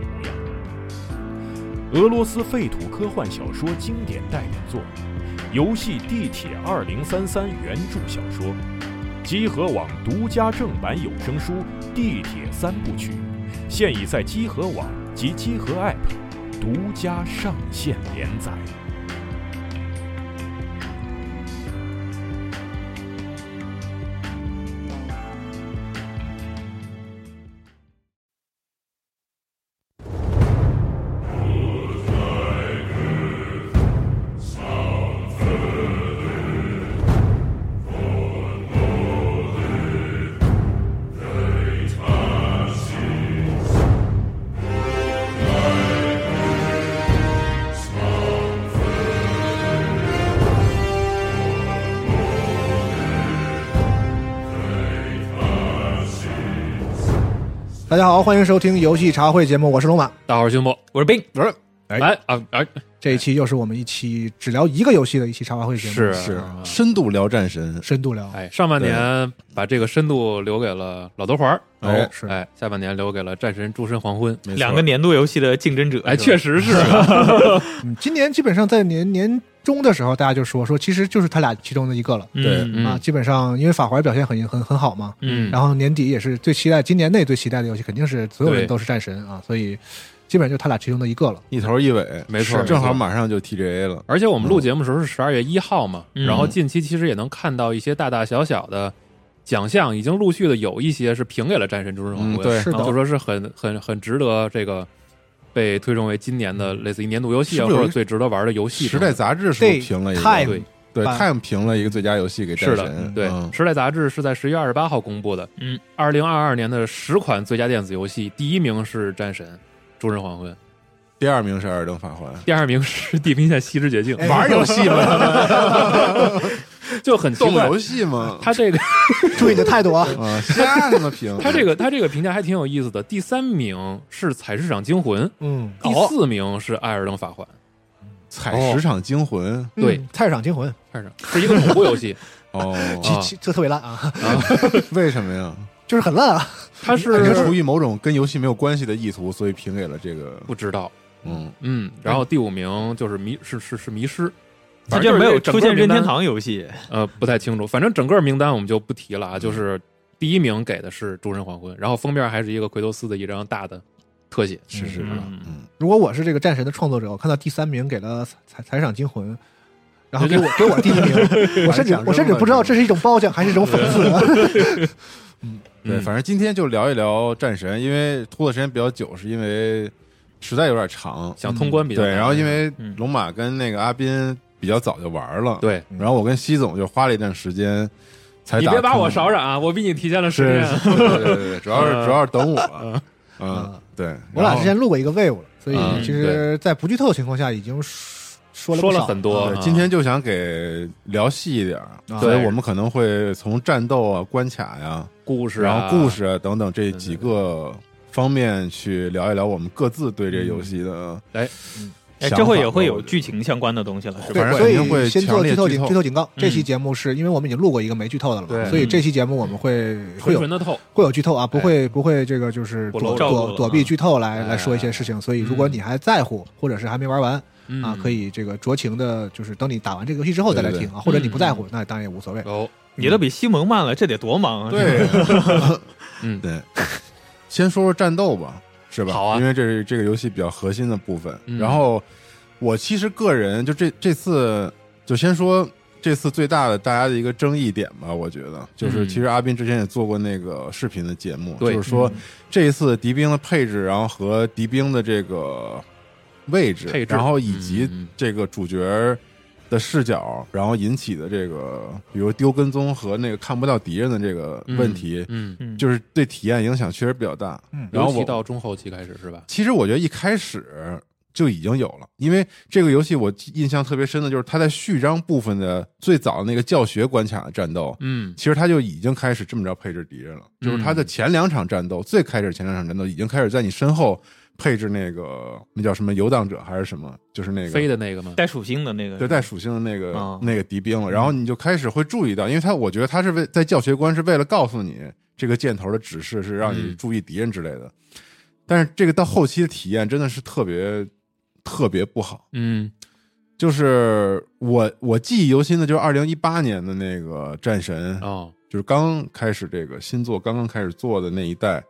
模样。俄罗斯废土科幻小说经典代表作，游戏《地铁二零三三》原著小说，集合网独家正版有声书《地铁三部曲》，现已在集合网及集合 App 独家上线连载。大家好，欢迎收听游戏茶会节目，我是龙马。大伙儿兄弟，我是冰，不是，哎啊哎，这一期又是我们一期只聊一个游戏的一期茶话会节目，是是啊深度聊战神，深度聊。哎，上半年把这个深度留给了老头环儿，哎是哎，下半年留给了战神诸神黄昏，没错两个年度游戏的竞争者，哎，是吧确实是，嗯，今年基本上在年年中的时候，大家就说说，其实就是他俩其中的一个了、对嗯啊。基本上因为法怀表现很很很好嘛，嗯，然后年底也是最期待，今年内最期待的游戏肯定是所有人对都是战神啊，所以基本上就他俩其中的一个了。一头一尾，没错是正没好错马上就 TGA 了，而且我们录节目的时候是十二月一号嘛，嗯然后近期其实也能看到一些大大小小的奖项，已经陆续的有一些是评给了战神诸神黄嗯，昏，对，是的就说是很很很值得这个被推崇为今年的类似于年度游戏啊，是不是或有一者最值得玩的游戏时等代等。杂志是不是 Day 评了一个， Time 对对吧，Time 评了一个最佳游戏给是战的，神，对，嗯时代》杂志是在十月二十八号公布的。嗯，二零二二年的十款最佳电子游戏，第一名是《战神》《诸神黄昏》，第二名是《艾尔登法环》，第二名是《地平线：西之绝境》玩游戏吗？就很奇动怪游。戏吗？他这个 注意你的态度啊！啊，瞎他妈评，他这个他这个评价还挺有意思的。第三名是《采石场惊哦魂》， 嗯，第四名是《艾尔登法环》。踩十场惊魂对哦嗯，菜市场惊魂，看上是一个恐怖游 戏，哦，其啊其这特别烂啊， 为什么呀？就是很烂啊。它可能是出于某种跟游戏没有关系的意图，所以评给了这个，不知道。嗯，嗯，然后第五名就是迷是是是迷失，他反居正然没有就是出这整现个名任单天堂游戏，呃，不太清楚，反正整个名单我们就不提嗯了啊。就是第一名给的是《诸神黄昏》，然后封面还是一个奎托斯的一张大的特写。是是的，嗯嗯，如果我是这个战神的创作者，我看到第三名给了财财场惊魂，然后给我 给我第一名，我甚至想扔了我甚至不知道这是一种褒奖还是一种讽刺。对，嗯反正今天就聊一聊战神，因为拖的时间比较久，是因为实在有点长，想通关比较对，难然后因为嗯龙马跟那个阿斌比较早就玩了，，对，然后我跟西总就花了一段时间才你打别把通我勺，染啊，我比你提前了十是，年。是对对对，主要是主要 是等我，嗯 嗯，对，我俩然后之前录过一个 wave 了，所以嗯其实，在不剧透的情况下已经说了说不少了很多对啊今天就想给聊细一点儿，啊所以嗯对我们可能会从战斗啊、关卡呀，故事然啊，后故事啊等等这几个方面去聊一聊我们各自对嗯这游戏的哎哎，想法吧，这会也会有我觉得剧情相关的东西了，是吧？对反，正所肯定会以先做强烈剧透剧警透剧透警告。这期嗯节目是因为我们已经录过一个没剧透的了嘛，对所以这期节目我们会会纯有纯的透。会有剧透啊，不会不会这个就是不躲露照顾躲了躲避剧透来啊来说一些事情。所以如果你还在乎，或者是还没玩完，嗯啊，可以这个酌情的，就是等你打完这个游戏之后再来对对听啊，或者你不在乎，那当然也无所谓。哦，你都比西蒙慢了，这得多忙啊！对， 嗯对。先说说战斗吧，是吧？好啊因为这是这个游戏比较核心的部分。嗯然后我其实个人就这这次就先说这次最大的大家的一个争议点吧，我觉得就是嗯其实阿斌之前也做过那个视频的节目，对嗯就是说这一次敌兵的配置，然后和敌兵的这个位置，配置然后以及嗯嗯这个主角的视角，然后引起的这个比如丢跟踪和那个看不到敌人的这个问题，嗯，嗯就是对体验影响确实比较大。嗯然尤后其我到中后期开始是吧？其实我觉得一开始就已经有了，因为这个游戏我印象特别深的就是它在序章部分的最早的那个教学关卡的战斗，嗯，其实它就已经开始这么着配置敌人了，就是它的前两场战斗，最开始前两场战斗已经开始在你身后配置那个那叫什么游荡者还是什么，就是那个飞的那个吗？带属性的那个，对带属性的那个、哦那个敌兵了，然后你就开始会注意到，因为他我觉得他是为在教学官是为了告诉你这个箭头的指示是让你嗯注意敌人之类的，但是这个到后期的体验真的是特别特别不好。嗯就是我我记忆犹新的就是二零一八年的那个战神，哦，就是刚开始这个新作刚刚开始做的那一代，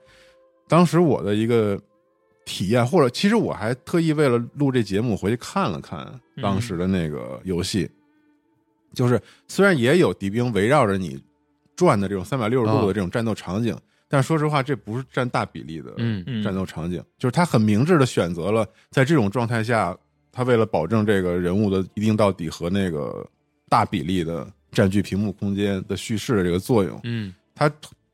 当时我的一个体验，或者其实我还特意为了录这节目回去看了看当时的那个游戏，就是虽然也有敌兵围绕着你转的这种三百六十度啊的这种战斗场景，但说实话，这不是占大比例的嗯嗯战斗场景，就是他很明智的选择了在这种状态下，他为了保证这个人物的一定到底和那个大比例的占据屏幕空间的叙事的这个作用，嗯他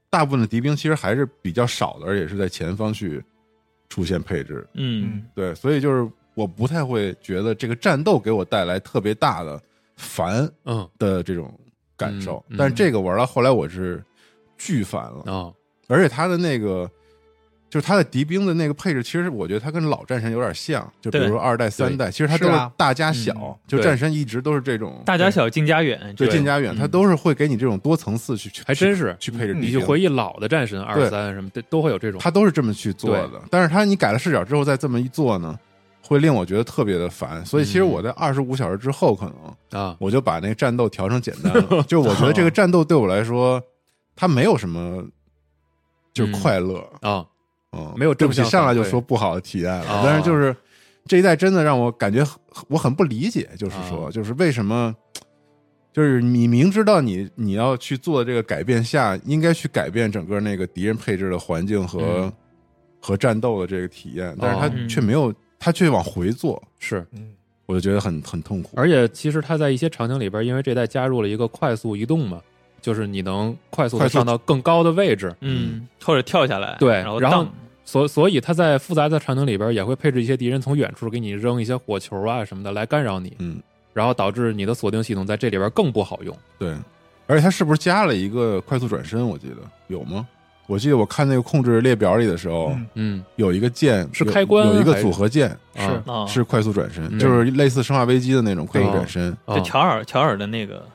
大部分的敌兵其实还是比较少的，而且是在前方去出现配置，嗯嗯，对，所以就是我不太会觉得这个战斗给我带来特别大的烦嗯的这种感受，嗯嗯但是这个玩到后来我是巨烦了，哦，而且他的那个就是他的敌兵的那个配置，其实我觉得他跟老战神有点像，就比如对说二代、三代，其实他都是是啊大家小，嗯就对战神一直都是这种大家小近家远，对这近家远，嗯他都是会给你这种多层次去去还真是。去配置你敌去兵。回忆老的战神二对三什么的，都会有这种。他都是这么去做的，但是他你改了视角之后再这么一做呢，会令我觉得特别的烦。所以其实嗯我在二十五小时之后，可能啊，我就把那个战斗调成简单了。就我觉得这个战斗对我来说，它没有什么就嗯是快乐，啊，嗯，没有对不起，正向上来就反馈说不好的体验了。哦但是就是这一代真的让我感觉很我很不理解，就是说，啊就是为什么，就是你明知道你你要去做这个改变下，应该去改变整个那个敌人配置的环境和、嗯和战斗的这个体验，但是哦他却没有，他却往回做，是。嗯我就觉得很很痛苦。而且其实它在一些场景里边，因为这代加入了一个快速移动嘛，就是你能快速快的速上到更高的位置，嗯，或者跳下来，对然后然后荡所所以它在复杂的场景里边也会配置一些敌人从远处给你扔一些火球啊什么的来干扰你，嗯，然后导致你的锁定系统在这里边更不好用。对，而且他是不是加了一个快速转身？我记得有吗？我记得我看那个控制列表里的时候，嗯嗯，有一个键是有开关有一个还是组合键，啊啊，是快速转身，嗯就是类似《生化危机》的那种快速转哦身。啊就乔尔乔尔的那个，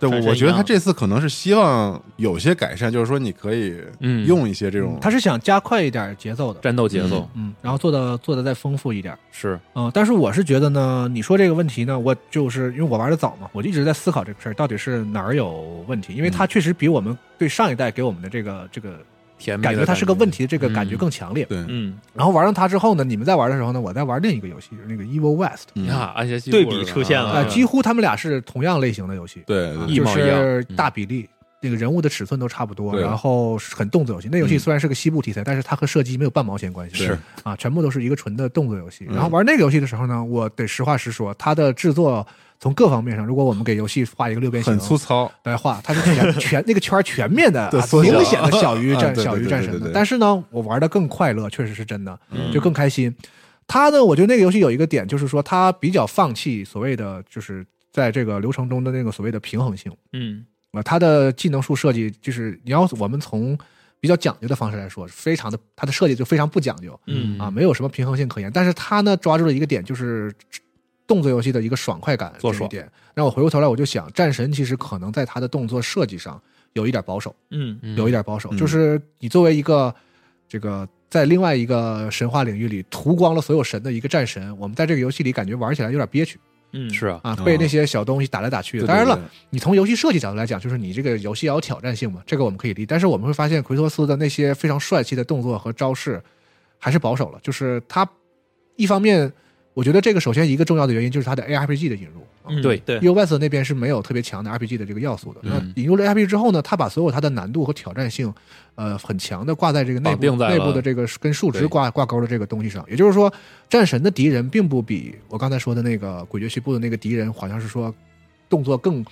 对，转我身我觉得一样他这次可能是希望有些改善，就是说你可以嗯用一些这种，他是想加快一点节奏的，战斗节奏嗯，然后做的做的再丰富一点。是嗯，但是我是觉得呢，你说这个问题呢，我就是因为我玩的早嘛，我就一直在思考这个事儿到底是哪儿有问题，因为它确实比我们对上一代给我们的这个这个甜蜜的感觉，它是个问题，这个感觉嗯更强烈。对，嗯，然后玩上它之后呢，你们在玩的时候呢，我在玩另一个游戏，就是那个 Evil West，嗯呀，安协系对比出现了啊，哎几乎他们俩是同样类型的游戏，对啊对一就模一样是大比例。那个人物的尺寸都差不多，嗯对嗯然后是很动作游戏。那游戏虽然是个西部题材，但是它和射击没有半毛钱关系。是啊，全部都是一个纯的动作游戏。嗯然后玩那个游戏的时候呢，我得实话实说，它的制作从各方面上，如果我们给游戏画一个六边形很，粗糙，来画，它是 全全那个圈儿全面的，对啊缩小明显的小 于啊战对对小于对战对神对的对。但是呢，我玩的更快乐，确实是真的，嗯就更开心。它呢，我觉得那个游戏有一个点，就是说它比较放弃所谓的就是在这个流程中的那个所谓的平衡性。嗯啊，它的技能树设计就是你要我们从比较讲究的方式来说，非常的它的设计就非常不讲究嗯啊，没有什么平衡性可言。但是它呢抓住了一个点，就是动作游戏的一个爽快感做这一爽点。让我回过头来我就想，战神其实可能在它的动作设计上有一点保守，嗯有一点保守，嗯就是你作为一个这个。在另外一个神话领域里屠光了所有神的一个战神，我们在这个游戏里感觉玩起来有点憋屈嗯是啊，啊，哦被那些小东西打来打去对的。对当然了，对你从游戏设计角度来讲，就是你这个游戏要有挑战性嘛，这个我们可以理解。但是我们会发现，奎托斯的那些非常帅气的动作和招式还是保守了，就是他一方面我觉得这个首先一个重要的原因就是它的 ARPG 的引入。啊嗯对对， US 那边是没有特别强的 RPG 的这个要素的。嗯那引入了 RPG 之后呢，它把所有它的难度和挑战性，呃，很强的挂在这个内绑部定在了内部的这个跟数值对挂挂钩的这个东西上。也就是说，战神的敌人并不比我刚才说的那个诡谲西部的那个敌人，好像是说动作更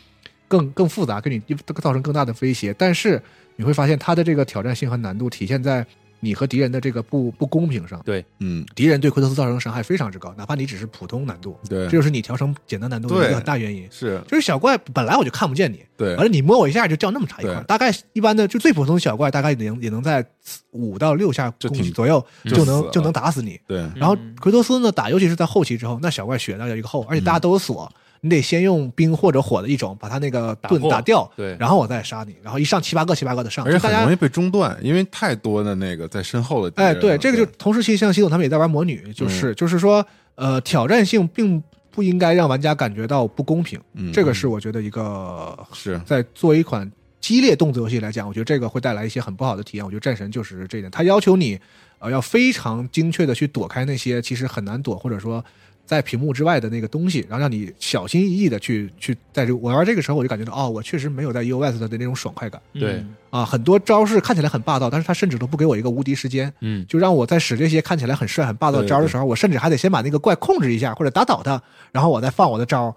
更更复杂，给你造成更大的威胁。但是你会发现，它的这个挑战性和难度体现在你和敌人的这个不不公平上。嗯，敌人对奎托斯造成的伤害非常之高，哪怕你只是普通难度，对这，就是你调成简单难度的一个对很大原因。是就是小怪本来我就看不见你，对完了你摸我一下就掉那么长一块，对大概一般的就最普通的小怪大概也能也能在五到六下就攻挺击左右就就死能了就能打死你。对，然后嗯奎托斯呢打，尤其是在后期之后，那小怪血量有一个厚，而嗯且大家都有锁，你得先用冰或者火的一种把他那个盾打破打掉，对然后我再杀你，然后一上七八个七八个的上，而且就大很家容易被中断，因为太多的那个在身后的敌人哎，了。对，这个就同时期像系统他们也在玩魔女，嗯就是、就是说，呃，挑战性并不应该让玩家感觉到不公平，嗯这个是我觉得一个是在作为一款激烈动作游戏来讲，我觉得这个会带来一些很不好的体验。我觉得战神就是这一点，它要求你呃要非常精确的去躲开那些其实很难躲或者说在屏幕之外的那个东西，然后让你小心翼翼的去 去在这我玩这个时候我就感觉到哦，我确实没有在 EOS 的那种爽快感嗯对啊，很多招式看起来很霸道，但是它甚至都不给我一个无敌时间。嗯，就让我在使这些看起来很帅、很霸道的招的时候，我甚至还得先把那个怪控制一下，或者打倒他，然后我再放我的招。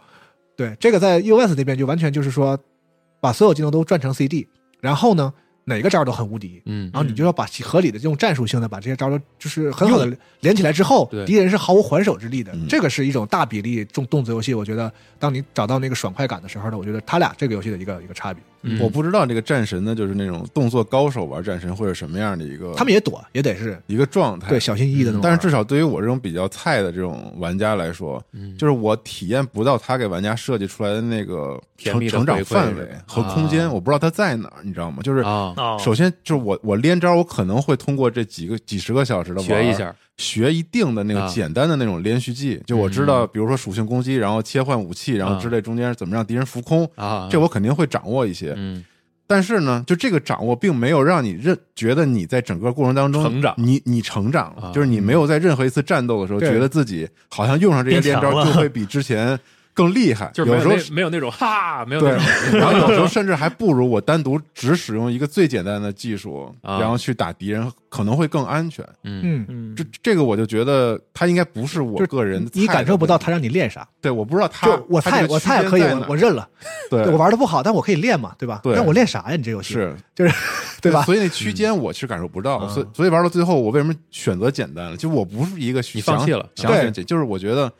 对，这个在 US 那边就完全就是说，把所有技能都转成 CD，然后呢，哪个招都很无敌，嗯，然后你就要把其合理的用战术性的把这些招都就是很好的连起来之后对，敌人是毫无还手之力的嗯。这个是一种大比例重动作游戏，我觉得当你找到那个爽快感的时候呢，我觉得他俩这个游戏的一个一个差别。嗯我不知道这个战神呢，就是那种动作高手玩战神会是什么样的一个他们也躲，也得是一个状态。对小心翼翼的那种嗯玩。但是至少对于我这种比较菜的这种玩家来说，嗯就是我体验不到他给玩家设计出来的那个甜蜜成的成长回馈范是围吧和空间，啊我不知道他在哪儿，你知道吗？就是啊，哦，首先就是我我连招，我可能会通过这几个几十个小时的玩学一，下，学一定的那啊嗯个简单的那种连续技，就我知道，比如说属性攻击，然后切换武器，然后之类中间怎么让敌人浮空，啊，这我肯定会掌握一些。嗯但是呢，就这个掌握并没有让你认觉得你在整个过程当中成长你你成长了，啊就是你没有在任何一次战斗的时候对觉得自己好像用上这些变连强招了就会比之前更 厉害，就是没有时候那没有那种哈，没有对那种，然后有时候甚至还不如我单独只使用一个最简单的技 术，啊然后去打敌人可能会更安全。嗯嗯，嗯这这个我就觉得他应该不是就我是个人你菜的感受不到问题，他让你练啥。对，我不知道他就我他这菜个我区菜间可以，在哪我我认了，对我玩的不好，但我可以练嘛，对吧？对让我练啥呀？你这游戏是就是对吧？所以那嗯区间我是感受不到，嗯所以所以玩到最后，我为什么选择简单了？就我不是一个你放想弃了想对选简，就是我觉得，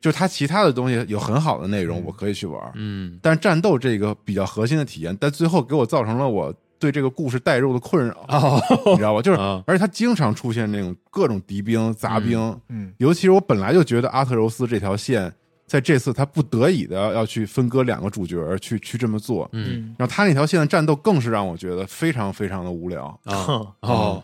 就是它其他的东西有很好的内容，我可以去玩，嗯但是战斗这个比较核心的体验，但最后给我造成了我对这个故事代入的困扰，哦，你知道吧？就是啊，而且它经常出现那种各种敌兵、杂兵，嗯，尤其是我本来就觉得阿特柔斯这条线，在这次他不得已的要去分割两个主角，去去这么做。嗯嗯然后他那条线的战斗更是让我觉得非常非常的无聊，啊哼哦。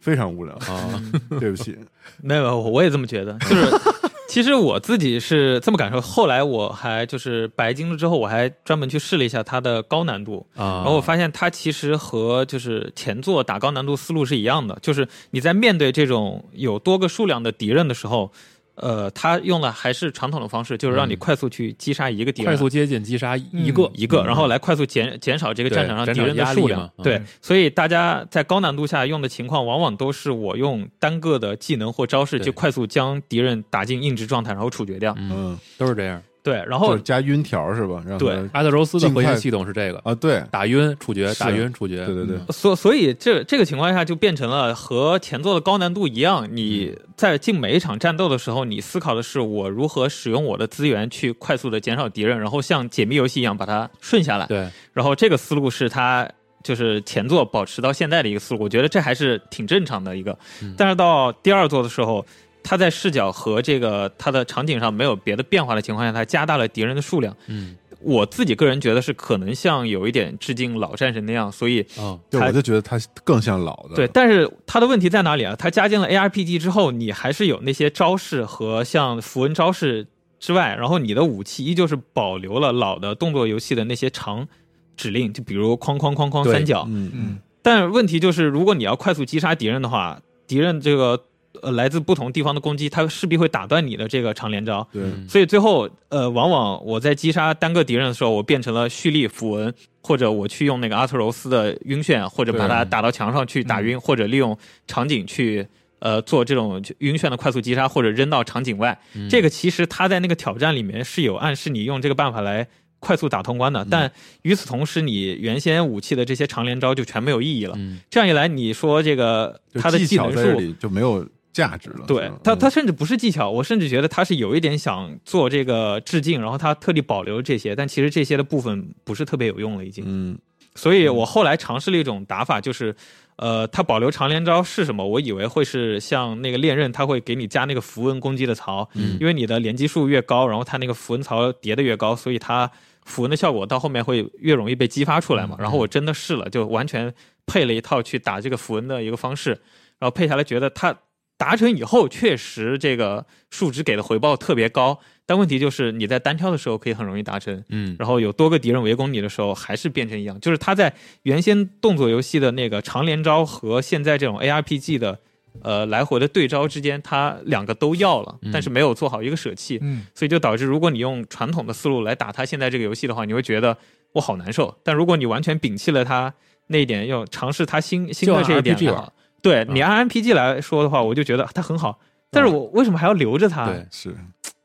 非常无聊啊，对不起，没有，没有，我我也这么觉得。就是， 其实我自己是这么感受。后来我还就是白金了之后，我还专门去试了一下它的高难度，然然后我发现它其实和就是前作打高难度思路是一样的，就是你在面对这种有多个数量的敌人的时候，呃，它用了还是传统的方式，就是让你嗯快速去击杀一个敌人，快速接近击杀一一个个一个，嗯然后来快速减减少这个对战场上战敌场人的压力嘛数量。嗯对，所以大家在高难度下用的情况，往往都是我用单个的技能或招式对就快速将敌人打进硬直状态，然后处决掉。嗯，嗯，都是这样。对，然就后是加晕条是吧？让他哦对阿特柔斯的嗯尽核快心系统是这个，啊，对打晕处决，是打晕处决，对对对嗯，所所以这这个情况下就变成了和前作的高难度一样，你嗯在进每一场战斗的时候，你思考的是我如何使用我的资源去快速的减少敌人，然后像解密游戏一样把它顺下来。对，哦然后这个思路是他就是前作保持到现在的一个思路，我觉得这还是挺正常的一个嗯。但是到第二作的时候，他在视角和这个他的场景上没有别的变化的情况下，他加大了敌人的数量。嗯，我自己个人觉得是可能像有一点致敬老战神那样，所以哦，对，他我就觉得他更像老的。对，但是它的问题在哪里啊？它加进了 ARPG 之后，你还是有那些招式和像符文招式之外，然后你的武器依旧是保留了老的动作游戏的那些长指令，就比如哐哐哐哐对三角。嗯，嗯嗯但问题就是，如果你要快速击杀敌人的话，敌人这个呃来自不同地方的攻击，它势必会打断你的这个长连招。对，嗯所以最后，呃，往往我在击杀单个敌人的时候，我变成了蓄力符文，或者我去用那个阿特柔斯的晕眩，或者把对嗯它打到墙上去打晕，或者利用场景去呃做这种晕眩的快速击杀，或者扔到场景外。嗯这个其实他在那个挑战里面是有暗示你用这个办法来快速打通关嗯的，但与此同时，你原先武器的这些长连招就全没有意义了。嗯这样一来，你说这个就他的技技巧能在这树里就没有价值了。对嗯他，他甚至不是技巧，我甚至觉得他是有一点想做这个致敬，然后他特地保留这些，但其实这些的部分不是特别有用了已经。嗯所以我后来尝试了一种打法，就是，呃，他保留长连招是什么？我以为会是像那个猎刃，他会给你加那个符文攻击的槽，嗯因为你的连击数越高，然后它那个符文槽叠的越高，所以它符文的效果到后面会越容易被激发出来嘛。然后我真的试了，就完全配了一套去打这个符文的一个方式，然后配下来觉得它达成以后，确实这个数值给的回报特别高，但问题就是你在单挑的时候可以很容易达成。嗯然后有多个敌人围攻你的时候，还是变成一样，就是它在原先动作游戏的那个长连招和现在这种 ARPG 的呃来回的对招之间，它两个都要了嗯，但是没有做好一个舍弃，嗯，所以就导致如果你用传统的思路来打它现在这个游戏的话，你会觉得我好难受。但如果你完全摒弃了它那一点，要尝试它新新的按这一点 RPG 的玩话，对嗯你按 RPG 来说的话，我就觉得它很好。但是我为什么还要留啊着它？对，是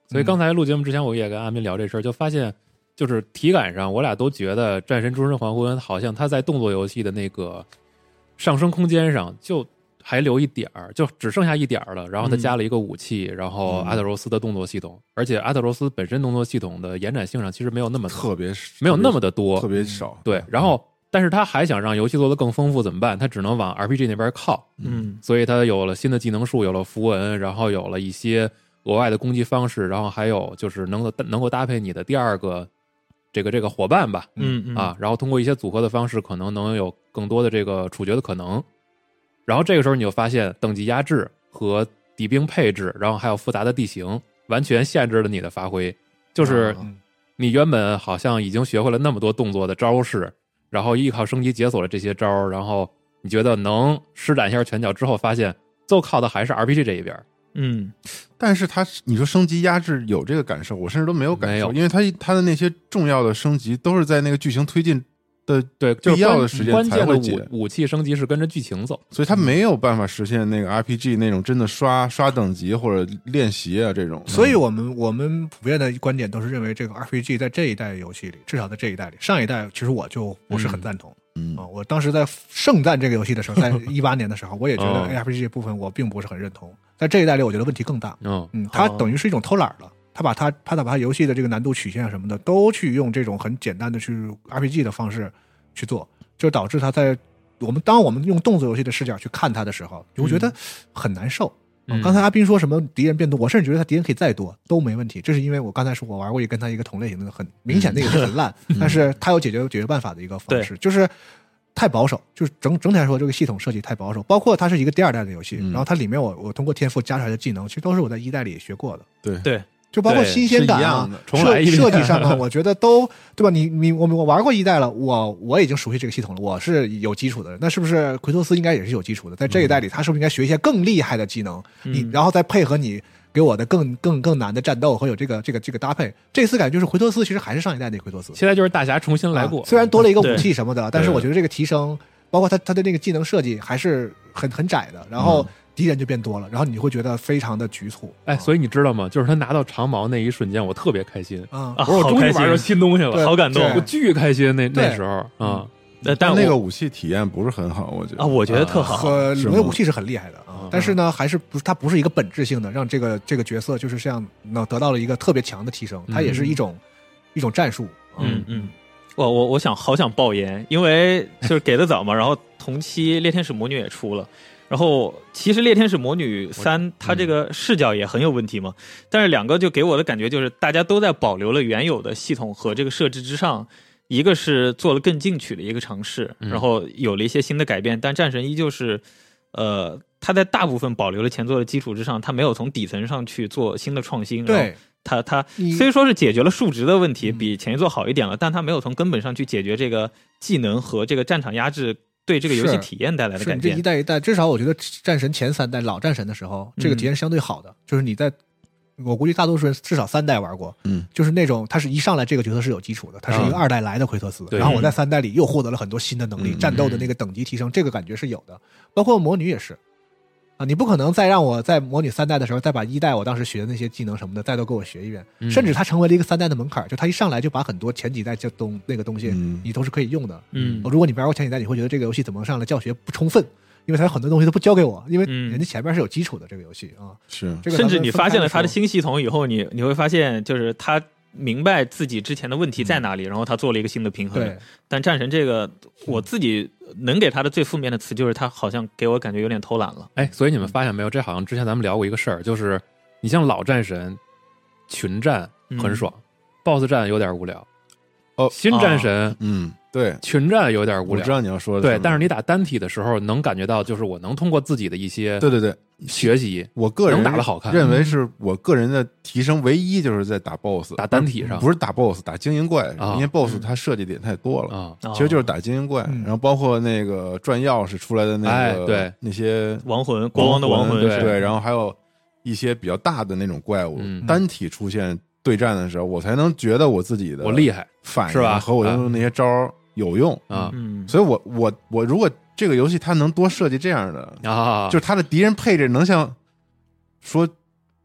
所嗯以刚才录节目之前，我也跟阿斌聊这事儿，就发现就是体感上，我俩都觉得《战神：诸神黄昏》好像它在动作游戏的那个上升空间上就。还留一点儿，就只剩下一点儿了。然后它加了一个武器，然后嗯阿特柔斯的动作系统，而且阿特柔斯本身动作系统的延展性上其实没有那么多特别没有那么的多，嗯特别少。对，然后但是他还想让游戏做得更丰富，怎么办？他只能往 RPG 那边靠，嗯，所以他有了新的技能树，有了符文，然后有了一些额外的攻击方式，然后还有就是能够能够搭配你的第二个这个这个伙伴吧，嗯嗯啊，然后通过一些组合的方式，可能能有更多的这个处决的可能。然后这个时候你就发现等级压制和敌兵配置，然后还有复杂的地形，完全限制了你的发挥。就是啊嗯你原本好像已经学会了那么多动作的招式，然后依靠升级解锁了这些招儿，然后你觉得能施展一下拳脚之后，发现就靠的还是 RPG 这一边儿。嗯但是它你说升级压制有这个感受，我甚至都没有感没受，有因为它它的那些重要的升级都是在那个剧情推进的，对，就是必要关的时间关键才的会解武武器升级是跟着剧情走。所以它没有办法实现那个 RPG 那种真的刷刷等级或者练习啊这种。所以我们我们普遍的观点都是认为，这个 RPG 在这一代游戏里，至少在这一代里，上一代其实我就不是很赞同嗯啊、，我当时在盛赞这个游戏的时候， 在一八年的时候，我也觉哦得 ARPG 这部分我并不是很认同。在这一代里，我觉得问题更大。嗯嗯，它哦等于是一种偷懒儿了。他把它，他把它游戏的这个难度曲线啊什么的，都去用这种很简单的去 RPG 的方式去做，就导致他在我们当我们用动作游戏的视角去看它的时候，你会觉得很难受。哦嗯刚才阿斌说什么敌人变多，我甚至觉得他敌人可以再多都没问题，这是因为我刚才说我玩过一个跟他一个同类型的，很明显那个是很烂，但是他有解决解决办法的一个方式，就是太保守，就是整整体来说这个系统设计太保守，包括它是一个第二代的游戏，嗯然后它里面我我通过天赋加出来的技能，其实都是我在一代里学过的，对对，就包括对新鲜感是一啊样的，重来一遍设设计上啊，我 觉得都对吧？你你我我玩过一代了，我我已经熟悉这个系统了，我是有基础的人，那是不是奎托斯应该也是有基础的？在这一代里，他是不是应该学一些更厉害的技能？嗯你然后再配合你给我的更更更难的战斗和有这个这个这个搭配，这次感觉就是奎托斯其实还是上一代那奎托斯，现在就是大侠重新 来过啊，虽然多了一个对武器什么的，但是我觉得这个提升，包括他他的那个技能设计还是很很窄的，然后敌人就变多了，然后你会觉得非常的局促。哎，以所以你知道吗？就是他拿到长矛那一瞬间，我特别开心，啊啊，我说我好终于开玩心着新东西了，对好感动对我巨开心那那对时候啊，呃但但我那个武器体验不是很好，我觉得啊，我觉得特啊好。和是吗轮武器是很厉害的嗯啊，但是呢，还是不是它不是一个本质性的让这个这个角色就是像能得到了一个特别强的提升，它也是一种一种战术。啊嗯，嗯，我我我想好想爆言，因为就是给的早嘛， 然后同期《猎天使魔女》也出了。然后，其实《猎天使魔女三》它这个视角也很有问题嘛，但是两个就给我的感觉就是，大家都在保留了原有的系统和这个设置之上，一个是做了更进取的一个尝试，嗯然后有了一些新的改变，但战神依旧是，呃，它在大部分保留了前作的基础之上，它没有从底层上去做新的创新，然后对，它它你嗯虽说是解决了数值的问题，比前一座好一点了，但它没有从根本上去解决这个技能和这个战场压制对这个游戏是体验带来的是改你这变一。代一代，至少我觉得战神前三代老战神的时候，这个体验是相对好的。就是你在，我估计大多数人至少三代玩过，嗯，就是那种他是一上来这个角色是有基础的，他是一个嗯二代来的奎特斯，对然后我在三代里又获得了很多新的能力，嗯战斗的那个等级提升，这个感觉是有的。包括魔女也是。啊，你不可能再让我在魔女三代的时候再把一代我当时学的那些技能什么的再都给我学一遍，嗯甚至它成为了一个三代的门槛儿，就它一上来就把很多前几代就东那个东西嗯你都是可以用的，嗯哦，如果你玩过前几代，你会觉得这个游戏怎么上来教学不充分，因为它有很多东西都不教给我，因为嗯人家前面是有基础的这个游戏啊。是这个甚至你发现了它它的新系统以后，你你会发现，就是他明白自己之前的问题在哪里，然后他做了一个新的平衡对。，但战神这个，我自己能给他的最负面的词就是他好像给我感觉有点偷懒了。哎，所以你们发现没有？这好像之前咱们聊过一个事儿，就是你像老战神群战嗯很爽、b o s s 战有点无聊，哦新战神、嗯，对，群战有点无我知聊。道你要说的对什，么但是你打单体的时候，能感觉到就是我能通过自己的一些对对对，学习，我个人能打得好看认为是我个人的提升唯一就是在打 BOSS 打单体上不是打 BOSS 打精英怪，啊因为 BOSS 嗯它设计点太多了。啊，啊其实就是打精英怪，嗯然后包括那个转钥匙出来的那个，哎对那些亡魂，国王的亡魂对是吧对，然后还有一些比较大的那种怪物，嗯单体出现对战的时候，我才能觉得我自己的我厉害反是吧应和我用的那些招儿有用。啊 嗯，所以我我我如果这个游戏它能多设计这样的，啊！嗯就是它的敌人配置能像说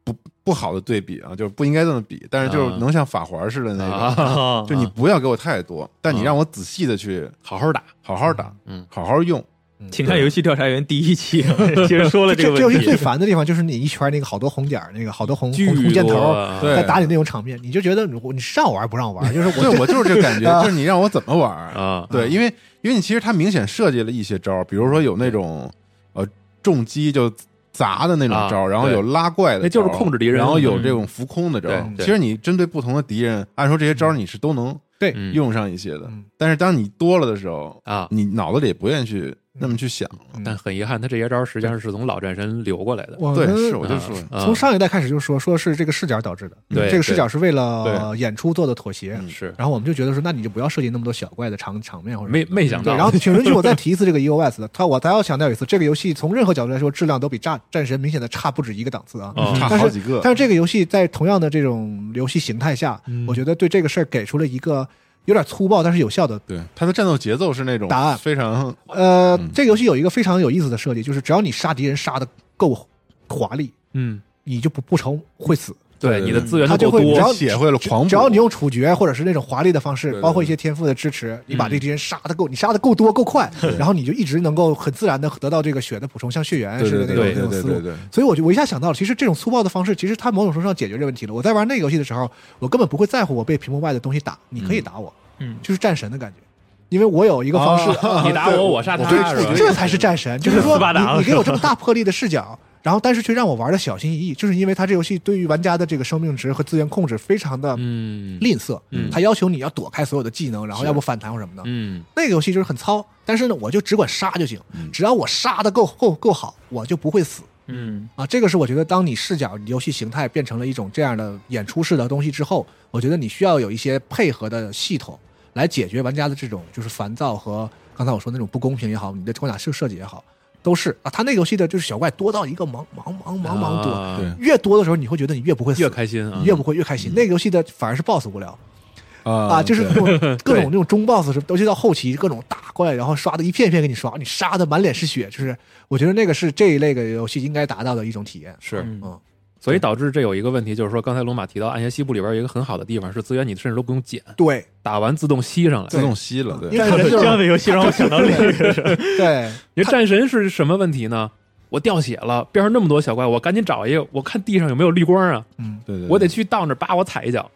不不好的对比啊，就是不应该这么比，但是就是能像法环似的那种，啊，啊就你不要给我太多，但你让我仔细的去好好打，好好打，嗯，好好用。请看《游戏调查员》第一期， 其实说了这个这游问戏最题。烦的地方就是你一圈那个好多红点儿，那个好多红巨红红箭头儿，多啊对在打你那种场面，你就觉得我你是让我玩不让我玩，就是我对，我就是这个感 觉，就是你让我怎么玩儿？啊，对，因为因为你其实它明显设计了一些招儿，比如说有那种呃重击就砸的那种招儿，啊然后有拉怪的招儿，那就是控制敌人然后嗯有这种浮空的招儿嗯。对其实你针对不同的敌人，按说这些招儿你是都能对嗯用上一些的嗯，但是当你多了的时候，啊。你脑子里也不愿意去那么去想。但很遗憾，他这些招实际上是从老战神流过来的。嗯我对，们是我就说，啊从上一代开始就说说是这个视角导致的，对这个视角是为了对演出做的妥协。嗯是然后我们就觉得说，那你就不要设计那么多小怪的场场面或者没没想对，啊到，然后请允许我再提一次这个 EOS 的，它我再要强调一次，这个游戏从任何角度来说，质量都比战战神明显的差不止一个档次啊。嗯差但好是几个但是这个游戏在同样的这种游戏形态下，嗯我觉得对这个事儿给出了一个有点粗暴但是有效的。对，它的战斗节奏是那种答案非常呃，嗯这个游戏有一个非常有意思的设计，就是只要你杀敌人杀的够华丽，嗯，你就不不愁会死。对你的资源他就够会多只要我写会了只狂补只要你用处决或者是那种华丽的方对式，对嗯包括一些天赋的支持，你把这敌人杀的够，你杀的够多够 快，然后你就一直能够很自然的得到这个血的补充，像血缘对似对的对那种那种对对思对路对。对，所以我就我一下想到了，其实这种粗暴的方式，其实它某种程度上解决这问题了。我在玩那个游戏的时候，我根本不会在乎我被屏幕外的东西打，你可以打我，嗯就是战神的感觉，因为我有一个方式， 啊你打我，我杀他，对是吧我觉这才是战神，就是就是说斯巴达了你你给我这么大魄力的视角，然后但是却让我玩的小心翼翼，就是因为它这游戏对于玩家的这个生命值和资源控制非常的嗯吝啬，嗯它要求你要躲开所有的技能，然后要不反弹或什么的。嗯那个游戏就是很糙，但是呢，我就只管杀就行，只要我杀的够够够好，我就不会死。嗯，啊，这个是我觉得，当你视角、你游戏形态变成了一种这样的演出式的东西之后，我觉得你需要有一些配合的系统来解决玩家的这种就是烦躁和刚才我说那种不公平也好，你的关卡设设计也好，都是啊。他那个游戏的就是小怪多到一个茫茫茫茫茫多，啊对越多的时候你会觉得你越不会死，越开心啊你，越不会越开心。那个游戏的反而是 BOSS 无聊，啊啊，就是那对种各种那种中 boss 什么，尤其到后期各种打怪，然后刷的一片片给你刷，你杀的满脸是血，就是我觉得那个是这一类的游戏应该达到的一种体验。是，嗯，所以导致这有一个问题，就是说刚才龙马提到《暗夜西部》里边有一个很好的地方是资源，你甚至都不用捡，对打完自动吸上来。自动吸了，对因为战神 这就样是的游戏让我想到另一个人，对，你说战神是什么问题呢？我掉血了，边上那么多小怪，我赶紧找一个，我看地上有没有绿光啊，嗯，对对，我得去到那儿扒我踩一脚。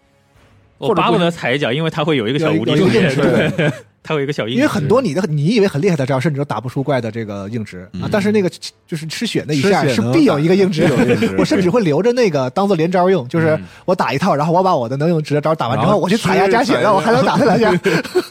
我巴不得踩一脚，因为它会有一个小无敌有一个有一个对对它会有一个小阴因影，为很多你的你以为很厉害的招，甚至都打不出怪的这个硬值啊嗯，但是那个就是吃血那一下吃血是能必有一个硬值必有硬值， 我甚至会留着那个当做连招用，就是嗯我打一套，然后我把我的能用值的招打完之然后，后我去踩一下吃加血，踩一下让我还能打他两下，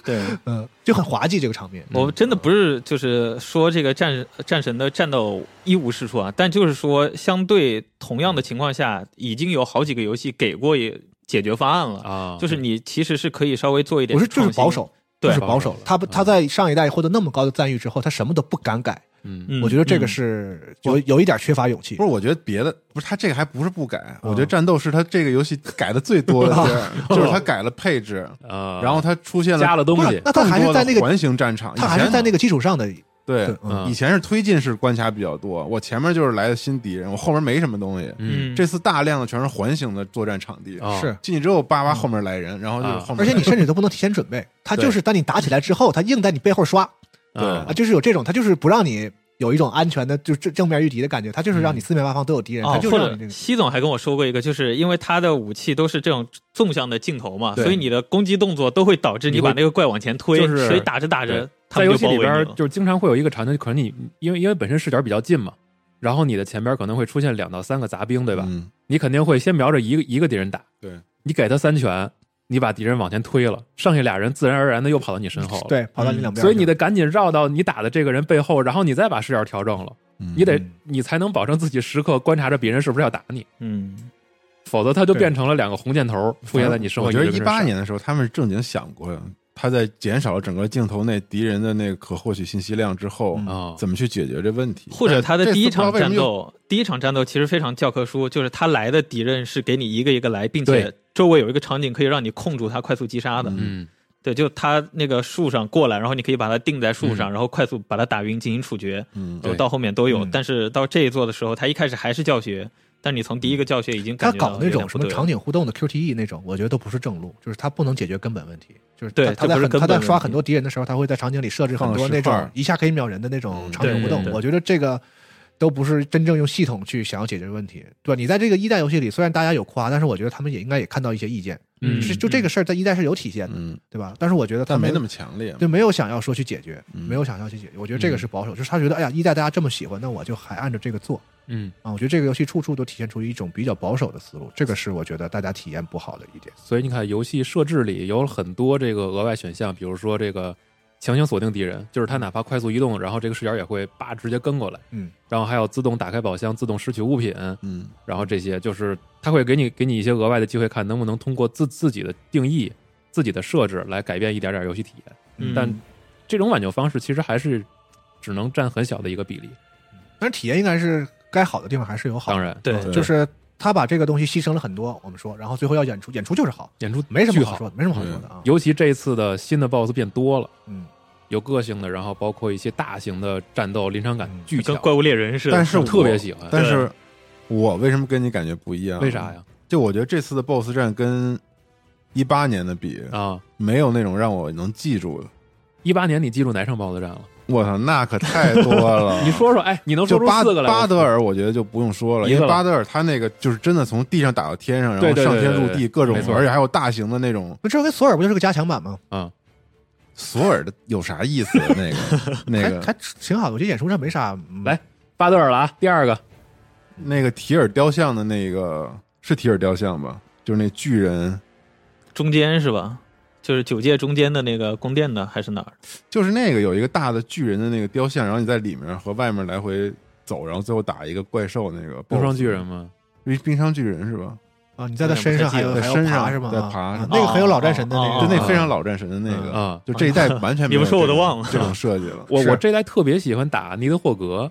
对。嗯，就很滑稽这个场面。我真的不是就是说这个战战神的战斗一无是处啊，但就是说，相对同样的情况下，已经有好几个游戏给过也解决方案了。啊，就是你其实是可以稍微做一点，我是就是保守，，对就是保守了。他不，他在上一代获得那么高的赞誉之后，他什么都不敢改。嗯，嗯我觉得这个是有有一点缺乏勇气不。是，我觉得别的不是他这个还不是不改，我觉嗯得战斗是他这个游戏改的最多的地 儿，哦就是他改了配置，嗯啊，然后他出现了加了东不是西，那他还是在那更多的个，环形战场，他还是在那个个基础上的。对对，嗯以前是推进式关卡比较多，我前面就是来的新敌人，我后面没什么东西。嗯，这次大量的全是环形的作战场地，哦是进去之后叭叭后面来人，然后就是后嗯啊面来而且人，你甚至都不能提前准备，他对就是当你打起来之后，他硬在你背后刷对啊啊，就是有这种，他就是不让你有一种安全的就是正正面御敌的感觉，他就是让你四面八方都有敌人，他哦，就或让者你这个西总还跟我说过一个，就是因为他的武器都是这种纵向的镜头嘛，对所以你的攻击动作都会导致你你会把那个怪往前推，就是所以打着打着对，他在们游就戏包里围边儿你了。就是经常会有一个场景，可能你因为因为本身视角比较近嘛，然后你的前边可能会出现两到三个杂兵，对吧？嗯你肯定会先瞄着一个一个敌人打，对你给他三拳，你把敌人往前推了，剩下俩人自然而然的又跑到你身后了。，对跑到你两边去了，所以你得赶紧绕到你打的这个人背后，然后你再把视角调整了，嗯你得你才能保证自己时刻观察着别人是不是要打你，嗯，否则他就变成了两个红箭头出现在你身后。我觉得你就一跟着八闪年的时候，他们是正经想过，他在减少整个镜头内敌人的那个可获取信息量之后，嗯啊，怎么去解决这问题？或者他的但是第一这次不知道为场什战么又，斗，第一场战斗其实非常教科书，就是他来的敌人是给你一个一个来，并对且周围有一个场景可以让你控住他快速击杀的。嗯对，就他那个树上过来，然后你可以把他定在树上，然后快速把他打晕进行处决。嗯，对到后面都有，嗯但是到这一座的时候，他一开始还是教学，但你从第一个教学已经他感觉到搞那有种点什不么对了场景互动的 QTE 那种，我觉得都不是正路，就是他不能解决根本问题。就是对他他在这不是很根他本在问刷题很多敌人的时候，他会在场景里设置很放多石那块种儿一下可以秒人的那种场景嗯对互对动。对我觉得这个都不是真正用系统去想要解决问题。对吧，你在这个一代游戏里，虽然大家有夸，但是我觉得他们也应该也看到一些意见。嗯是就这个事儿在一代是有体现的，嗯，对吧？但是我觉得他但们没那么强烈。对，没有想要说去解决，嗯没有想要去解决。我觉得这个是保守，就是他觉得，哎呀，一代大家这么喜欢，那我就还按照这个做嗯，啊。我觉得这个游戏处处都体现出一种比较保守的思路，这个是我觉得大家体验不好的一点。所以你看，游戏设置里有很多这个额外选项，比如说这个强行锁定敌人，就是他哪怕快速移动，然后这个视角也会叭直接跟过来。嗯，然后还有自动打开宝箱、自动拾取物品，嗯，然后这些就是他会给你给你一些额外的机会，看能不能通过自自己的定义、自己的设置来改变一点点游戏体验。嗯但这种挽救方式其实还是只能占很小的一个比例。但是体验应该是该好的地方还是有好当的，然，对，对哦就是他把这个东西牺牲了很多，我们说，然后最后要演出，演出就是好，演出没什巨么好好，说的，没什么好说的啊。尤其这一次的新的 BOSS 变多了。嗯，有个性的，然后包括一些大型的战斗，临场感嗯巨强，跟怪物猎人似的。但是我我特别喜欢但是我为什么跟你感觉不一样？为啥？呀？就我觉得这次的 BOSS 战跟一八年的比，啊，没有那种让我能记住的。一八年你记住哪场 BOSS 战了？我操，那可太多了！ 你说说，哎，你能说就出巴四个来？巴德尔，我觉得就不用说了，一个因为了巴德尔他那个就是真的从地上打到天上，然对后对上天对对入对地，各种没错，而且还有大型的那种那这跟索尔不就是个加强版吗？啊，索尔的有啥意思？那 个那还个还挺好的，我觉得演出上没啥。嗯来巴德尔了啊，第二个，那个提尔雕像的那个是提尔雕像吧？就是那巨人，中间是吧？就是九界中间的那个宫殿的还是哪儿？就是那个有一个大的巨人的那个雕像，然后你在里面和外面来回走，然后最后打一个怪兽，那个冰霜巨 BOSS 人吗？冰冰霜巨人是吧？啊，你在他身上还有在还有身爬上是吗？在啊爬啊是吧那个很有老战神的那个，哦就那哦非常老战神的那个，啊就这一代完全没有你们说我都这种忘了这种设计了。我是我这代特别喜欢打尼德霍格，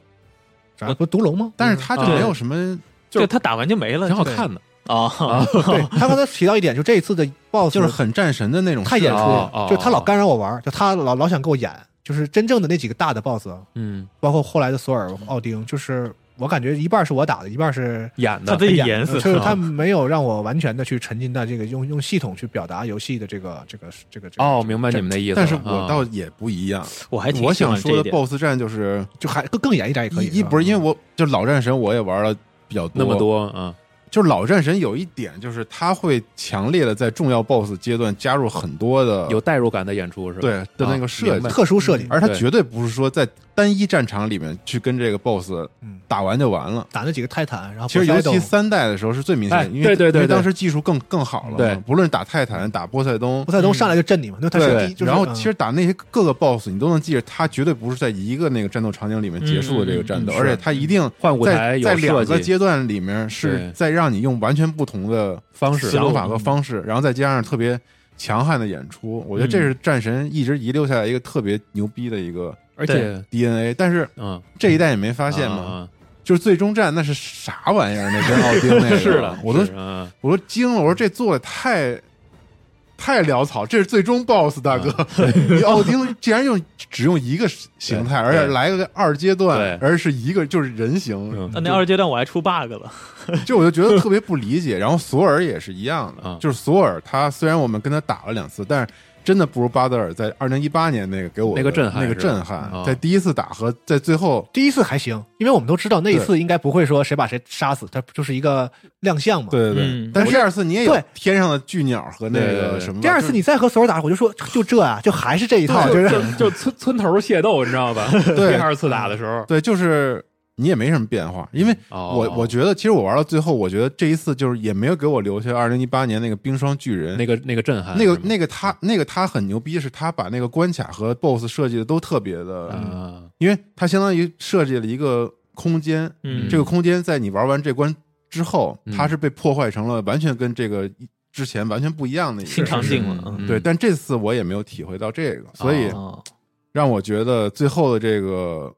啥不独龙吗？但是他就对没有什么，就他打完就没了，挺好看的哦啊！对他刚才提到一点，就这一次的 BOSS 就是很战神的那种设太计。演出哦哦了，就他啊老干扰我玩儿，就他老老想给我演，就是真正的那几个大的 BOSS，嗯，包括后来的索尔、奥丁，就是我感觉一半是我打的，一半是演他的自己演演死的就是啊他没有让我完全的去沉浸在这个用用系统去表达游戏的这个这个这个这个哦，明白你们的意思了。但是我啊倒也不一样，我还挺我喜想欢这说的一点。 BOSS 战就是就还更更演一点也可以，一一不是因为我就老战神我也玩了比较多，那么多啊，就是老战神有一点就是他会强烈的在重要 BOSS 阶段加入很多的有代入感的演出是吧？对的那啊个设明计白，特殊设计，而他对绝对不是说在单一战场里面去跟这个 BOSS 嗯打完就完了。打那几个泰坦，然后其实尤 Poseidon 其三代的时候是最明显哎的，因为对对对因为对当时技术更更好了嘛，对不论打泰坦、打波塞冬波，塞冬上来就震你嘛，那他是第一，就是然后嗯其实打那些各个 BOSS，你都能记着，他绝对不是在一个那个战斗场景里面结束的这个战斗，嗯嗯嗯而且他一定换舞台在有在两设个计阶段里面对是在让你用完全不同的方式嗯想法和方式，然后再加上特别强悍的演出，我觉得这嗯是战神一直遗留下来一个特别牛逼的一个而且 DNA。但是嗯，啊这一代也没发发现嘛，？就是最终战那是啥玩意儿？那跟奥丁那 个是的，我都是嗯我都惊了，我说这做的太太潦草，这是最终 BOSS 大啊哥， 你奥丁竟然用只用一个形态，对而且来个二阶段，对而是一个就是人形，嗯那那二阶段我还出 bug 了， 就我就觉得特别不理解。然后索尔也是一样的啊，就是索尔他虽然我们跟他打了两次，但是。真的不如巴德尔在二零一八年那个给我的那个震撼那个是吧震撼啊，在第一次打和在最后第一次还行，因为我们都知道那一次应该不会说谁把谁杀死，它就是一个亮相嘛。，对对对嗯，但是第二次你也有对天上的巨鸟和那对对个对什么吧，第二次你再和索尔打，我就说就这啊，就还是这一套，就就是就就村村头械斗，你知道吧？对第二次打的时候，对，就是你也没什么变化，因为哦我我觉得其实我玩到最后，我觉得这一次就是也没有给我留下二零一八年那个冰霜巨人那个嗯那个震撼，那个是吗那个他那个他很牛逼，是他把那个关卡和 BOSS 设计的都特别的，啊，因为他相当于设计了一个空间，嗯这个空间在你玩完这关之后，嗯它是被破坏成了完全跟这个之前完全不一样的一个新场景了。嗯对，但这次我也没有体会到这个，所以嗯哦让我觉得最后的这个，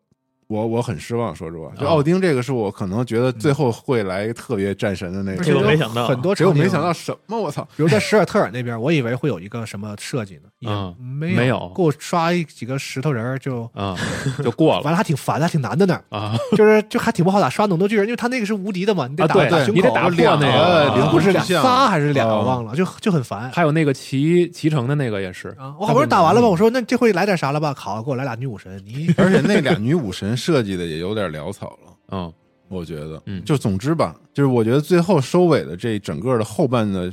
我我很失望。说实话，就啊奥丁这个是我可能觉得最后会来一个特别战神的那而个，且这都个没想到很多结果场景没想到，什么，我操！比如在史尔特尔那边，我以为会有一个什么设计呢，嗯也没没有给我刷一几个石头人儿就嗯啊，就过完了了，还挺烦的，还挺难的呢，啊就是就还挺不好打。刷农头巨人，因为他那个是无敌的嘛，你得啊！打、对打，胸你得口。呃打破两那个个，灵不是俩出现了仨还是俩，啊我忘了，就就很烦。还有那个骑骑乘的那个也是，啊，我好不容易打完了吧，我说那这回来点啥了吧？好，给我来俩女武神。你而且那俩女武神设计的也有点潦草了，嗯我觉得。嗯就总之吧，就是我觉得最后收尾的这整个的后半的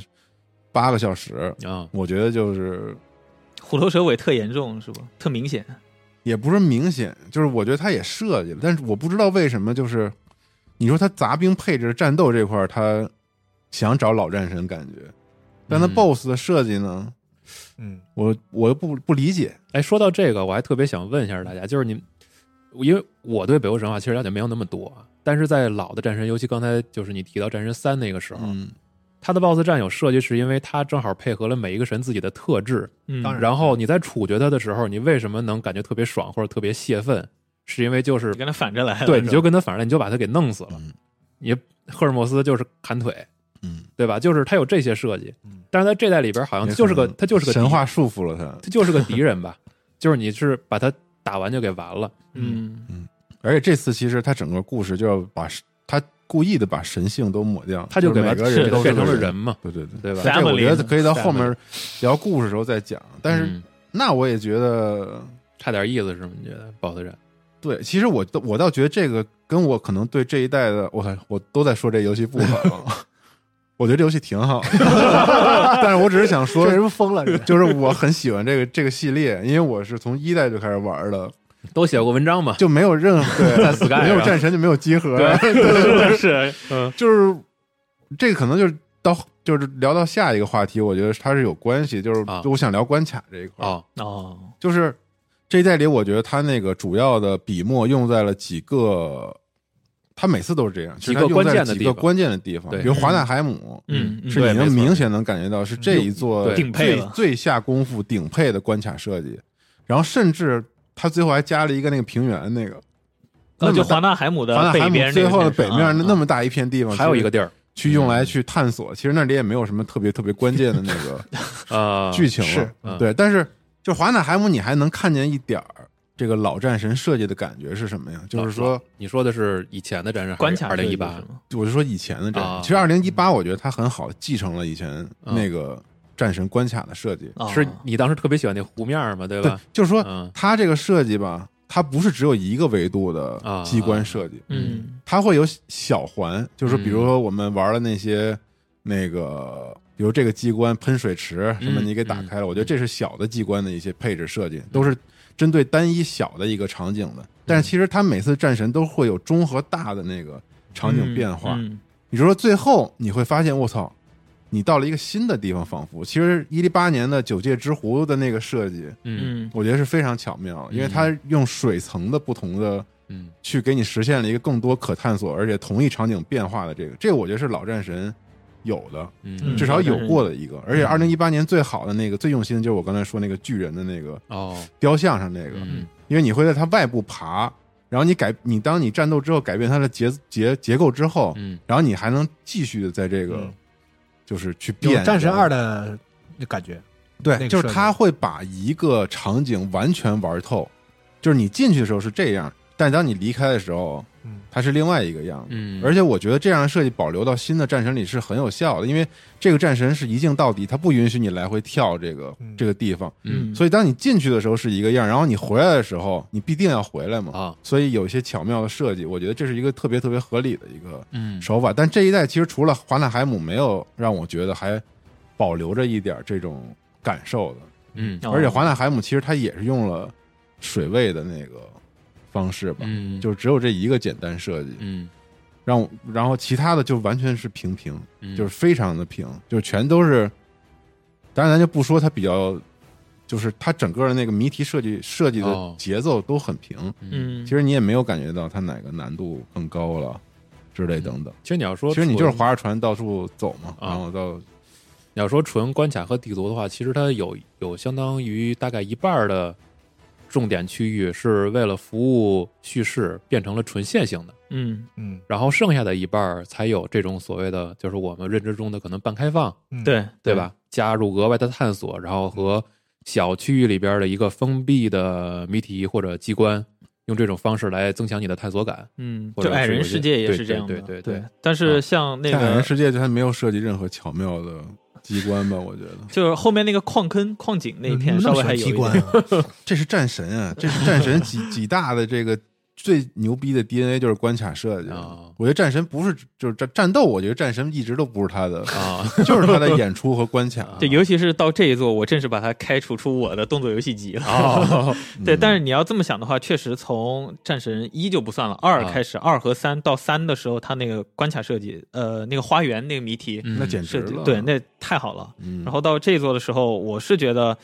八个小时，啊我觉得就是虎头蛇尾特严重是吧？特明显，也不是明显，就是我觉得他也设计了，但是我不知道为什么，就是你说他杂兵配置战斗这块儿，他想找老战神感觉，但他嗯 BOSS 的设计呢，嗯，我我又不不理解，哎，说到这个，我还特别想问一下大家，就是你们，因为我对北欧神话其实了解没有那么多啊，但是在老的战神，尤其刚才就是你提到战神三那个时候，嗯，它的 BOSS 战有设计，是因为它正好配合了每一个神自己的特质。嗯，当然然后你在处决它的时候，你为什么能感觉特别爽或者特别泄愤？是因为就是你跟他反嗯着来了，对，是吧你就跟他反正你就把他给弄死了嗯。你赫尔墨斯就是砍腿，嗯，对吧？就是他有这些设计嗯，但是在这代里边好像也就是个可能他就是个敌神话束缚了他，他就是个敌人 吧，就是你是把他打完就给完了，嗯，而且这次其实他整个故事就要把他故意的把神性都抹掉，他就给是把每个人是都变成是了人，嘛，对对对。对吧？ Family 这我觉得可以到后面聊故事的时候再讲，但是嗯那我也觉得差点意思是吗？你觉得 BOSS 战？对，其实我倒我倒觉得这个跟我可能对这一代的，我我都在说这游戏不好， 我觉得这游戏挺好， 但是我只是想说这，人疯了，人就是我很喜欢这个这个系列，因为我是从一代就开始玩的，都写过文章嘛？就没有任何在对 Sky 没有上战神就没有集合，是是，就是这个可能就是到就是聊到下一个话题，我觉得它是有关系，就是啊我想聊关卡这一块儿，哦，哦，就是这一代里，我觉得他那个主要的笔墨用在了几个，他每次都是这样，几其个实他用在关键了的几地个方关键的地方，对比如华纳海姆，嗯，嗯是对你没能错明显能感觉到是这一座对顶配最了最下功夫顶配的关卡设计，然后甚至他最后还加了一个那个平原那个。那那么就大华纳海姆华纳的海北姆边，最后的北面那啊那么大一片地方，啊哦还有一个地儿，去用来去探索，其实那里也没有什么特别特别关键的那 个呃，剧情了。是嗯对，但是就华纳海姆，你还能看见一点儿这个老战神设计的感觉是什么呀？就是说，哦你说的是以前的战神，关卡二零一八设计是吗我就说以前的战神，啊其实二零一八我觉得它很好继承了以前那个战神关卡的设计。哦是你当时特别喜欢那湖面儿嘛，对对吧？，就是说嗯它这个设计吧，它不是只有一个维度啊的机关设计，嗯它会有小环，就是嗯说比如说我们玩了那些那个。比如这个机关喷水池什么，嗯你给打开了，嗯我觉得这是小的机关的一些配置设计，都是针对单一小的一个场景的。但嗯是其实它每次战神都会有中和大的那个场景变化。嗯你说最后你会发现，我操，你到了一个新的地方，仿佛其实一零八年的九界之湖的那个设计，嗯嗯我觉得是非常巧妙，因为它用水层的不同的嗯去给你实现了一个更多可探索，而且同一场景变化的这个，这个我觉得是老战神有的，嗯至少有过的一个。嗯而且二零一八年最好的那个、最用心的就是我刚才说那个巨人的那个哦，雕像上那个，嗯因为你会在它外部爬，然后你改你当你战斗之后改变它的结结结构之后，嗯然后你还能继续的在这个、嗯就是去有变战神二的感觉，对，那个就是设计他会把一个场景完全玩透，就是你进去的时候是这样，但当你离开的时候嗯，它是另外一个样子。嗯，而且我觉得这样的设计保留到新的战神里是很有效的，因为这个战神是一镜到底，它不允许你来回跳这个嗯这个地方，嗯所以当你进去的时候是一个样，然后你回来的时候你必定要回来嘛。啊所以有一些巧妙的设计，我觉得这是一个特别特别合理的一个嗯手法。但这一代其实除了华纳海姆，没有让我觉得还保留着一点这种感受的。嗯哦而且华纳海姆其实它也是用了水位的那个方式吧，嗯就是只有这一个简单设计，嗯让我然后其他的就完全是平平，嗯就是非常的平，就是全都是。当然，咱就不说它比较，就是它整个的那个谜题设计设计的哦节奏都很平，嗯，其实你也没有感觉到它哪个难度更高了之类等等。其实你要说其纯，实你就是划着船到处走嘛，啊然后到你要说纯关卡和地图的话，其实它有有相当于大概一半儿的重点区域是为了服务叙事变成了纯线性的，嗯嗯，然后剩下的一半儿才有这种所谓的就是我们认知中的可能半开放，嗯对对？吧？加入额外的探索，然后嗯和小区域里边的一个封闭的谜题或者机关，用这种方式来增强你的探索感。嗯，或就者矮是人我世觉得界也对是对这样的，对对对但是像那在海个人世界，就它没有设计任何巧妙的机关吧？我觉得就是后面那个矿坑、矿井那一有嗯片么稍微喜还欢有机一关点，啊， 这是战神啊，这是战神 几几大的这个最牛逼的 DNA 就是关卡设计哦。我觉得战神不是就是战战斗，我觉得战神一直都不是他的， 啊，就是他的演出和关卡。对，尤其是到这一座，我真是把它开除出我的动作游戏集了。哦、 对，但是你要这么想的话，确实从战神一就不算了，二啊开始，二和三到三的时候，它那个关卡设计，呃，那个花园那个谜题嗯那简直设计，了，对，那太好了。嗯然后到这一座的时候，我是觉得，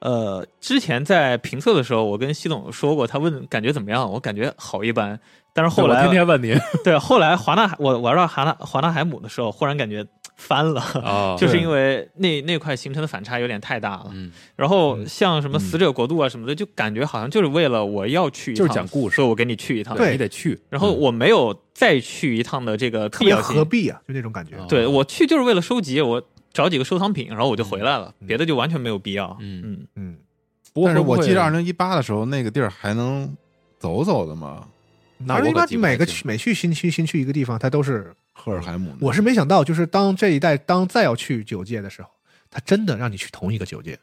呃，之前在评测的时候，我跟西总说过，他问感觉怎么样，我感觉好一般。但是后我来天天问你对后来华纳我玩到华纳华纳海姆的时候，忽然感觉翻了。啊，就是对因为那那块形成的反差有点太大了。嗯，然后像什么嗯死者国度啊什么的，就感觉好像就是为了我要去一趟，就是讲故事所以我跟你去一趟。对你得去，然后我没有再去一趟的这个特必别要合性。璧啊，就那种感觉。哦对我去就是为了收集，我找几个收藏品，然后我就回来了，嗯别的就完全没有必要。嗯嗯，嗯，不过但是我记得二零零一八的时候，那个地儿还能走走的嘛，那而且我可一般记不每太个清去每去新区新去一个地方，它都是赫尔海姆那个。我是没想到，就是当这一代当再要去九界的时候，他真的让你去同一个九界，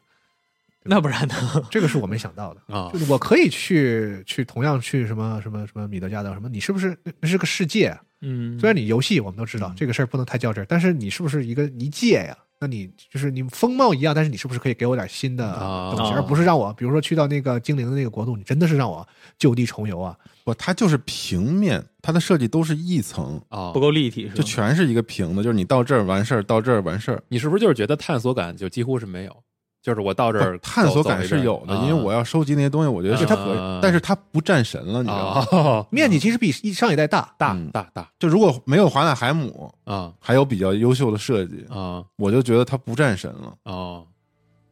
那不然呢？这个是我没想到的。哦啊就是我可以去去同样去什么什么什么米德加德什么，你是不是那是个世界？啊嗯，虽然你游戏我们都知道、嗯这个事儿不能太较真儿，但是你是不是一个一界呀？那你就是你风貌一样，但是你是不是可以给我点新的啊东西，哦而不是让我比如说去到那个精灵的那个国度，你真的是让我就地重游啊？不，它就是平面，它的设计都是一层，啊不。够立体是就吧？全是一个平的，就是你到这儿完事儿，到这儿完事儿。你是不是就是觉得探索感就几乎是没有？就是我到这不儿哦探索走啊感是有的，因为我要要收集那些东西，我觉得是就它可以啊，但是它不战神了，你知道吗？ 啊面积其实比一上一代大，大嗯大大就如果没有华纳海姆，啊还有比较优秀的设计，啊我就觉得它不战神了。啊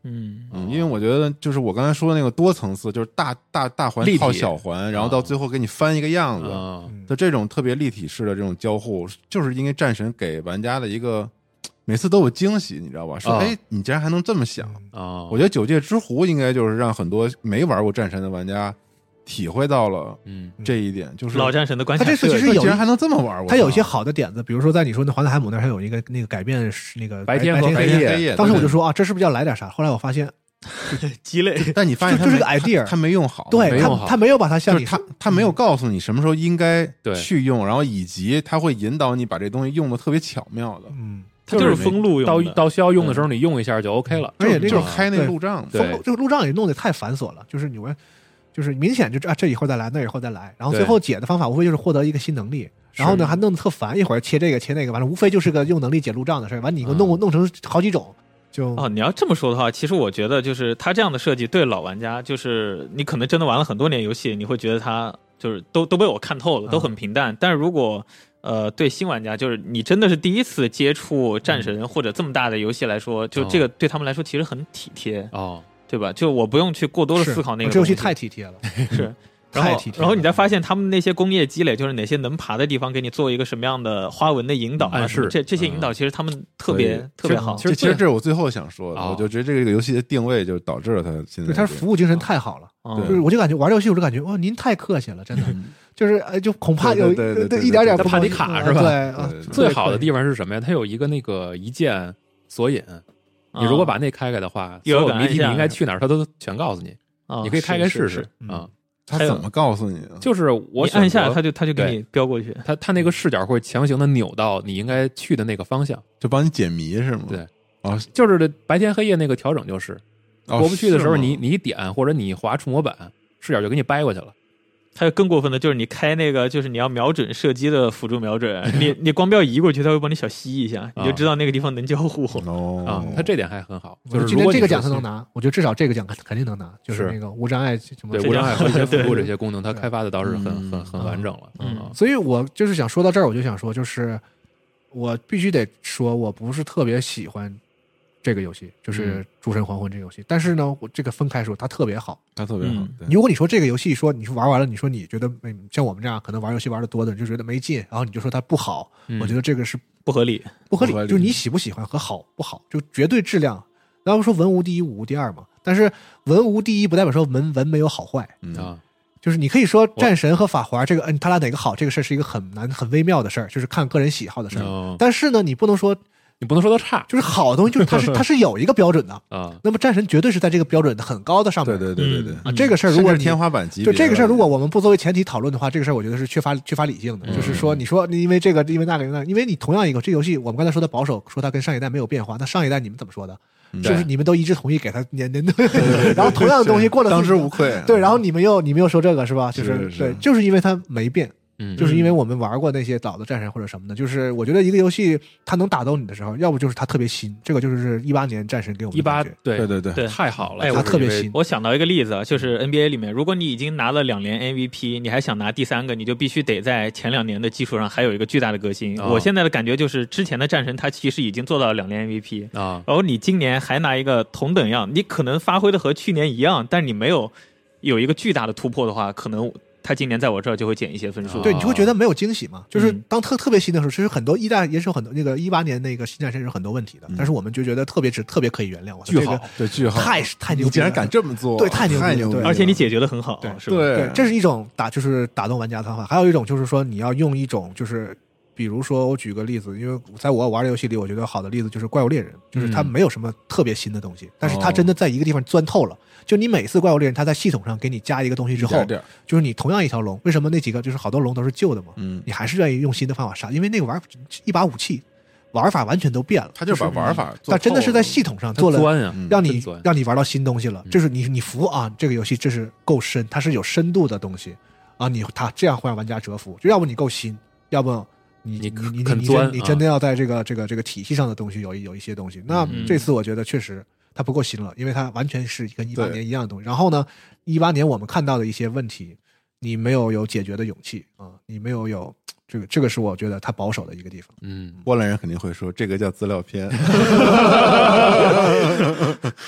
嗯嗯，哦因为我觉得就是我刚才说的那个多层次，就是大大大环立体套小环，然后到最后给你翻一个样子，啊嗯就这种特别立体式的这种交互，就是因为战神给玩家的一个每次都有惊喜，你知道吧？说啊哎，你竟然还能这么想。嗯啊！我觉得《九界之狐》应该就是让很多没玩过战神的玩家体会到了嗯这一点，就是老战神的关卡它这次设计其实有竟然还能这么玩，我它有一些操好的点子，比如说在你说那华南海姆那儿，它有一个那个改变是那个白天和黑黑夜黑夜当时我就对说啊，这是不是要来点啥？后来我发现，鸡肋，但你发现就它就是没个 idea 它没用好，对没用他好他没有把它就像是你嗯它它没有告诉你什么时候应该对去用，然后以及它会引导你把这东西用的特别巧妙的，嗯，它就是是封路到用的。到需要用的时嗯候你用一下就 OK 了。而且这就是种开那个对路障嘛。对风这个路障也弄得太繁琐了，就是你们就是明显就是啊这以后再来，那以后再来，然后最对后解的方法无非就是获得一个新能力。然后呢，还弄得特烦，一会儿切这个切那个，完了无非就是个用能力解路障的事儿。完，你给我弄、嗯弄成好几种，就、哦，你要这么说的话，其实我觉得就是它这样的设计对老玩家，就是你可能真的玩了很多年游戏，你会觉得它就是都都被我看透嗯了，都很平淡。但是如果呃，对新玩家，就是你真的是第一次接触战神或者这么大的游戏来说，就哦这个对他们来说其实很体贴，哦，对吧？就我不用去过多的是思考那我个这游戏东西太体贴了， 是。然太后体，贴了。然后你再发现他们那些工业积累，就是哪些能爬的地方，给你做一个什么样的花纹的引导啊暗什示么这这些引导其实他们特别、所以特别好其这实其实这是我最后想说的，哦我就觉得这个游戏的定位就导致了它现在对，他这个服务精神太好了。嗯对就是我就感觉玩这游戏，我就感觉哇，您太客气 了，真的，嗯就是呃，就恐怕有对对对对一点点对不怕你高兴卡啊是吧对啊对对，对最好的地地方是什么呀？它有一个那个一键锁引，嗯你如果把那开开的话，一会儿所有感谜应一题下你应该去哪儿，它都全告诉你，嗯你可以开开是试是试是啊。他还有怎么告诉你啊？就是我你按下它它，就它就给对你标过去。它它那个视角会强行的扭到你应该去的那个方向，就帮你解谜是吗？对啊，就是这白天黑夜那个调整就是哦过不去的时候是吗你，你一点或者你滑触摸板，视角就给你掰过去了。还有更过分的就是你开那个，就是你要瞄准射击的辅助瞄准， 你你光标移过去，它会帮你小吸一下，你就知道那个地方能交 互。哦啊，他这点还很好，我就觉得是今如天果这你个是奖他能拿，我觉得至少这个奖肯肯定能拿，就是是那个无障碍什么对的。这无障样碍和 一些辅对助对这些功能，它对开发的倒是很嗯很很完整了。嗯啊所以我就是想说到这儿，我就想说，就是我必须得说，我不是特别喜欢这个游戏，就是嗯《诸神黄昏》这个游戏。但是呢，我这个分开说，它特别好。他特别好嗯，对如果你说这个游戏说你说玩完了，你说你觉得没像我们这样可能玩游戏玩的多的，你就觉得没劲，然后你就说它不好，嗯我觉得这个是不合理。不合理不合，理就是你喜不喜欢和好不好，就绝对质量。然后说文无第一，武无第二嘛，但是文无第一不代表说文文没有好坏，嗯啊，就是你可以说战神和法环这个，嗯，他俩哪个好，这个事儿是一个很难很微妙的事儿，就是看个人喜好的事儿。嗯但是呢，你不能说你不能说它差就是好的东西，就是它是 它是有一个标准的，啊，那么战神绝对是在这个标准很高的上面对的。对对对对啊，嗯，这个事儿如果甚你至天花板级别就了，这个事儿，如果我们不作为前提讨论的话，这个事儿我觉得是缺乏缺乏理性的。嗯就是说，你说因为这个，因为那个，因为那个因为你同样一个这游戏，我们刚才说的保守，说它跟上一代没有变化，那上一代你们怎么说的？嗯是不是对你们都一致同意给它年年度？ 然后同样的东西过了当四之无愧，啊对，然后你们又你们又说这个是吧？就是是是对，就是因为它没变，嗯，就是因为我们玩过那些老的战神或者什么的，就是我觉得一个游戏它能打动你的时候，要不就是它特别新，这个就是一八年战神给我们一的八感觉对对对对对太好了，哎就是它特别因为新。我想到一个例子啊，就是 NBA 里面，如果你已经拿了两连 MVP，你还想拿第三个，你就必须得在前两年的基础上还有一个巨大的革新。哦我现在的感觉就是，之前的战神他其实已经做到了两连 MVP，啊，然后你今年还拿一个同等样，你可能发挥的和去年一样，但你没有有一个巨大的突破的话，可能他今年在我这儿就会减一些分数。对，哦你就会觉得没有惊喜嘛。就是嗯当特特别新的时候，其实很多一代也是有很多那个一八年那个新战神是有很多问题的嗯，但是我们就觉得特别值，特别可以原谅。我操巨这好个对句号太太牛逼了！你竟然敢这么做，啊对太牛逼了太牛逼对了，而且你解决的很好，对是吧？对对，，这是一种打就是打动玩家的方法，还有一种就是说你要用一种就是。比如说，我举个例子，因为在我玩的游戏里，我觉得好的例子就是《怪物猎人》，就是它嗯没有什么特别新的东西，但是它哦真的在一个地方钻透了。就你每次《怪物猎人》，它在系统上给你加一个东西之一后点，点儿，就是你同样一条龙，为什么那几个就是好多龙都是旧的嘛？嗯，你还是愿意用新的方法杀，因为那个玩一把武器玩法完全都变了。他就把嗯玩法做透它了，真的是在系统上它做了，钻啊，嗯让你真钻让你玩到新东西了。嗯就是你你服啊，这个游戏这是够深，它是有深度的东西啊。你它这样会让玩家折服，就要不你够新，要不你你你你肯你钻真你啊真的要在这个这个这个体系上的东西有一有一些东西。那嗯这次我觉得确实它不够新了，因为它完全是跟一八对年一样的东西。然后呢，一八年我们看到的一些问题，你没有有解决的勇气啊，你没有有这个这个是我觉得它保守的一个地方。嗯，波兰人肯定会说这个叫资料片，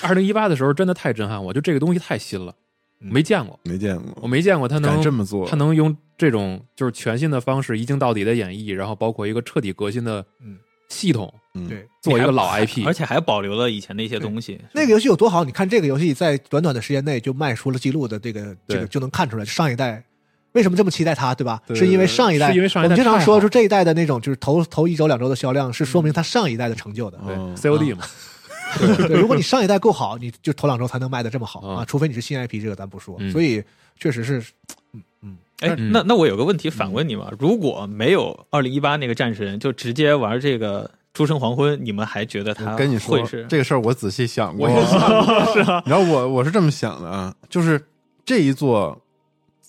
二零一八的时候真的太震撼我，就这个东西太新了，嗯没见过，没见我过，没见过它能敢这么做，它能用这种就是全新的方式一镜到底的演绎，然后包括一个彻底革新的嗯系统，嗯对，做一个老还 IP，而且还保留了以前的一些东西。那个游戏有多好？你看这个游戏在短短的时间内就迈出了记录的这个对这个，就能看出来上一代为什么这么期待它，对吧？对是因为上一代，是因为上一代我们经常太好说说这一代的那种就是头头一周两周的销量是说明它上一代的成就的。嗯对哦 COD 嘛，对，如果你上一代够好，你就头两周才能卖的这么好嗯哦啊，除非你是新 IP，这个咱不说嗯。所以确实是，嗯嗯，哎，嗯那那我有个问题反问你吧，嗯如果没有二零一八那个战神，就直接玩这个《诸神黄昏》，你们还觉得它我跟你说会是？这个事儿，我仔细想过我。也是啊，然后我我是这么想的啊，就是这一座，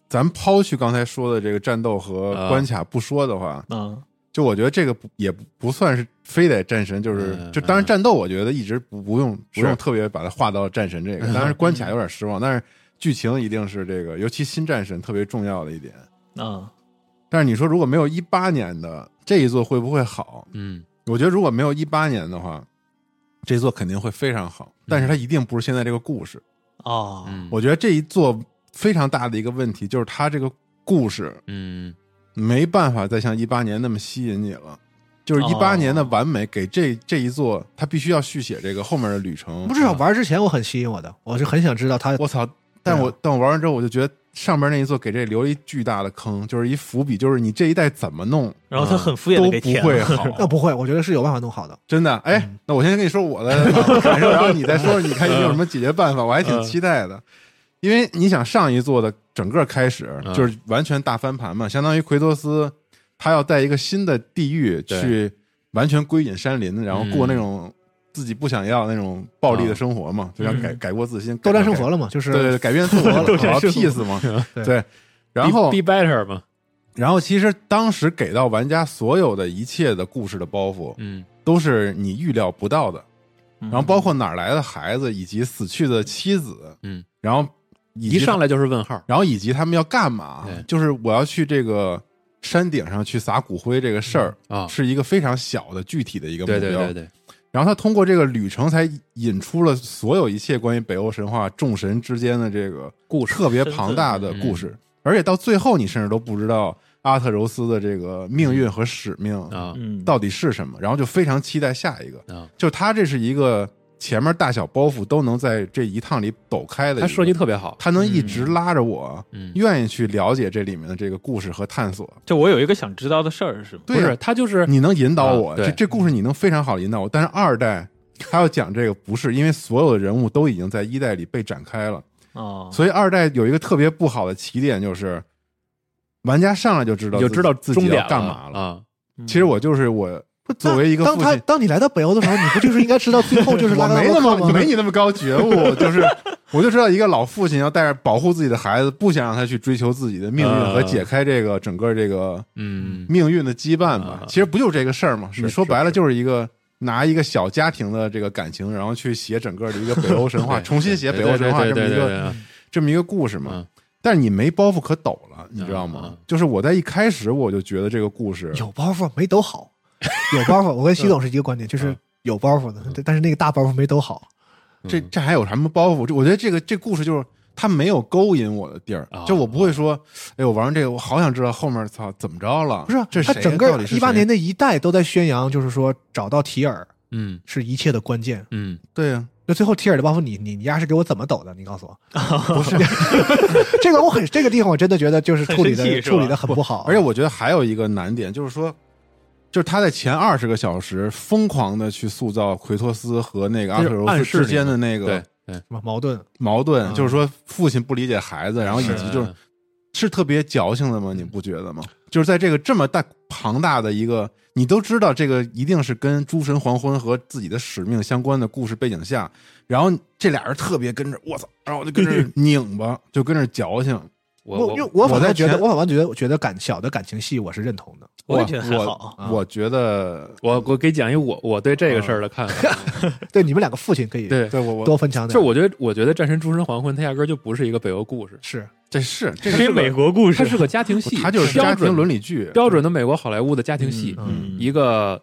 咱抛去刚才说的这个战斗和啊关卡不说的话，嗯，就我觉得这个不也不不算是非得战神，就是、嗯就当然战斗，我觉得一直不不用不是用特别把它划到战神这个，当然关卡有点失望，但是剧情一定是这个，尤其新战神特别重要的一点。啊，但是你说如果没有一八年的这一座会不会好？嗯我觉得如果没有一八年的话，这一座肯定会非常好，嗯但是它一定不是现在这个故事。哦，嗯我觉得这一座非常大的一个问题就是它这个故事嗯没办法再像一八年那么吸引你了。就是一八哦年的完美给这这一座，它必须要续写这个后面的旅程不。至少啊玩之前我很吸引我的，我是很想知道他我操！但我对但我玩完之后，我就觉得上边那一座给这留了一巨大的坑，就是一伏笔，就是你这一代怎么弄然后他很敷衍嗯都的不给填会啊了，好。那不会，我觉得是有办法弄好的。真的，哎，那我先跟你说我的感受，然后你再说说你看有没有什么解决办法，我还挺期待的。因为你想上一座的整个开始嗯就是完全大翻盘嘛，相当于奎托斯他要带一个新的地域对去完全归隐山林，然后过那种自己不想要的那种暴力的生活嘛，就像改改过自新，斗战改胜佛了嘛，就是改对对，对改变自我了，斗战好胜佛 peace 嘛，对对。然后 be be better 嘛，然后其实当时给到玩家所有的一切的故事的包袱，嗯都是你预料不到的。然然后包括哪儿来的孩子以及死去的妻子，嗯，然后以及一上来就是问号，然后以及他们要干嘛对，就是我要去这个山顶上去撒骨灰这个事儿嗯啊是一个非常小的具体的一个对目标。对对对，然后他通过这个旅程，才引出了所有一切关于北欧神话众神之间的这个故事特别庞大嗯的故事，而且到最后你甚至都不知道阿特柔斯的这个命运和使命啊嗯，到底是什么，然后就非常期待下一个。啊，就他这是一个前面大小包袱都能在这一趟里抖开的一个，他设计特别好，他能一直拉着我，嗯，愿意去了解这里面的这个故事和探索。就我有一个想知道的事儿是吗？不对啊是他就是你能引导我，啊对这这故事你能非常好地引导我。但是二代他要讲这个不是，因为所有的人物都已经在一代里被展开了，啊哦，所以二代有一个特别不好的起点就是。玩家上来就知道你就自己，知道自终己点要了干嘛了。啊，以其实我就是我，不作为一个当父他亲当你来到北欧的时候，你不就是应该知道最后就是 拉我格纳没那洛克么吗？没你那么高觉悟，就是 我就知道一个老父亲要带着保护自己的孩子，不想让他去追求自己的命运啊和解开这个整个这个嗯命运的羁绊吧啊。其实不就是这个事儿吗？是你说白了是就是一个拿一个小家庭的这个感情，然后去写整个的一个北欧神 话，对重新写北欧神话对这么对一对对对嗯个对这么一个故事嘛嗯。但是你没包袱可抖了，你知道啊吗啊？就是我在一开始我就觉得这个故事有包袱没抖好，有包袱。我跟习总是一个观点，就是有包袱的，但是那个大包袱没抖好。嗯这这还有什么包袱？这我觉得这个这故事就是他没有勾引我的地儿啊，就我不会说，哎，我玩完这个，我好想知道后面操怎么着了。不是啊，这他谁整到个底是一八谁年那一代都在宣扬，就是说找到提尔嗯是一切的关键。嗯对啊呀，那最后提尔的包袱，你你你丫是给我怎么抖的？你告诉我，不是这个我很这个地方我真的觉得就是处理很生的气是吧处理的很不好，而且我觉得还有一个难点就是说，就是他在前二十个小时疯狂的去塑造奎托斯和那个阿特柔暗斯示你之间的那对个对，什么矛盾，矛盾，嗯就是说父亲不理解孩子，然后以及就是是是特别矫情的吗？你不觉得吗？就是在这个这么大庞大的一个，你都知道这个一定是跟诸神黄昏和自己的使命相关的故事背景下，然后这俩人特别跟着我操，然后我就跟着拧巴，就跟着矫情。我因为我我我反在倒觉得前我反倒觉得觉得感小的感情戏我是认同的，我也哇觉得还好，啊我嗯觉得，我我给讲一我我对这个事儿的看法，对你们两个父亲可以对，对我我多分享就是点，我觉得我觉得《战神：诸神黄昏》它压根儿就不是一个北欧故 事，是这是这这个是美国故事它，是个家庭戏，他就是标家准庭伦理剧标准的美国好莱坞的家庭戏，嗯一个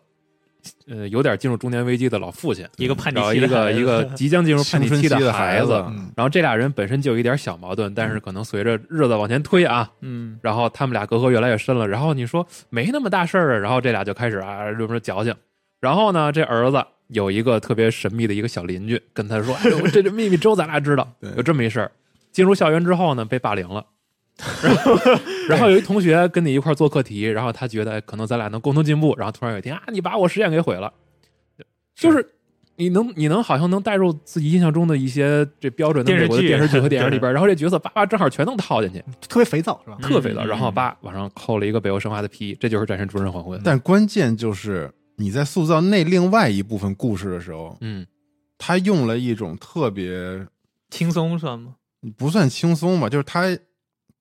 呃有点进入中年危机的老父亲，一个叛逆然后期一的个孩子一个即将进入叛 青逆春期期的孩子，嗯然后这俩人本身就有一点小矛盾，但是可能随着日子往前推啊，嗯，然后他们俩隔阂越来越深了。然后你说没那么大事儿啊，然后这俩就开始啊，就说矫情。然后呢，这儿子有一个特别神秘的一个小邻居跟他说：“哎 呦，这这秘密只有咱俩知道。”对有这么一事儿。进入校园之后呢，被霸凌 了。然后，然后有一同学跟你一块儿做课题，然后他觉得哎可能咱俩能共同进步，然后突然有一天啊，你把我实验给毁了，就是你能你能好像能带入自己印象中的一些这标准的电视美国的剧电视剧和电影对里边， 然后这角色叭叭正好全能套进去，特别肥皂是吧？特肥皂，嗯然后叭往上扣了一个北欧神话的皮，这就是战神诸神黄昏。但关键就是你在塑造那另外一部分故事的时候，嗯他用了一种特别轻松算吗？不算轻松吧，就是他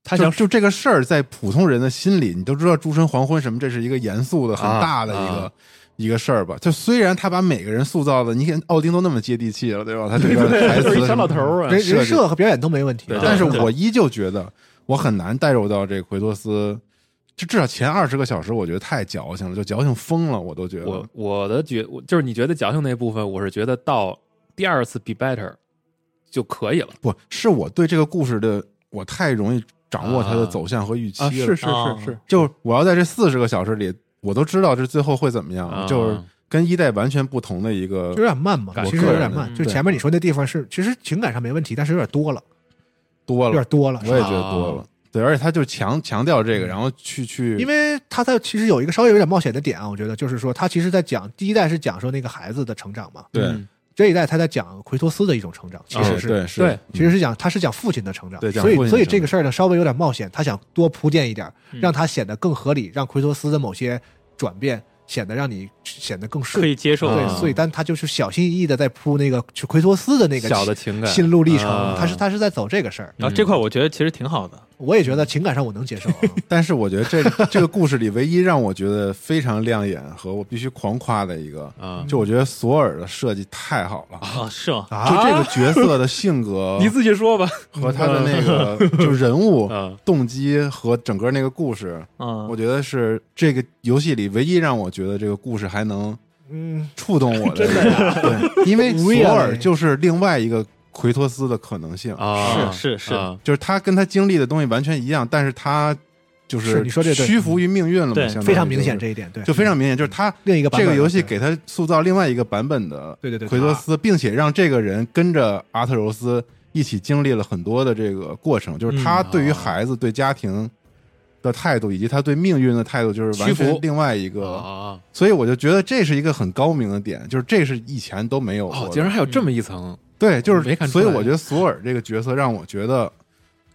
他就想就这个事儿，在普通人的心里，你都知道《诸神黄昏》什么，这是一个严肃的、很啊大的一个、啊一个事儿吧。就虽然他把每个人塑造的，你看奥丁都那么接地气了，对吧？他这个台就词什是么一小老头儿啊人，设计人设和表演都没问题啊对，但是对我依旧觉得我很难带入到这个奎托斯就至少前二十个小时，我觉得太矫情了，就矫情疯了，我都觉我得。我的觉我就是你觉得矫情那部分，我是觉得到第二次 be better 就可以了不是我对这个故事的，我太容易掌握它的走向和预期了。啊是是啊是是，就是我要在这四十个小时里，我都知道这最后会怎么样，啊就是跟一代完全不同的一个就有点慢嘛，感其实有点慢。嗯就前面你说那地方是，其实情感上没问题，但是有点多了，多有点了，多了。是我也吧觉得多了。对，而且他就强强调这个，然后去去，因为他在其实有一个稍微有点冒险的点啊，我觉得就是说，他其实在讲第一代是讲说那个孩子的成长嘛，对嗯这一代他在讲奎托斯的一种成长，其啊实是、对是对其实是讲他是讲父亲的成长，对讲所父以亲所以成长这个事儿呢稍微有点冒险，他想多铺垫一点，嗯让它显得更合理，让奎托斯的某些转变显得让你显得更可顺。以接受对，的啊所以但他就是小心翼翼的在铺那个去奎托斯的那个小的情感心路历程，嗯啊他是他是在走这个事儿。啊，这块我觉得其实挺好的，我也觉得情感上我能接受啊， 但是我觉得这这个故事里唯一让我觉得非常亮眼和我必须狂夸的一个，啊，就我觉得索尔的设计太好了，啊，是吗？ 就这个角色的性 格你自己说吧，和他的那个就人物嗯动机和整个那个故事，嗯，我觉得是这个游戏里唯一让我觉得这个故事还能嗯，触动我的，对，因 为 Really？索尔就是另外一个奎托斯的可能性，啊是是是啊就是他跟他经历的东西完全一样，但是他就是你说这对屈服于命运了嘛，对相当于非常明就是显这一点，对，就非常明显，就是他另一个版这本个游戏对给他塑造另外一个版本的对对对对奎托斯，并且让这个人跟着阿特柔斯一起经历了很多的这个过嗯程，就是他对于孩子、对家庭的态度，以及他对命运的态度，就是完屈服全另外一个。啊所以我就觉得这是一个很高明的点，就是这是以前都没有过哦，的。竟然还有这么一层，对，就是没看出所来以我觉得索尔这个角色让我觉得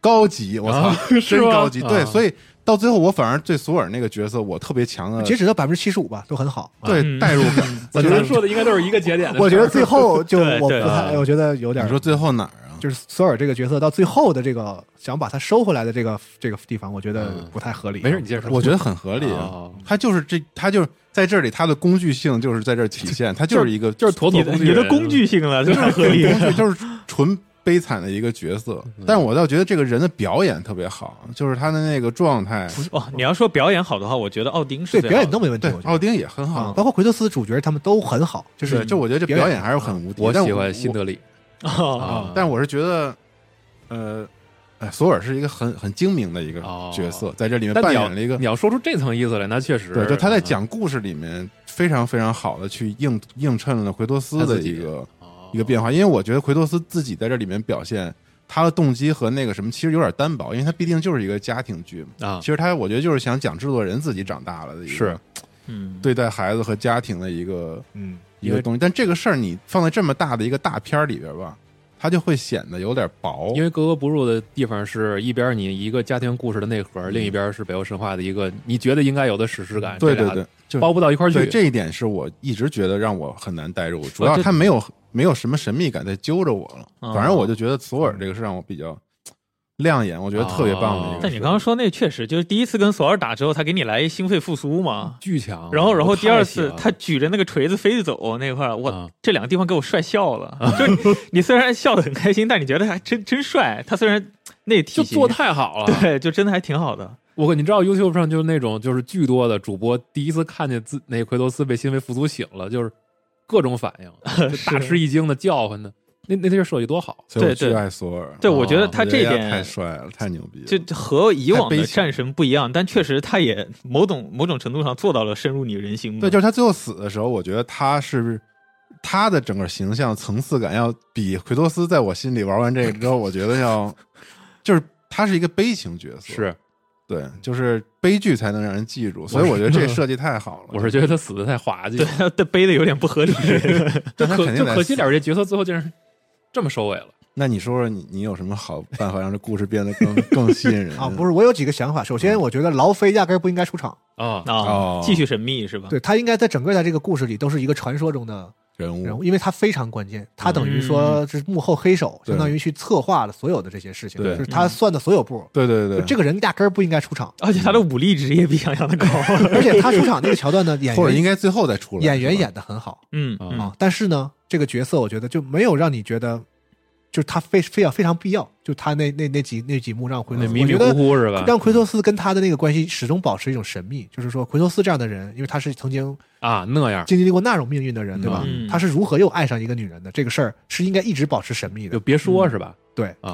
高级，我操 啊，是真吗高级。对，啊所以到最后我反而对索尔那个角色我特别强的截止到百分之七十五吧，都很 好。对嗯代入 感。我觉得说的应该都是一个节点的我事觉儿。得最后就对我不对太，哎我觉得有点你说最后哪儿啊？就是索尔这个角色到最后的这个想把他收回来的这个这个地方，我觉得嗯不太合理。啊没事，你接着说。我觉得很合理啊。哦他就是这，他就是在这里，他的工具性就是在这儿体 现，他就是一个就是妥妥你的工具你的人工具性 了，这太合理对 了。工具，就是纯悲惨的一个角 色。嗯但我倒觉得这个人的表演特别好，就是他的那个状态，哦，你要说表演好的话，我觉得奥丁是对最表演好都的没问题，对嗯我觉得奥丁也很啊，嗯好。包括奎托斯主角他们都很好，就对，是就我觉得这表表演演还是很无敌。我但喜欢辛德里哦啊，但我是觉得，呃，哎，索尔是一个很很精明的一个哦角色，在这里面但扮你要演了一个你要啊说出这层意思来，那确实对，就他在讲故事里面非常非常好的去映映衬了奎托斯他的自己一个哦一个变化，因为我觉得奎托斯自己在这里面表现他的动机和那个什么其实有点单薄，因为他毕竟就是一个家庭剧嘛。啊其，实他我觉得就是想讲制作人自己长大了的一个是嗯，对待孩子和家庭的一个嗯，一因个为东西，但这个事儿你放在这么大的一个大片儿里边吧，它就会显得有点薄，因为格格不入的地方是一边你一个家庭故事的内核，另一边是北欧神话的一个你觉得应该有的史诗感，嗯对这对俩对，就包不到一块儿去对，这一点是我一直觉得让我很难代入，主啊要这他没有没有什么神秘感在揪着我哦了。反正我就觉得索尔这个是让我比较亮眼，我觉得特别棒的一个。啊但你刚刚说那确实就是第一次跟索尔打之后，他给你来一心肺复苏嘛，巨强。然后然后第二次哦我太他喜啊举着那个锤子飞走那块儿，我欢了这两个地方给我帅笑 了。就是你你虽然笑得很开心，但你觉得还真真帅。他虽然那体就型做太好了。对，就真的还挺好的。 我跟你知道 YouTube 上就是那种就是巨多的主播第一次看见自那奎托斯被新为复苏醒了，就是各种反应，就大吃一惊的叫唤的，那那地儿设计多好。所以我对对巨爱索尔。对，哦我觉得我他觉这一他点太帅了，太牛逼了。就和以往太悲的情战神不一样，但确实他也某种某种程度上做到了深入你人心嘛。对，嗯就是他最后死的时候，我觉得他是他的整个形象层次感要比奎托斯在我心里玩完这个之后，我觉得要 就是他是一个悲情角色，对，就是悲剧才能让人记住，所以我觉得这设计太好 了。我是觉得他死的太滑稽对了，他他背的有点不合理。就但他可肯就定得可惜死点儿，这角色最后竟然这么收尾了。那你说说你你有什么好办法让这故事变得更更吸引人 啊，不是，我有几个想法。首嗯先，我觉得劳菲压根儿不应该出场，啊啊哦，继续神秘是吧？对他应该在整个在这个故事里都是一个传说中的人人物？物，因为他非常关键，他等于说是幕后黑手，对相当于去策划了所有的这些事情，对就是他算的所有步。对对对就对，这个人压根儿不应该出场，而且他的武力值也比想象的 高。而且他出场那个桥段呢，演或者员应该最后再出来。演员是吧哦演的很好嗯啊嗯啊，但是呢，这个角色我觉得就没有让你觉得就是他非非要非常必要，就他那那那几那几幕让奎那托斯，迷我迷觉糊得糊是吧？让奎托斯跟他的那个关系始终保持一种神秘，就是说奎托斯这样的人，因为他是曾经啊那样经历过那种命运的人，对吧？嗯他是如何又爱上一个女人的这个事儿，是应该一直保持神秘就的。别说是吧？对啊，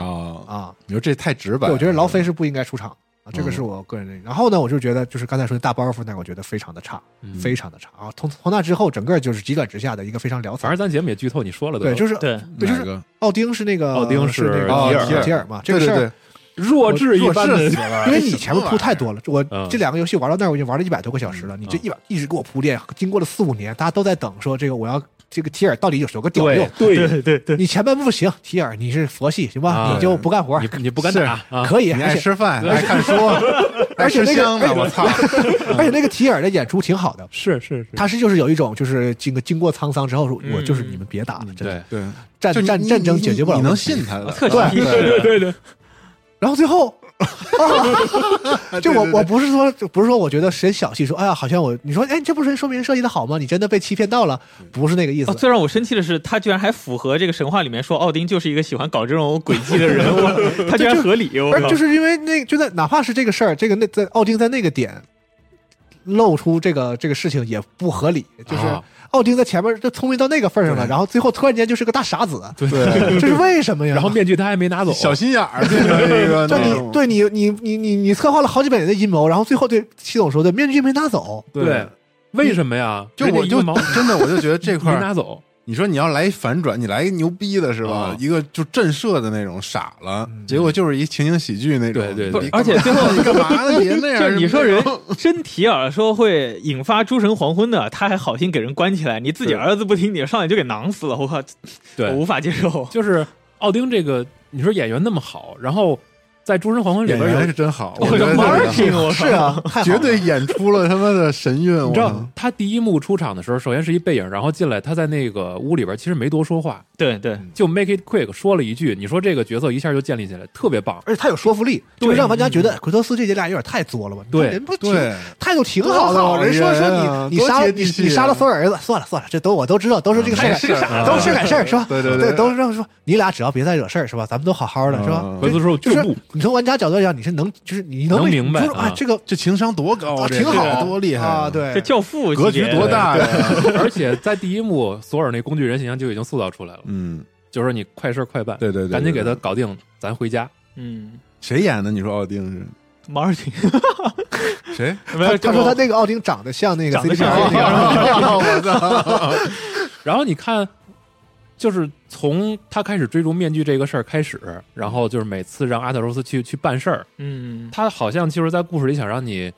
啊，你说这太直白对了，我觉得劳菲是不应该出场啊，这个是我个人的。然后呢，我就觉得就是刚才说的大包袱那个，我觉得非常的差，嗯非常的差啊。从从那之后，整个就是急转直下的一个非常潦反草正。咱节目也剧透你说了都对，就是对，对，就哪是个奥丁是那个奥丁是是那哦个提尔提尔嘛，这个对对事对儿，，哎弱智一般弱的智死了因为你前面铺太多了，我嗯这两个游戏玩到那儿，我已经玩了一百多个小时了，你这一百一直给我铺垫，经过了四五年，大家都在等说这个我要这个提尔到底有什么屌用？对，对对对，你前半部行，提尔你是佛系行吧，啊你就不干活，你你不敢打啊？可以，你爱而且 吃饭，爱看书，爱而且吃那个香的，我操！ 而且那个提尔的演出挺好的，是是是，他是就是有一种就是经过经过沧桑之后，说嗯我就是你们别打了，真的对对，战就你战你战争你解决不了，你能信？他的啊特对级对对对对，然后最后。对就我对我不是说就不是说我觉得谁小气说哎呀好像我你说哎这不是说明设计的好吗？你真的被欺骗到了，不是那个意思。哦，最让我生气的是，他居然还符合这个神话里面说奥丁就是一个喜欢搞这种诡计 的人，我他居然合理，我而靠就是因为那就在哪怕是这个事儿，这个那在奥丁在那个点露出这个这个事情也不合理，就是啊奥丁在前面就聪明到那个份儿上了，对然后最后突然间就是个大傻 子，对对这是为什么呀？然后面具他还没拿走，小心眼儿变成一个 就那种你对你你你你你策划了好几百年的阴谋，然后最后对系统说的面具没拿走，对，为什么呀？就人家我一就个毛 真的我就觉得这块没儿，拿走， 你说你要来一反转，你来一牛逼的是吧哦啊？一个就震慑的那种傻了，结果就是一情景喜剧那种。对对对你干嘛 而且最后你干嘛呢？别那样 就儿，是你说人 真提尔说会引发诸神黄昏的，他还好心给人关起来，你自己对儿子不听你，上来就给囊死了，我靠，我对无，法 接受。就是奥丁这个，你说演员那么好，然后在《诸神黄昏》里演边有员是真好，我觉的得妈这呀个这个我是啊，太好绝了对演出了他妈的神韵。你我知操道他第一幕出场的时候，首先是一背影，然后进来，他在那个屋里边其实没多说话， 对对，就 make it quick 说了一句，你说这个角色一下就建立起来，特别棒。而且他有说服力，就对让玩家觉得奎托斯这姐俩有点太作了吧？对人不挺对态度挺好的嘛，多好人说人说啊你你多杀接你地气啊你杀了所有儿子，算了算了，这都我都知道，都是这个事哎儿，是个傻子都是这个事儿啊是吧？嗯对对对对都是这么说，你俩只要别再惹事儿是吧？咱们都好好的是吧嗯？奎托斯说就就不是你从玩家角度讲，你是能就是你能明明白啊啊这个这情商多高啊，哦这挺好多厉害啊，，对这教父格级局别多大呀？ 而且在第一幕，索尔那工具人形象就已经塑造出来了，嗯，就是说你快事儿快办，对对对，赶紧给对他。搞定，咱回家。嗯谁演的？你说奥丁是，Martin， 谁？没他有他说他那个奥丁长得像那个长得 CDPR 像那个 我 操！然后你看，就是从他开始追逐面具这个事儿开始，然后就是每次让阿特柔斯去去办事儿，嗯，他好像就是在故事里想让你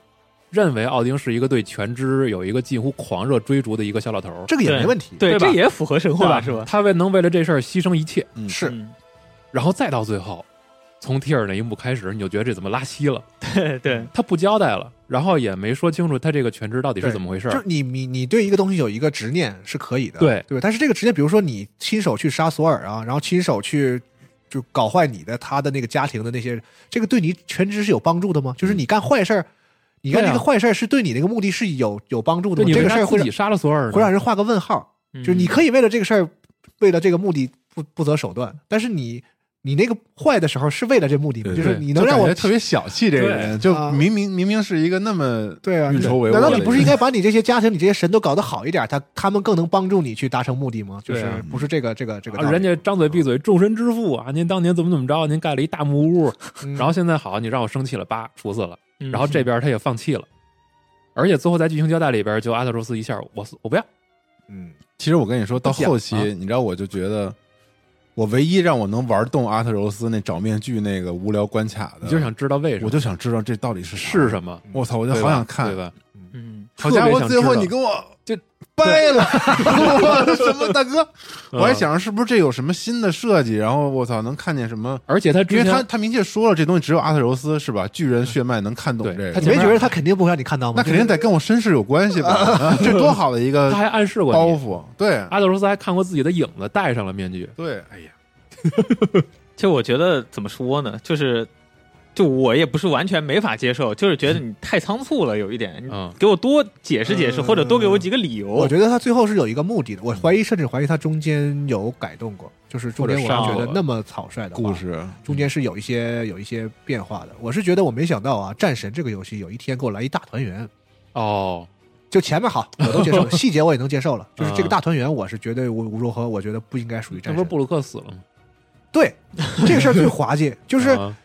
认为奥丁是一个对全知有一个近乎狂热追逐的一个小老头儿，这个也没问题，对，对吧这也符合神对吧？话是吧？他为能为了这事儿牺牲一切，是嗯然后再到最后，从提尔那一幕开始，你就觉得这怎么拉稀了？哎对对，他不交代了，然后也没说清楚他这个全知到底是对怎么回事就儿。是你你你对一个东西有一个执念是可以的，对对，但是这个执念，比如说你亲手去杀索尔啊，然后亲手去就搞坏你的他的那个家庭的那些，这个对你全职是有帮助的吗？就是你干坏事儿，你干对这啊个坏事儿是对你那个目的是有有帮助的对，吗？你这为个事啥儿会自让己杀了索尔呢？会让人画个问号，就是你可以为了这个事儿，为了这个目的不不择手段，但是你你那个坏的时候是为了这目的吗？对就是对你能让我就感觉特别小气，这个人就啊明明明明是一个那么对啊，运筹帷幄的难人，道你不是应该把你这些家庭、你这些神都搞得好一点，他他们更能帮助你去达成目的吗？就是对啊不是这个这个这个道啊，理？人家张嘴闭嘴，众神之父啊！您当年怎么怎么着？您盖了一大木屋，嗯然后现在好，你让我生气了，叭，处死了。嗯，然后这边他也放弃了，而且最后在剧情交代里边，就阿特柔斯一下，我我不要，嗯，其实我跟你说到后期，不讲啊你知道我就觉得，我唯一让我能玩动阿特柔斯那找面具那个无聊关卡的，你就想知道为什我么就想知道这到底是是么。什么，我操！我就对好吧想看对。吧？嗯，好家特别伙，想最后知道你跟我这掰了， 我什么大哥？我 还嗯，想着是不是这有什么新的设计，然后我操能看见什么？而且他之因为前他他明确说了，这东西只有阿特柔斯是吧？巨人血脉能看懂对这个他你前，没面觉得他肯定不会让你看到吗？那肯定得跟我身世有关系吧？啊这多好的一个他还暗示过包你，袱，对阿特柔斯还看过自己的影子，戴上了面具，对，哎呀，就我觉得怎么说呢，就是就我也不是完全没法接受，就是觉得你太仓促了，有一点，你嗯给我多解释解释，嗯或者多给我几个理由。我觉得他最后是有一个目的的，我怀疑，甚至怀疑他中间有改动过，就是中间我或是者上觉得那么草率的话故，事，中间是有一些有一些变化的。我是觉得我没想到啊，战神这个游戏有一天给我来一大团圆，哦，就前面好我都接受，细节我也能接受了，就是这个啊大团圆，我是绝对无无如何，我觉得不应该属于那战不是神。布鲁克死了吗？对，这个事儿最滑稽， 就是啊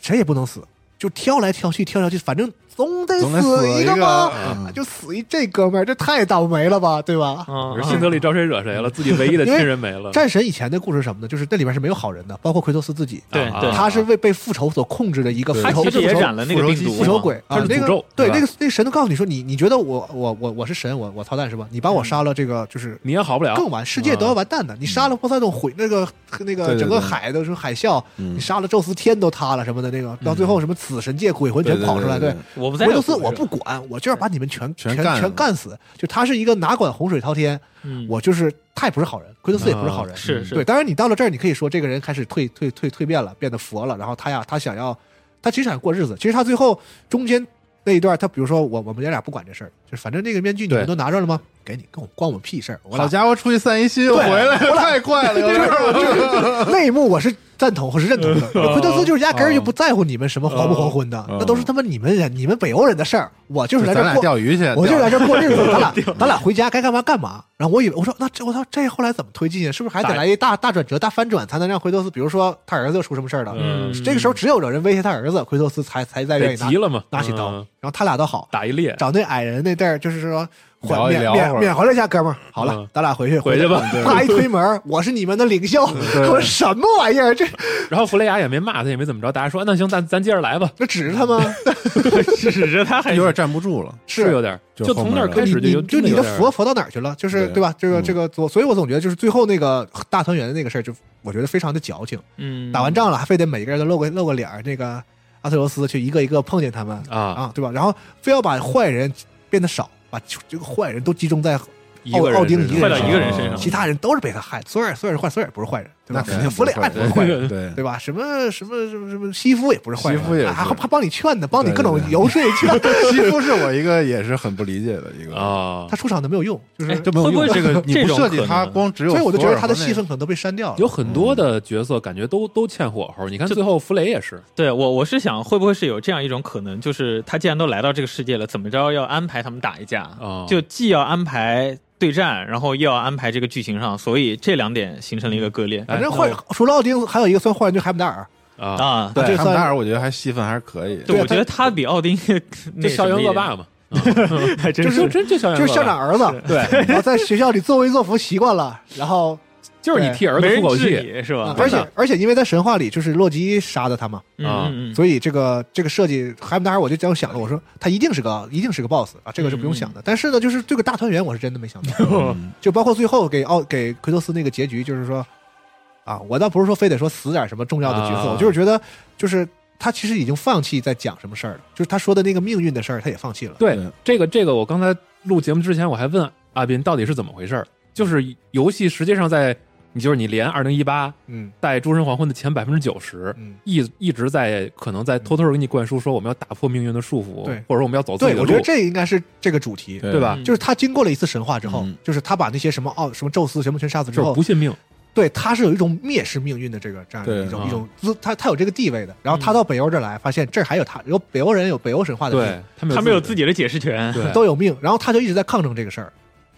谁也不能死，就挑来挑去，挑来挑去，反正总得总得死一个吧。嗯就死一这哥们儿，这太倒霉了吧，对吧？嗯，我嗯说辛德利招谁惹谁了？自己唯一的亲人没了。啊战神以前的故事是什么呢？就是那里面是没有好人的，包括奎托斯自己，对啊对，他是为被复仇所控制的一个复他仇其实复也仇染了那个病毒嘛，复仇鬼啊，他是那诅咒个对对吧那个那个神都告诉你说，你你觉得我我我我是神，我我操蛋是吧？你把我杀了，这个就是你也好不了。更完，世界都要完蛋的。你杀了波塞冬，毁那个那对个对整个对海都是海啸，嗯你杀了宙斯，天都塌了什么的，那个到最后什么死神界、鬼魂全跑出来，对对对。我不在维乎，托斯我不管，我就要把你们全全全干了全干死。就他是一个哪管洪水滔天，嗯，啊我就是他也不是好人，奎托斯也不是好人，是是对，当然你到了这儿，你可以说这个人开始蜕蜕蜕蜕变了，变得佛了，然后他呀，他想要，他其实想过日子。其实他最后中间那一段，他比如说我我们爷俩不管这事儿，就是反正那个面具你们对都拿着了吗？给你，跟我关我们屁事儿。我好 俩家伙，出去散一心，回来太快了，有点儿那一幕我是赞同，我是认同的。奎特斯就是压根儿就啊不在乎你们什么黄不黄昏的，嗯那都是他妈你们人、你们北欧人的事儿。我就是来这咱儿俩过钓鱼去， 我就钓来这儿过日子，咱俩咱俩回家该干嘛干嘛。然后我以为我说那这我操这后来怎么推进啊？是不是还得来一大大转折、大翻转才能让奎托斯？比如说他儿子又出什么事儿了？嗯这个时候只有有人威胁他儿子，奎托斯才才再愿得意拿急了嘛，拿起刀。嗯然后他俩倒好，打一列，找那矮人那地儿，就是说缓聊一缅聊会缅儿缅怀了一下哥们儿。好了嗯，咱俩回去回去吧嗯对啪一推门，我是你们的领袖。我说什么玩意儿？这然后弗雷亚也没骂他，也没怎么着。大家说啊那行，咱咱接着来吧，这指着他吗？指着他还有点站不住了。 是有点儿，就就从那儿开始就你有你就真你有的点儿佛佛到哪儿去了？就是对对吧？这个嗯这个，我所以我总觉得就是最后那个大团圆的那个事儿，就我觉得非常的矫情。嗯打完仗了，还非得每个人都露个露个脸儿，那个阿特柔斯去一个一个碰见他们啊，啊，对吧？然后非要把坏人变得少，把这个坏人都集中在一个人奥丁一坏个到人一个人身嗯上，其他人都是被他害的。索尔索尔是坏，索尔不是坏人，对吧？那肯定弗雷亚也不是坏人。对，对吧？什么什么什么什么西夫也不是坏人，西夫也是啊还还帮你劝呢，帮你对各种对对游 说劝。西夫是我一个也是很不理解的一个，啊他，出场的没有用，就是哎这没有用会不这 会这个个你不这种设计可他，能光只有所以我就觉得他的索尔和那戏份可能都被删掉了。有很多的角色感觉都都欠火候。你看最后弗雷也是，对我，我是想会不会是有这样一种可能，就是他既然都来到这个世界了，怎么着要安排他们打一架，哦就既要安排对战，然后又要安排这个剧情上，所以这两点形成了一个嗯割裂、反正哎坏人除了奥丁，还有一个算坏人就海姆达尔，啊，啊。对对汉算达尔，我觉得还戏份还是可以。对，对啊我觉得他比奥丁 那就校园恶霸什嘛，么一点， 还真就是就真就校园就是校恶长霸，儿子，对， 然后在学校里作威作福习惯了，然后就是你替儿没子出人口治气理是吧啊？而且而且因为在神话里就是洛基杀的他嘛，嗯啊嗯嗯所以这个这个设计海姆达尔我就这样想了，我说他一定是个一定是个 boss 啊，这个是不用想的。但是呢，就是这个大团圆我是真的没想到，嗯 就包括最后给奥给奎托斯那个结局，就是说啊，我倒不是说非得说死点什么重要的角色，啊我就是觉得就是他其实已经放弃在讲什么事儿了，就是他说的那个命运的嗯事儿他也放弃了。对对这个这个，我刚才录节目之前我还问阿斌到底是怎么回事儿，就是游戏实际上在你就是你连二零一八嗯带《诸神黄昏》的前百分之九十。嗯，一一直在可能在偷偷的给你灌输说我们要打破命运的束缚，对或者说我们要走自己对，的我路，觉得这应该是这个主题。对对吧？嗯就是他经过了一次神话之后，嗯就是他把那些什么哦奥、什么宙斯、什么全杀死之就是后不，信命，对，他是有一种蔑视命运的这个这样对一种啊一种自他他有这个地位的。然后他到北欧这儿来，发现这儿还有他有北欧人有北欧神话的对命，他们他们有自己己的解释权，嗯对都有命，然后他就一直在抗争这个事儿，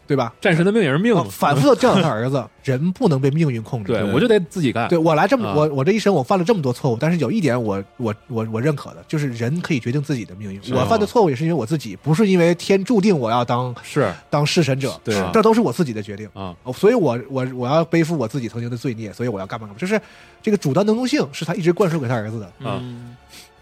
对吧？战神的命也是命然嘛后，哦反复的教导他儿子， 人不能被命运控制。对对我就得自己干，对我来这么、啊我我这一生我犯了这么多错误，但是有一点我我我我认可的，就是人可以决定自己的命运。是我犯的错误也是因为我自己，不是因为天注定我要当是当弑神者，对这都是我自己的决定。啊，哦所以我我我要背负我自己曾经的罪孽，所以我要干嘛干嘛，就是这个主观能动性是他一直灌输给他儿子的。啊嗯，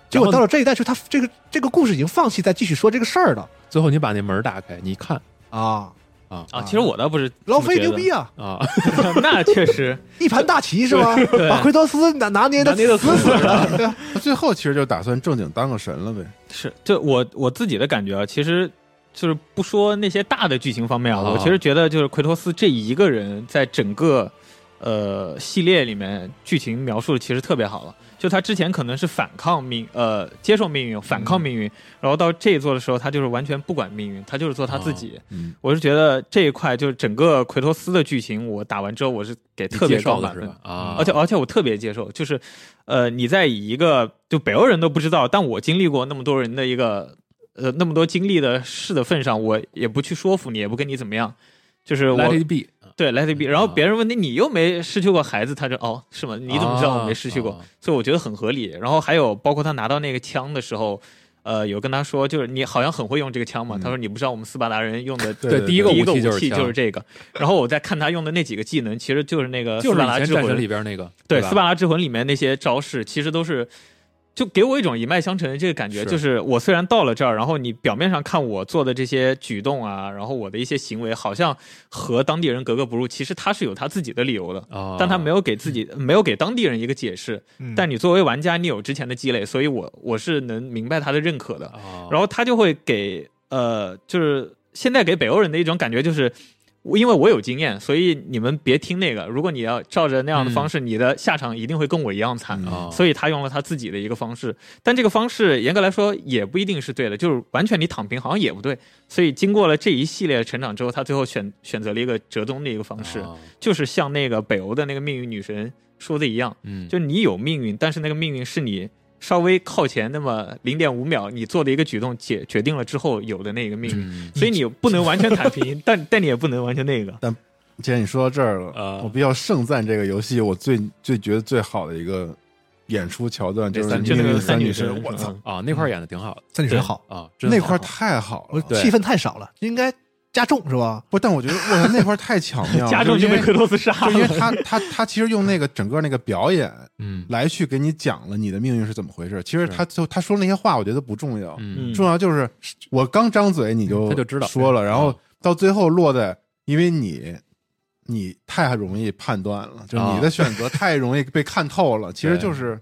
结果到了这一代，就他这个这个故事已经放弃再继续说这个事儿了最后你把那门打开，你看啊！啊，其实我倒不是老飞牛这么觉逼啊，啊，得， 那 确实，一盘大棋是吧？把奎托斯拿拿捏的拿捏得死死的，对啊他最后其实就打算正经当个神了呗。是，这我我自己的感觉啊，其实就是不说那些大的剧情方面啊，啊我其实觉得就是奎托斯这一个人在整个呃系列里面剧情描述的其实特别好了。就他之前可能是反抗命，呃，接受命运，反嗯抗命运，然后到这一座的时候，他就是完全不管命运，他就是做他自啊己。嗯我是觉得这一块就是整个奎托斯的剧情，我打完之后我是给特别你介高绍满的是分吧？啊，而且而且我特别接受，就是，呃，你在以一个就北欧人都不知道，但我经历过那么多人的一个呃那么多经历的事的份上，我也不去说服你，也不跟你怎么样，就是我 Let it be，对 let it be。然后啊别人问你你又没失去过孩子，他就哦是吗？你怎么知道我没失去过？啊所以我觉得很合理。然后还有包括他拿到那个枪的时候。呃，有跟他说，就是你好像很会用这个枪嘛。嗯他说你不知道我们斯巴达人用的对对，第一个第一器个武就是器枪就是这个。然后我在看他用的那几个技能，其实就是那个就是呃斯巴以达前之战魂神里边那个，对《吧斯巴达之魂》里面那些招式，其实都是就给我一种一脉相承的这个感觉。是就是我虽然到了这儿，然后你表面上看我做的这些举动啊，然后我的一些行为，好像和当地人格格不入，其实他是有他自己的理由的。啊，但他没有给自己，没有给当地人一个解释。嗯但你作为玩家，你有之前的积累，所以我我是能明白他的认可的。啊，然后他就会给呃，就是现在给北欧人的一种感觉就是。我因为我有经验，所以你们别听那个。如果你要照着那样的方式，你的下场一定会跟我一样惨。嗯啊，所以他用了他自己的一个方式，但这个方式严格来说也不一定是对的，就是完全你躺平好像也不对。所以经过了这一系列的成长之后，他最后选选择了一个折中的一个方式，啊就是像那个北欧的那个命运女神说的一样，嗯，就你有命运，但是那个命运是你稍微靠前那么零点五秒，你做的一个举动决决定了之后有的那个命运，嗯所以你不能完全躺平，但但你也不能完全那个。既然你说到这儿了，啊我必须要盛赞这个游戏，我最最觉得最好的一个演出桥段就是三就那命个运三女女神，神，我操，嗯！啊那块儿演的挺好的三女神好，啊，真那好块儿太好我了。对戏份太少了，应该加重是吧？不，但我觉得我那块儿太巧妙了，加重就就是被因克为托斯杀就因为了。他他他其实用那个整个那个表演嗯来去给你讲了你的命运是怎么回事。其实他就他说那些话，我觉得不重要，嗯重要就是我刚张嘴你就他就知道说了，嗯然后到最后落在因为你你太容易判断了，就是你啊的选 择太容易被看透了，其实对就是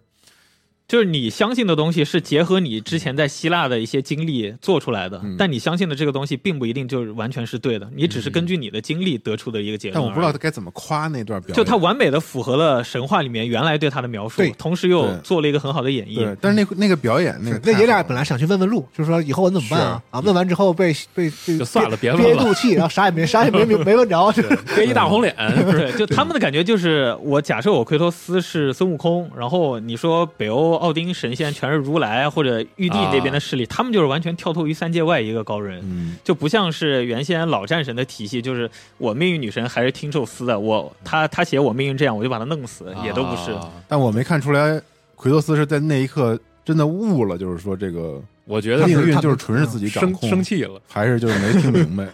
就是你相信的东西是结合你之前在希腊的一些经历做出来的，嗯但你相信的这个东西并不一定就是完全是对的，你只是嗯根据你的经历得出的一个结论。但我不知道该怎么夸那段表演。就它完美的符合了神话里面原来对它的描述对，同时又对做了一个很好的演绎对。，但是那那个表演那个那太爷俩好本了来想去问问路，就说以后我怎么办啊？啊，问完之后被被被就算了别问憋了肚气，然后啥也没啥也没没没问着，就是别一大红脸，对，就他们的感 觉就是，我假设我奎托斯是孙悟空，然后你说北欧奥丁神仙全是如来或者玉帝那边的势力，他们就是完全跳脱于三界外一个高人，嗯，就不像是原先老战神的体系，就是我命运女神还是听宙斯的，我他他写我命运这样，我就把他弄死，也都不是。啊但我没看出来奎托斯是在那一刻真的悟了，就是说这个我觉得命是运就是纯是自己掌生控，生气了，还是就是没听明 白，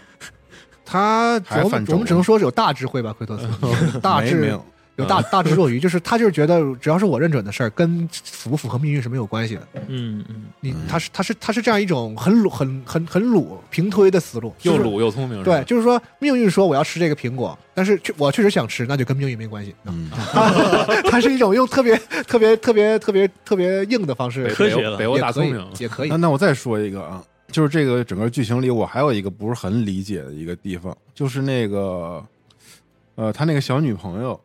他还我犯们愁我们只能说是有大智慧吧，奎托 斯，大没没智有。有大大智若愚，就是他就是觉得只要是我认准的事儿，跟符不符合命运是没有关系的。嗯嗯，你他是他是他是这样一种很鲁很很很鲁平推的思路，又就是鲁又聪明，是吧对，，就是说命运说我要吃这个苹果，但是确我确实想吃，那就跟命运没关系。 嗯，它是一种用特别特别特别特别特别硬的方式，北科学北欧了北欧也大可聪以明，也可以那。那我再说一个啊，就是这个整个剧情里，我还有一个不是很理解的一个地方，就是那个呃，他那个小女朋友，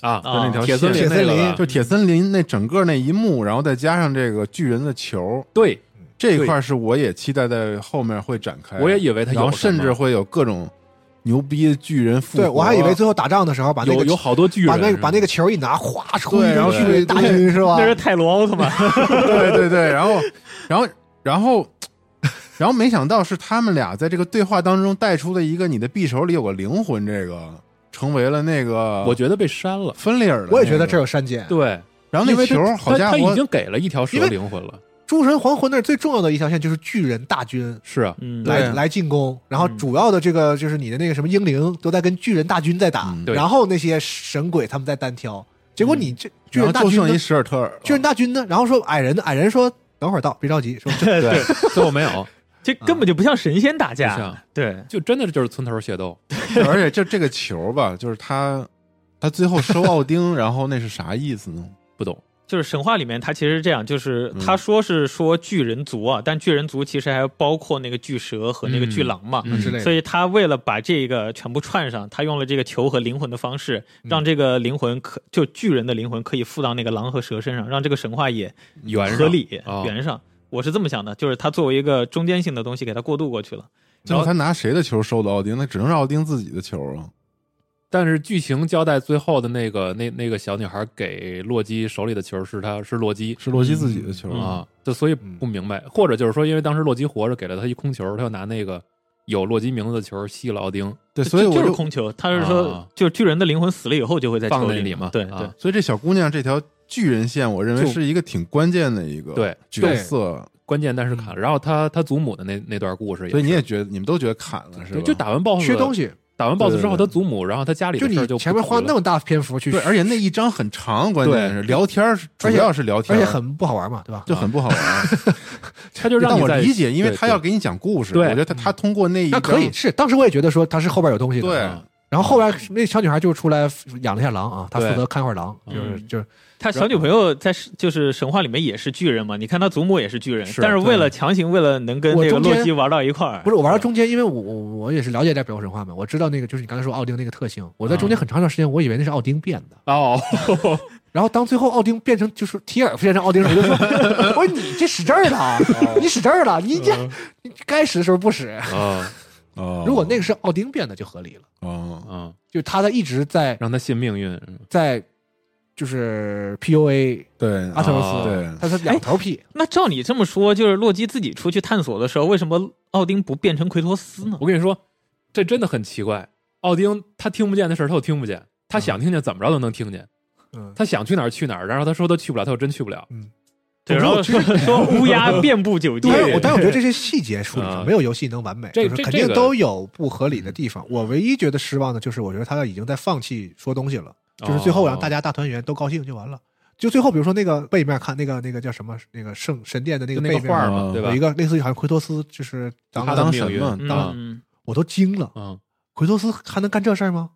啊，啊那条铁森线铁林那个森了林就铁森林那整个那一幕，然后再加上这个巨人的球。对，这一块是我也期待在后面会展开，我也以为他有哎然后什么甚至会有各种牛逼的巨人复活。对我还以为最后打仗的时候把那有个有好多巨把人，那个是吧把那个球一拿，哗出对一然后张对去大军是吧那？是泰罗奥特曼。对对对，然后然后然后然后没想到是他们俩在这个对话当中带出的一个你的匕首里有个灵魂，这个成为了那个啊我觉得被删了，芬利尔的、我也觉得这。有啊删减。对，然后因那为他球儿，好家他他已伙，经给了一条蛇因为灵魂了，诸神黄昏那儿最重要的一条线就是巨人大军是啊，嗯，对来来进攻，然后主要的这个就是你的那个什么英灵都在跟巨人大军在打嗯，对然后那些神鬼他们在单挑，结果你这巨然后人大就军剩一呢哦史尔特尔，巨人大军呢，然后说矮人呢，矮人说等会儿到，别着急，说对，最后没有，这根本就不像神仙打不架像，对，啊就真的就是村头械斗， 而且这这个球儿吧，就是他他最后收奥丁，然后那是啥意思呢？不懂，就是神话里面它其实是这样，就是他说是说巨人族啊，但巨人族其实还包括那个巨蛇和那个巨狼啊嘛。嗯之类的。所以他为了把这个全部串上，他用了这个球和灵魂的方式，嗯让这个灵魂可就巨人的灵魂可以附到那个狼和蛇身上，让这个神话也圆上合理哦圆上。我是这么想的，就是他作为一个中间性的东西给他过渡过去了。最后他拿谁的球收的奥丁？那只能是奥丁自己的球啊。但是剧情交代最后的那个那那个小女孩给洛基手里的球是他是洛基是洛基自己的球嗯啊。啊，就所以不明白，或者就是说，因为当时洛基活着给了他一空球，他又拿那个有洛基名字的球吸了奥丁，对，所以就我就是就，空球，他是说、啊就是巨人的灵魂死了以后就会在放球那里嘛对、啊对，所以这小姑娘这条巨人线，我认为就是一个挺关键的一个对角色。关键但是砍了。然后他他祖母的那那段故事也是，所以你也觉得你们都觉得砍了是吧？对，就打完 BOSS 缺东，西，打完 BOSS 之后，对对他对祖母，然后他家里就的事儿你就前面花那么么大篇幅去，对，而且那一章很长，关键对是聊天儿是主而且要是聊天而儿，且很不好玩嘛，对吧？就很不好玩。他 就让但你我在理解，因为他要对给你讲故事，对嗯我觉得他他通过那一那章可以是，当时我也觉得说他是后边有东西的，啊对啊然后后来那小女孩就出来养了一下狼啊，她负责看会儿狼，对就是嗯就是他小女朋友在是就是神话里面也是巨人嘛，你看他祖母也是巨人，是但是为了强行为了能跟我这个中洛间基玩到一块儿，不是我玩到中间，因为我我我也是了解在北欧神话嘛，我知道那个就是你刚才说奥丁那个特性，我在中间嗯很长一段时间我以为那是奥丁变的，哦，然后当最后奥丁变成就是提尔变成奥丁时候，我就说 我说你这使劲儿了，哦你使劲儿了，你这你该使的时候不使，啊嗯哦 如果那个是奥丁变的就合理了，哦啊，就他在一直在让他信命运，嗯在就是 PUA 对阿特柔啊斯，哦对他是两头屁，那照你这么说，就是洛基自己出去探索的时候，为什么奥丁不变成奎托斯呢？ 我跟你说，这真的很奇怪。奥丁他听不见的事儿，他又听不见；他想听见，怎么着都能听见。嗯，他想去哪儿去哪儿，然后他说他去不了，他又真去不了。对，总然之后我 说说乌鸦遍布九界但，是我但是我觉 得这些细节处理啊上没有游戏能完美，这就是这肯这定个都有不合理的地方。我唯一觉得失望的就是，我觉得他已经在放弃说东西了，哦就是最后让哦大家大团圆都高兴就完了。就最后，比如说那个背面看那个那个叫什么那个圣神殿的那就个那背个画儿面，啊嘛，嗯对吧有一？个类似于好像奎托斯就是当他当的什命运么啊嗯，我都惊了，嗯，奎托斯还能干这事儿吗？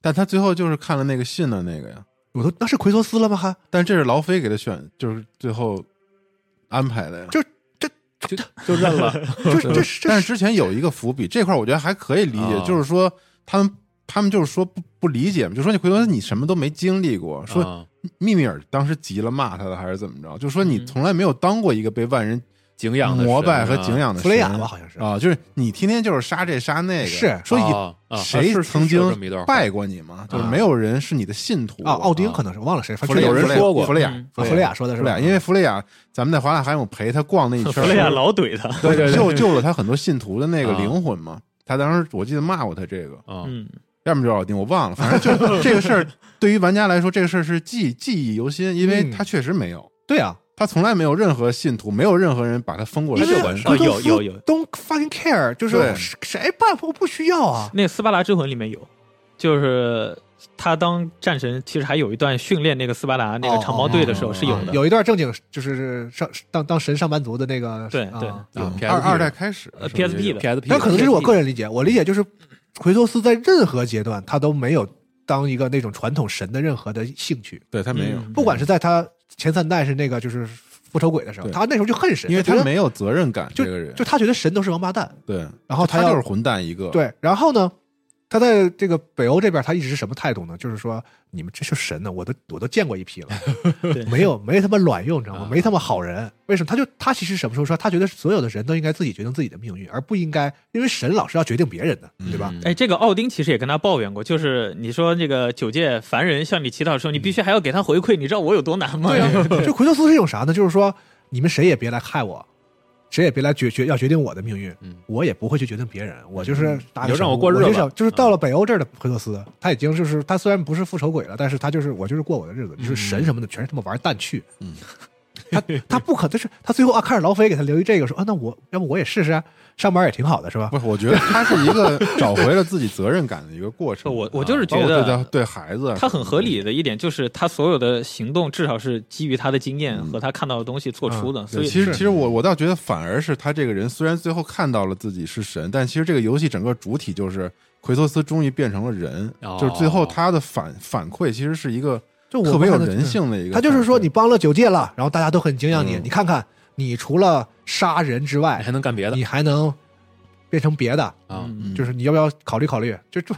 但他最后就是看了那个信的那个呀。我都那是奎托斯了吗？还但这是劳菲给他选，就是最后安排的呀。就就就认 了。这 这这但这是之前有一个伏笔，这块儿我觉得还可以理解，啊就是说他们他们就是说不不理解嘛，就说你奎托斯你什么都没经历过，说啊密米尔当时急了骂他的还是怎么着，就说你嗯从来没有当过一个被万人敬仰的膜神拜和啊敬仰的弗雷亚神吧，好像是啊，就是你天天就是杀这杀那个，哦是说有啊啊谁是是曾是有经这么一段话拜过你吗？就是啊没有人是你的信徒啊，奥丁啊可能是忘了谁，反哦弗正雷亚有人弗雷亚说过弗雷亚嗯啊弗雷亚说的弗是雷吧？亚，因为弗雷亚咱们在华纳海姆陪他逛那一圈 弗儿，雷亚老怼他，对对对救救了他很多信徒的那个啊灵魂嘛。他当时我记得骂过他这个，啊嗯，要么就是奥丁，我忘了，反正就是 这个事儿对于玩家来说，这个事儿是记记忆犹新，因为嗯他确实没有，对啊，他从来没有任何信徒，没有任何人把他封过来因为管事啊儿。奎托有斯有有，Don't fucking care，就是对谁谁办我不需要啊。那个斯巴达之魂里面有，就是他当战神，其实还有一段训练那个斯巴达那个长毛队的时候是有啊的。哦有一段正经就是上当当神上班族的那个对啊对啊有二 PSP 二代开始呃是不是 PSP 的 PSP，但可能这是我个人理解，我理解就是奎托斯在任何阶段他都没有当一个那种传统神的任何的兴趣，对他没有，嗯不管是在他前三代是那个就是复仇鬼的时候，对他那时候就恨神，因为他觉得他没有责任感，就这个人就他觉得神都是王八蛋，对，然后他要就是混蛋一个，对，然后呢，他在这个北欧这边，他一直是什么态度呢？就是说，你们这是神呢，我都我都见过一批了对，没有没他妈卵用，你知道吗啊？没他妈好人，为什么？他就他其实什么时候说，他觉得所有的人都应该自己决定自己的命运，而不应该因为神老是要决定别人的，对吧？嗯哎，这个奥丁其实也跟他抱怨过，就是你说这个九界凡人向你祈祷的时候，你必须还要给他回馈，你知道我有多难吗？对 啊，就奎托斯是一种啥呢？就是说，你们谁也别来害我。谁也别来决决要决定我的命运，嗯我也不会去决定别人，我嗯就是打你就让我我过日子就想就是到了北欧这儿的奎托斯，他已经就是他虽然不是复仇鬼了，但是他就是我就是过我的日子，就是神什么的全是他妈玩蛋去，嗯， 他他不可，但是他最后啊看着劳菲给他留一这个说啊，那我要不我也试试啊，上班也挺好的是吧？不是，我觉得他是一个找回了自己责任感的一个过程。 啊我我就是包括觉得对他对孩子啊，他很合理的一点就是，他所有的行动至少是基于他的经验和他看到的东西做出的，嗯所对。以其实是其实我我倒觉得反而是他这个人，虽然最后看到了自己是神，但其实这个游戏整个主体就是奎托斯终于变成了人，哦就是最后他的反反馈其实是一个就我特别有看的人。性的一个感觉。嗯他就是说你帮了九界了，然后大家都很敬仰你。你看看，你除了杀人之你外，还能干别的你还能变成别的，啊？嗯就是你要不要考虑考虑？就这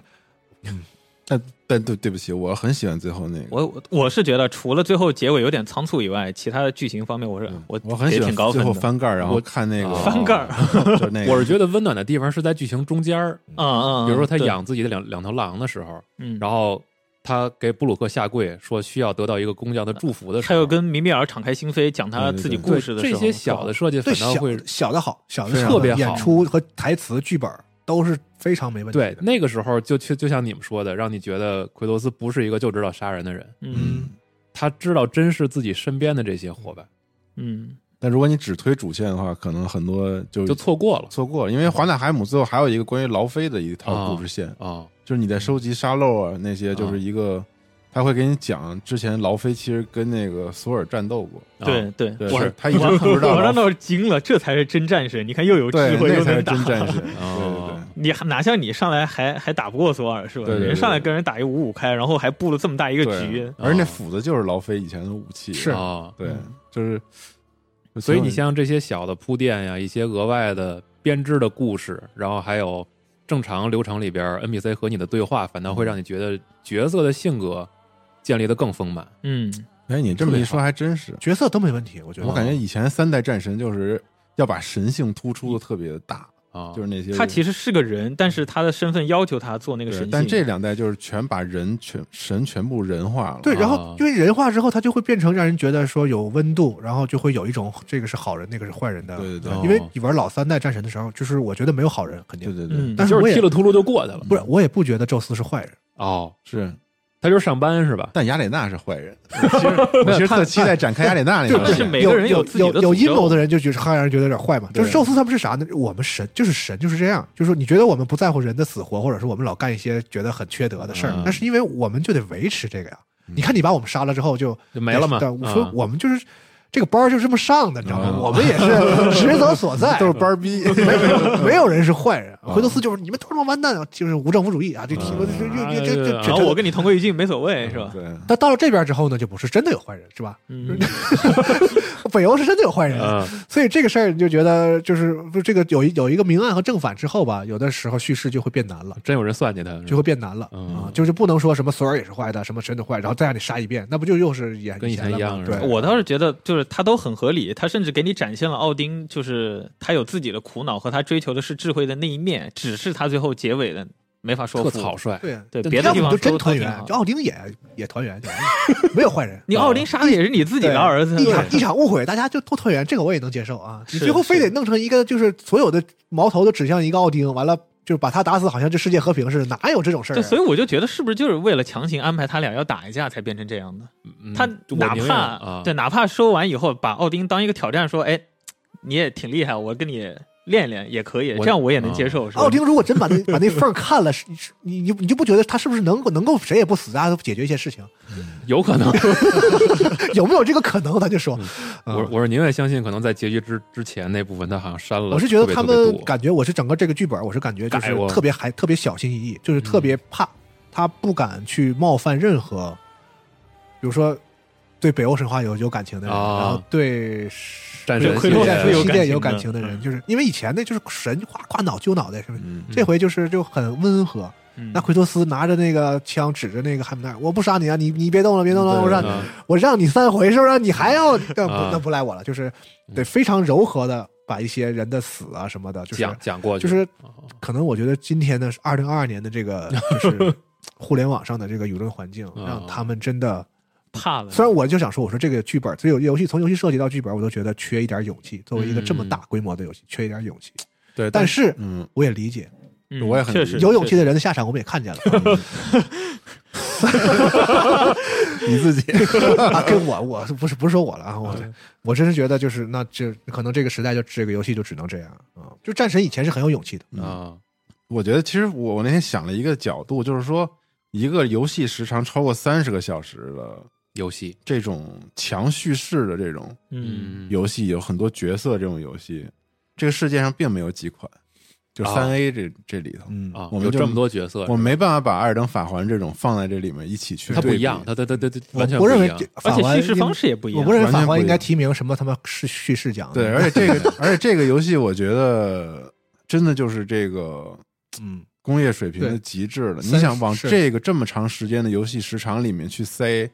但对对不起，我很喜欢最后那个，我我是觉得，除了最后结尾有点仓促以外，其他的剧情方面，我是嗯我我很给喜挺欢高最分后的。翻盖儿，然后我看那个啊翻盖儿，就是那个，我是觉得温暖的地方是在剧情中间儿，嗯嗯，比如说他对，养自己的两两头狼的时候，嗯，然后他给布鲁克下跪，说需要得到一个工匠的祝福的时他候，又跟米米尔敞开心扉讲他对对自己对故事的时这候，些小的设计对反小倒会小的好，小的非常好特别好演出和台词、剧本都是非常没问题对的。那个时候就就就像你们说的，让你觉得奎罗斯不是一个就知道杀人的人，嗯他知道珍视自己身边的这些伙伴，嗯但如果你只推主线的话，可能很多嗯就就错过了错过了，因为华纳海姆最后还有一个关于劳菲的一套故事线，啊、就是你在收集沙漏啊那些，就是一个、他会给你讲之前劳菲其实跟那个索尔战斗过，啊对对，对我是他一直不知道我劳让菲他惊了，这才是真战士！你看又有智对，慧那又才是能打，真 战士，哦对你还哪像你上来还还打不过索尔是吧？对对对人上来跟人打一五五开，然后还布了这么大一个对对局对，，啊而那斧子就是劳菲以前的武器，是啊，对，就是，所以你像这些小的铺垫呀，一些额外的编织的故事，然后还有正常流程里边 NPC 和你的对话，反倒会让你觉得角色的性格建立的更丰满。嗯，哎，你这么一说还真是，角色都没问题，我觉得。我感觉以前三代战神就是要把神性突出的特别的大，啊，就是那些他其实是个人，但是他的身份要求他做那个对神性，但这两代就是全把人全神全部人化了，对，啊然后因为人化之后，他就会变成让人觉得说有温度，然后就会有一种这个是好人，那个是坏人的。对对对哦因为你玩老三代战神的时候，就是我觉得没有好人，肯对定。对对，嗯，但是就我是也踢了秃噜就过去了。不是，我也不觉得宙斯是坏人。哦，是。他就是上班是吧？但雅典娜是坏人，其实我其实特期待展开雅典娜那条但是线。每有个人有自己有的有诅阴咒谋的人就觉得汉人觉得有点坏嘛，就是对宙斯他们是啥呢？我们神就是神就是这样，就是说你觉得我们不在乎人的死活，或者是我们老干一些觉得很缺德的事儿嗯，那是因为我们就得维持这个呀。嗯你看你把我们杀了之后就就没了嘛但我说嗯我们就是这个班儿就这么上的，你知道吗？嗯我们也 是职责所在， 都是班儿逼，没有人是坏人。嗯回头斯就是你们都是完蛋啊，就是无政府主义啊，这提这嗯这这这哎然后我这。跟你同归于尽没所谓是吧？嗯对，但到了这边之后呢，就不是真的有坏人，是吧？ 嗯，北欧是真的有坏人，嗯所以这个事儿你就觉得就是不这个有一有一个明暗和正反之后吧，有的时候叙事就会变难了，真有人算计他，就会变难了、嗯啊，就是不能说什么索尔也是坏的，什么神的坏，然后再让你杀一遍，那不就又是演跟以前了吗一样是吧对，我倒是觉得，就是他都很合理，他甚至给你展现了奥丁，就是他有自己的苦恼和他追求的是智慧的那一面，只是他最后结尾的没法说特服。草率。对对但别的地要方不就真说团都挺圆，好就奥丁也也团圆，就完了没有坏人。你奥哦丁杀的也是你自己的儿子， 一对场一场误会，大家就都团圆，这个我也能接受啊。你是最后非得是弄成一个，就是所有的矛头都指向一个奥丁，完了就把他打死，好像这世界和平似的，哪有这种事儿、啊？对，所以我就觉得是不是就是为了强行安排他俩要打一架才变成这样的？嗯他我哪宁愿怕、啊，对，哪怕说完以后把奥丁当一个挑战，说，哎，你也挺厉害，我跟你练一练也可以，我这样我也能接受，是吧？奥丁如果真把那 把那缝儿看了，是是你你你就不觉得他是不是能够能够谁也不死，大家都解决一些事情？有可能。有没有这个可能？咱就说， 我我是宁愿相信，可能在结局之之前那部分，他好像删了。我是觉得他特别特们别多感觉我是整个这个剧本，我是感觉就改是过特别还特别小心翼翼，就是特别怕他不敢去冒犯任何，比如说对北欧神话有有感情的人，啊然后对战对神奎系洛列战神有系感列情有的感情的人，就是因为以前那就是神夸夸脑揪脑袋是不是？嗯，这回就是就很温和，嗯那奎托斯拿着那个枪指着那个汉姆戴尔，我不杀你啊，你你别动了，别动了，我让你嗯我让你三回，是不是？你还要那不啊那不赖我了，就是得非常柔和的把一些人的死啊什么的，就是讲讲过去，就是啊可能我觉得今天的二零二二年的这个就是互联网上的这个舆论环境，啊让他们真的，怕了，虽然我就想说，我说这个剧本，所有游戏从游戏设计到剧本，我都觉得缺一点勇气。作为一个这么大规模的游戏，缺一点勇气，对，但是嗯，我也理解，嗯我也很确实有勇气的的人的下场我们也看见了。 你自己啊，跟我我不是不是说我了啊，我我真是觉得就是那这可能这个时代就这个游戏就只能这样啊、就战神以前是很有勇气的，啊，我觉得其实我那天想了一个角度，就是说一个游戏时长超过三十个小时的游戏，这种强叙事的这种嗯，游戏，有很多角色这种游戏，这个世界上并没有几款。就啊三 A 这、这里头，嗯啊，我们有就这么多角色，我没办法把《艾尔登法环》这种放在这里面一起去它不对比一样，，它它它它它我完全不认一为样这而法且环叙事应方式也不一我样不。认为完法全环不应一该样提名什么他妈是叙事奖的。对，而且这个而且这个游戏，我觉得真的就是这个嗯，工业水平的对极致了。你三想往是这个这么长时间的游戏时长里面去塞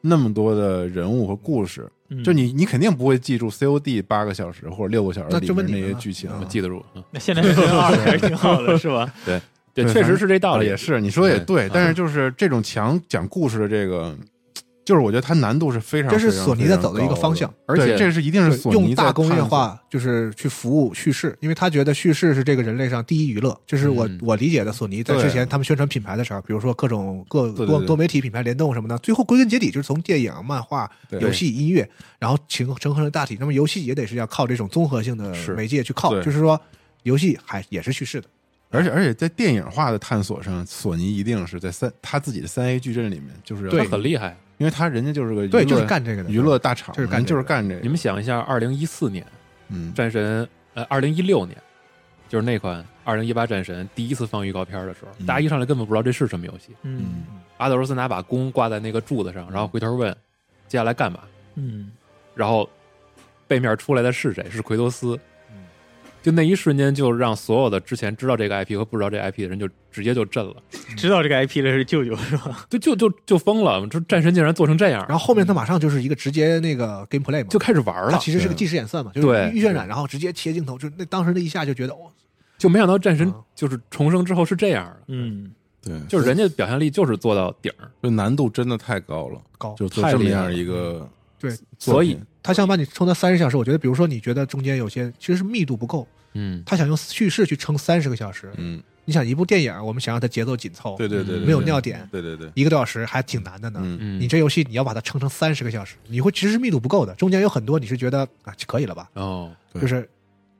那么多的人物和故事，嗯就你你肯定不会记住 COD 八个小时或者六个小时那里就面问你那些们了剧情啊嗯我记得住，嗯那现在是二还是挺好的，是吧？对，对确实是这道啊理，也是，你说也对，啊对但是嗯就是这种强讲故事的这个，就是我觉得它难度是非常，这是非常索尼在走的一个方，向，非常高而对且这是一定是对索尼用在大工业探索，化就是去服务叙事，因为他觉得叙事是这个人类上第一娱乐，这是我嗯我理解的。索尼在对之前他们宣传品牌的时候，比如说各种各对对多对多媒体品牌联动什么的，最后归根结底就是从电影、漫画、对游戏、音乐，然后形成合成大体。那么游戏也得是要靠这种综合性的是媒介去靠，对就是说游戏还也是叙事的。而且而且在电影化的探索上，索尼一定是在三他自己的三 A 矩阵里面，就是对它很厉害。因为他人家就是个娱对，乐就是干这个的娱乐大厂，就是干人就这是个干这个，你们想一下，二零一四年嗯，战神，呃，二零一六年就是那款二零一八战神第一次放预告片的时候，嗯大家一上来根本不知道这是什么游戏。嗯阿德罗斯拿把弓挂在那个柱子上，嗯然后回头问接下来干嘛，嗯，然后背面出来的是谁？是奎托斯嗯。就那一瞬间，就让所有的之前知道这个 IP 和不知道这 IP 的人就直接就震了，嗯知道这个 IP 的是舅舅是吧？就就就就疯了，这战神竟然做成这样，然后后面它马上就是一个直接那个 gameplay 嘛，就开始玩它了，其实是个对即时演算嘛，就对是预渲染，然后直接切镜头，就那当时那一下就觉得，哦，就没想到战神嗯就是重生之后是这样的，嗯，对，就是人家表现力就是做到顶儿，就难度真的太高了，高就做太这么厉害样了一个对作所以品，他想把你充到三十小时，我觉得，比如说你觉得中间有些其实是密度不够，嗯，他想用叙事去撑三十个小时，嗯，你想一部电影，我们想让它节奏紧凑，对对对，对没有尿，点，对对对，对一个多小时还挺难的呢。嗯，嗯你这游戏你要把它撑成三十个小时，你会其实是密度不够的，中间有很多你是觉得啊可以了吧，哦，对就是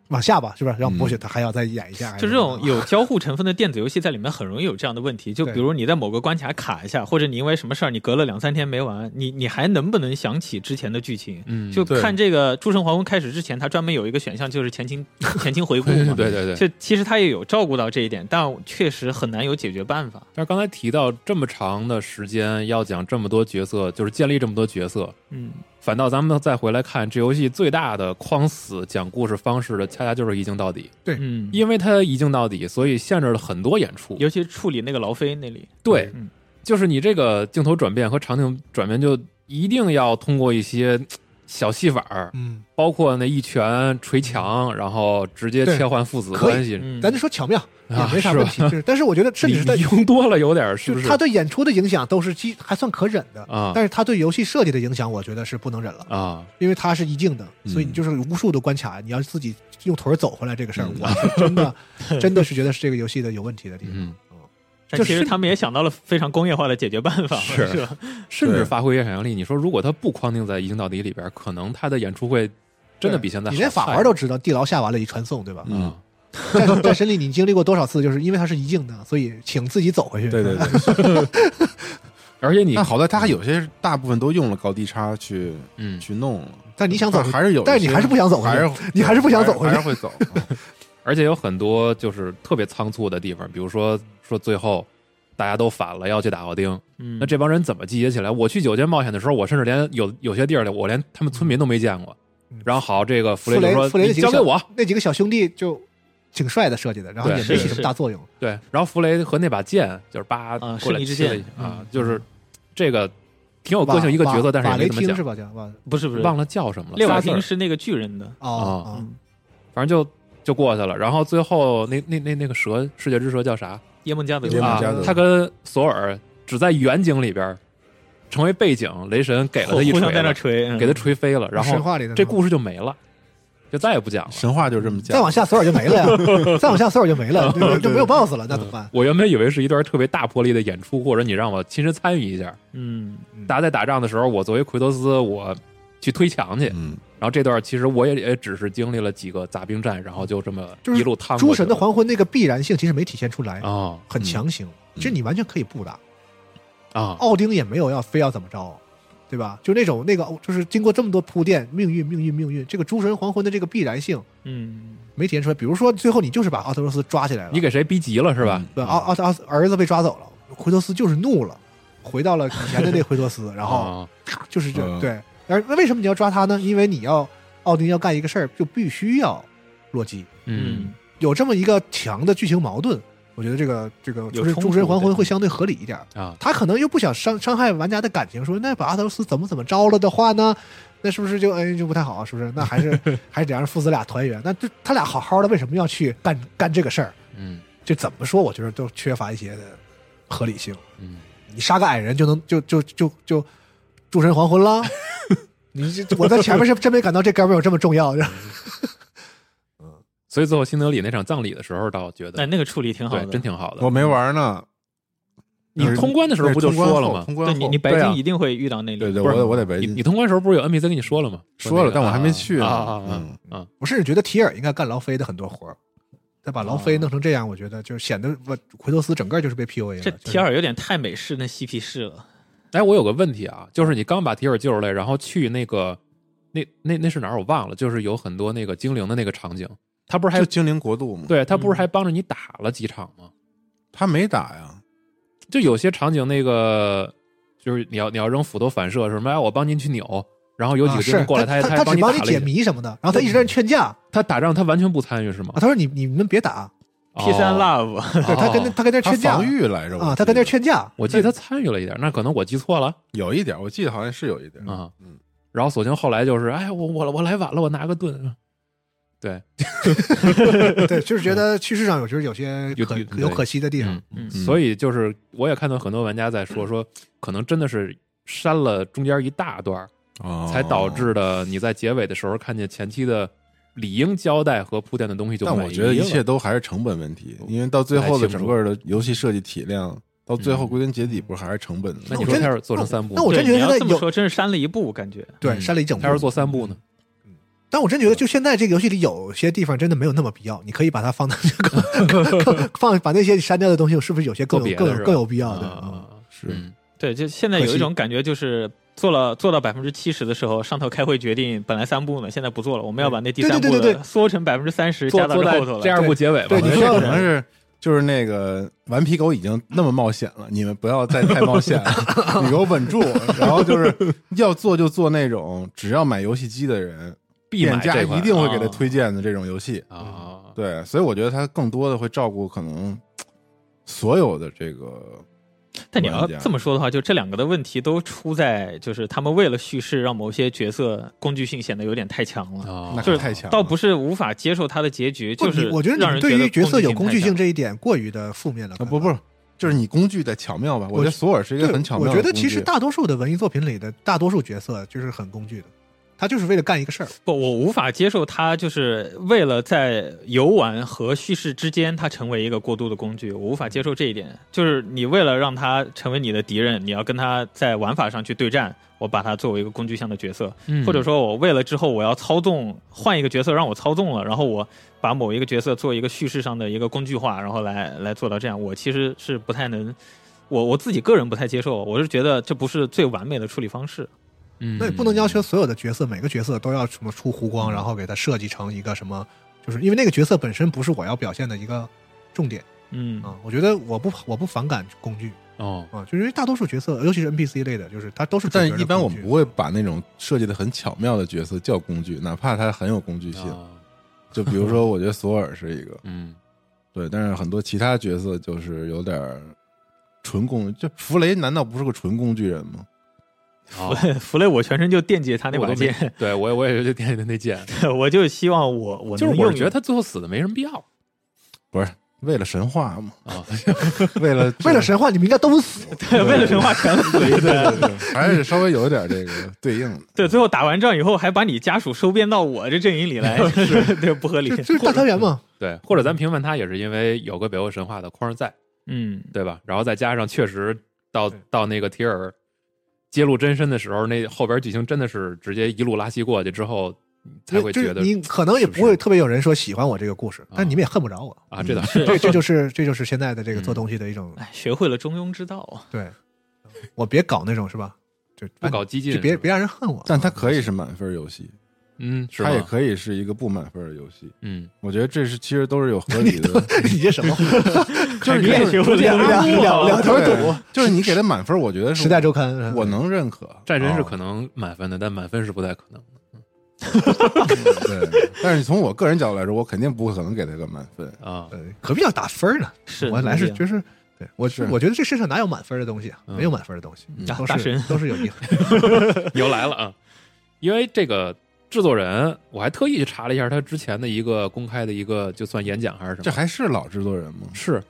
往下吧，是吧？让嗯博雪他还要再演一下，就这种有交互成分的电子游戏在里面很容易有这样的问题，就比如你在某个关卡卡一下，或者你因为什么事儿你隔了两三天没玩，你你还能不能想起之前的剧情？嗯，就对看这个《诸神黄昏》开始之前，它专门有一个选项就是前情前情回顾嗯 嘛。对对对。就其实它也有照顾到这一点，但确实很难有解决办法。但是刚才提到这么长的时间，要讲这么多角色，就是建立这么多角色，嗯，反倒咱们再回来看这游戏最大的框死讲故事方式的，恰恰就是一镜到底。嗯，因为它一镜到底，所以限制了很多演出。尤其是处理那个劳菲那里，对，嗯就是你这个镜头转变和场景转变，就一定要通过一些嘖小戏法儿，嗯，包括那一拳捶墙，然后直接对切换父子可以关系，嗯，咱就说巧妙也啊没啥是吧问题，就是但是我觉得甚你至是在你用多了有点儿是就不是？他对演出的影响都是基还算可忍的啊但是他对游戏设计的影响，我觉得是不能忍了，啊，因为它是一定的，嗯所以你就是无数的关卡，你要自己用腿儿走回来这个事嗯儿，我是真 的真的是觉得是这个游戏的有问题的地方。嗯，但就其实是他们也想到了非常工业化的解决办法，是是吧？甚至对发挥想象力。你说，如果他不框定在一镜到底里边儿，可能他的演出会真的比现在你连好法看环都知道，地牢下完了一传送，对吧？嗯啊，战战神里你经历过多少次？就是因为它是一镜的，所以请自己走回去。对对 对，而且你但好在它有些大部分都用了高低差去嗯，去弄了，但你想走回去，还是有一些，但是你还是不想走回去还是你还是不想走回去还是会 走，而且有很多就是特别仓促的地方，比如说说最后大家都反了，要去打奥丁，嗯，那这帮人怎么集结起来？我去九街冒险的时候，我甚至连有有些地儿里，我连他们村民都没见过嗯。然后好，这个弗弗雷就雷说：“弗雷你的几交个给小我。那几个小兄弟就挺帅的设计的，然后对也没是起什是么大作用。”对，然后弗雷和那把剑就是叭啊过圣来遗之切了一剑下啊嗯，就是这个挺哦有个性一个角色，瓦但是也瓦没雷怎么嗯汀讲是，吧？叫瓦不是不是，忘了叫什么了，列瓦仨字儿廷是那个巨人的，哦哦嗯，反正就就过去了。然后最后那那那那个蛇，世界之蛇叫啥耶梦加德耶梦啊加德？他跟索尔只在远景里边儿成为背景，雷神给了他一互锤相在那子，锤，嗯给他锤飞了，然后神话里的这事故事就没了，就再也不讲了。神话就这么讲，再往下索尔就没了 呀，再往下索尔就没了，就就没有 BOSS 了，那怎么办？我原本以为是一段特别大魄力的演出，或者你让我亲身参与一下。嗯，大家在打仗的时候，我作为奎托斯，我去推墙去。嗯，然后这段其实我也也只是经历了几个杂兵战，然后就这么就是一路趟过去诸神的了黄昏那个必然性其实没体现出来，哦啊很强行。其实你完全可以不打，啊哦奥丁也没有要非要怎么着，对吧？就那种那个，哦就是经过这么多铺垫，命运，命运，命运，这个诸神黄昏的这个必然性嗯，没体现出来。比如说，最后你就是把奥特罗斯抓起来了，你给嗯谁逼急了是吧？嗯对哦奥奥奥儿子被抓走了，奎托斯就是怒了，回到了以前的那奎托斯，然后哦啊，就是这、嗯对。而为什么你要抓他呢？因为你要奥丁要干一个事儿，就必须要洛基。嗯，有这么一个强的剧情矛盾，我觉得这个这个有就是《冲突诸神黄昏》对会相对合理一点儿啊他可能又不想伤伤害玩家的感情，说那把阿特罗斯怎么怎么着了的话呢，那是不是就哎就不太好啊？是不是？那还 是还是得让父子俩团圆。那这他俩好好的，为什么要去干干这个事儿？嗯这怎么说？我觉得都缺乏一些的合理性。嗯，你杀个矮人就能就就就就诸神黄昏了？ 你这我在前面是真没感到这哥们儿有这么重要。所以最后辛德里那场葬礼的时候，倒觉哎，得那个处理挺好对，的，真挺好的。我没玩呢。你但是通关的时候对不就通关说了后吗通关对后你你白对啊金一定会遇到那里，对对，不是我得我得白你金你通关时候不是有恩比森跟你说了吗？说那了，个但我还没去啊呢。啊啊啊嗯，啊！我甚至觉得提尔应该干劳菲的很多活儿，再把劳哦菲弄成这样，我觉得就显得我奎托斯整个就是被 PUA 了。这就是啊提尔有点太美式那嬉皮士了。哎，我有个问题啊，就是你刚把提尔救出来，然后去那个那那那是哪儿我忘了，就是有很多那个精灵的那个场景，他不是就嗯还精灵国度嘛，对他不是还帮着你打了几场吗？他没打呀，就有些场景那个就是你要你要扔斧头反射什么，哎，我帮您去扭，然后有几啊个精是灵过来，他他他还只你帮打你了解一下，谜什么的，然后他一直在劝架啊，他打仗他完全不参与是吗他说你你们别打， P 三哦 Love，对他跟那哦他跟那他劝架防御来着啊，他跟那那劝架， 我记得他参与了一点，那可能我记错了有一点，我记得好像是有一点。啊。嗯然后索性后来就是，哎，我我我来晚了，我拿个盾。对，对，就是觉得叙事上有时候有些有可有有可惜的地方嗯，嗯，所以就是我也看到很多玩家在说说，可能真的是删了中间一大段儿，哦才导致的你在结尾的时候看见前期的理应交代和铺垫的东西就但满我觉得意一了切都还是成本问题，因为到最后的整个的游戏设计体量，到最后归根结底不是还是成本那你的。那我说真他要是做成三部呢，那我真对觉得他你要这么有说，真是删了一部感觉。对，嗯删了一整部他。要是做三部呢？但我真觉得，就现在这个游戏里有些地方真的没有那么必要，你可以把它放到 这个更放把那些删掉的东西，是不是有些做更别有的更是吧有更有必要的？嗯啊，是嗯对，就现在可有一惜种感觉，就是做了做到百分之七十的时候，上头开会决定，本来三部呢，现在不做了，我们要把那第对三对部对对的缩成百分之三十，加做到做在后头这了。二部结尾吧对。我你觉说的得可能是就是那个顽皮狗已经那么冒险了，你们不要再太冒险了，你给我稳住。然后就是要做就做那种只要买游戏机的人，必买店家这款一定会给他啊推荐的这种游戏。啊，对，所以我觉得它更多的会照顾可能所有的这个但你要玩家这么说的话，就这两个的问题都出在，就是他们为了叙事，让某些角色工具性显得有点太强了。啊那就是太强了，倒不是无法接受他的结局，不就你是我觉得你让们人对于角色有工工具性性这一点过于的负面了啊，。不不是，就是你工具的巧妙吧。我觉得索尔是一个对，很巧妙我的觉得工其实具大多数的文艺作品里的大多数角色就是很工具的，他就是为了干一个事儿。不，我无法接受他就是为了在游玩和叙事之间，他成为一个过渡的工具，我无法接受这一点。就是你为了让他成为你的敌人，你要跟他在玩法上去对战，我把他作为一个工具项的角色，嗯或者说我为了之后我要操纵换一个角色让我操纵了，然后我把某一个角色做一个叙事上的一个工具化，然后来来做到这样，我其实是不太能。我我自己个人不太接受，我是觉得这不是最完美的处理方式。嗯那也不能要求所有的角色每个角色都要什么出弧光，然后给他设计成一个什么，就是因为那个角色本身不是我要表现的一个重点嗯啊。我觉得我不我不反感工具哦，啊，就是因为大多数角色，尤其是 NPC 类的，就是他都是主角的但一般我们工具不会把那种设计的很巧妙的角色叫工具，哪怕它很有工具性。啊就比如 说，我觉得索尔是一个 嗯对，但是很多其他角色就是有点儿纯工。就弗雷难道不是个纯工具人吗？哦 弗雷，我全身就惦记他那我把都没剑，对我也我也就惦记的那剑， 我就希望我我就能是我用是觉得他最后死的没什么必要不是为了神话吗？啊， 为了为了神话，你们应该都死。对为了神话全死。对对对，还是稍微有点这个对应的。对，最后打完仗以后还把你家属收编到我这阵营里来， 对，不合理就。 就是大团圆嘛，对，或者咱评判他也是因为有个北欧神话的框在，嗯，对吧？然后再加上确实到对到那个提尔揭露真身的时候，那后边剧情真的是直接一路拉稀过去之后，才会就是觉得你可能也不会特别有人说喜欢我这个故事，但你们也恨不着我。啊，这倒 是这这就是这就是现哎在的这个做东西的一种哎，学会了中庸之道。对，我别搞那种是吧？就不搞激进就，哎别别让人恨我。但它可以是满分游戏，嗯，是吧它也可以是一个不满分的游戏。嗯，我觉得这是其实都是有合理的， 你这什么话？就是你也学不了两两两头堵啊对。就是你给它满分，我觉得是时代周刊，我能认可。战神是啊可能满分的，但满分是不太可能的。嗯对，但是从我个人角度来说，我肯定不可能给他个满分。 啊，呃，可不叫打分呢。是我来是能力啊就是，对我是我觉得这世上哪有满分的东西啊？嗯没有满分的东西，大都大是神都是有意思。又来了啊！因为这个制作人，我还特意去查了一下他之前的一个公开的一个，就算演讲还是什这么，还是老制作人吗？是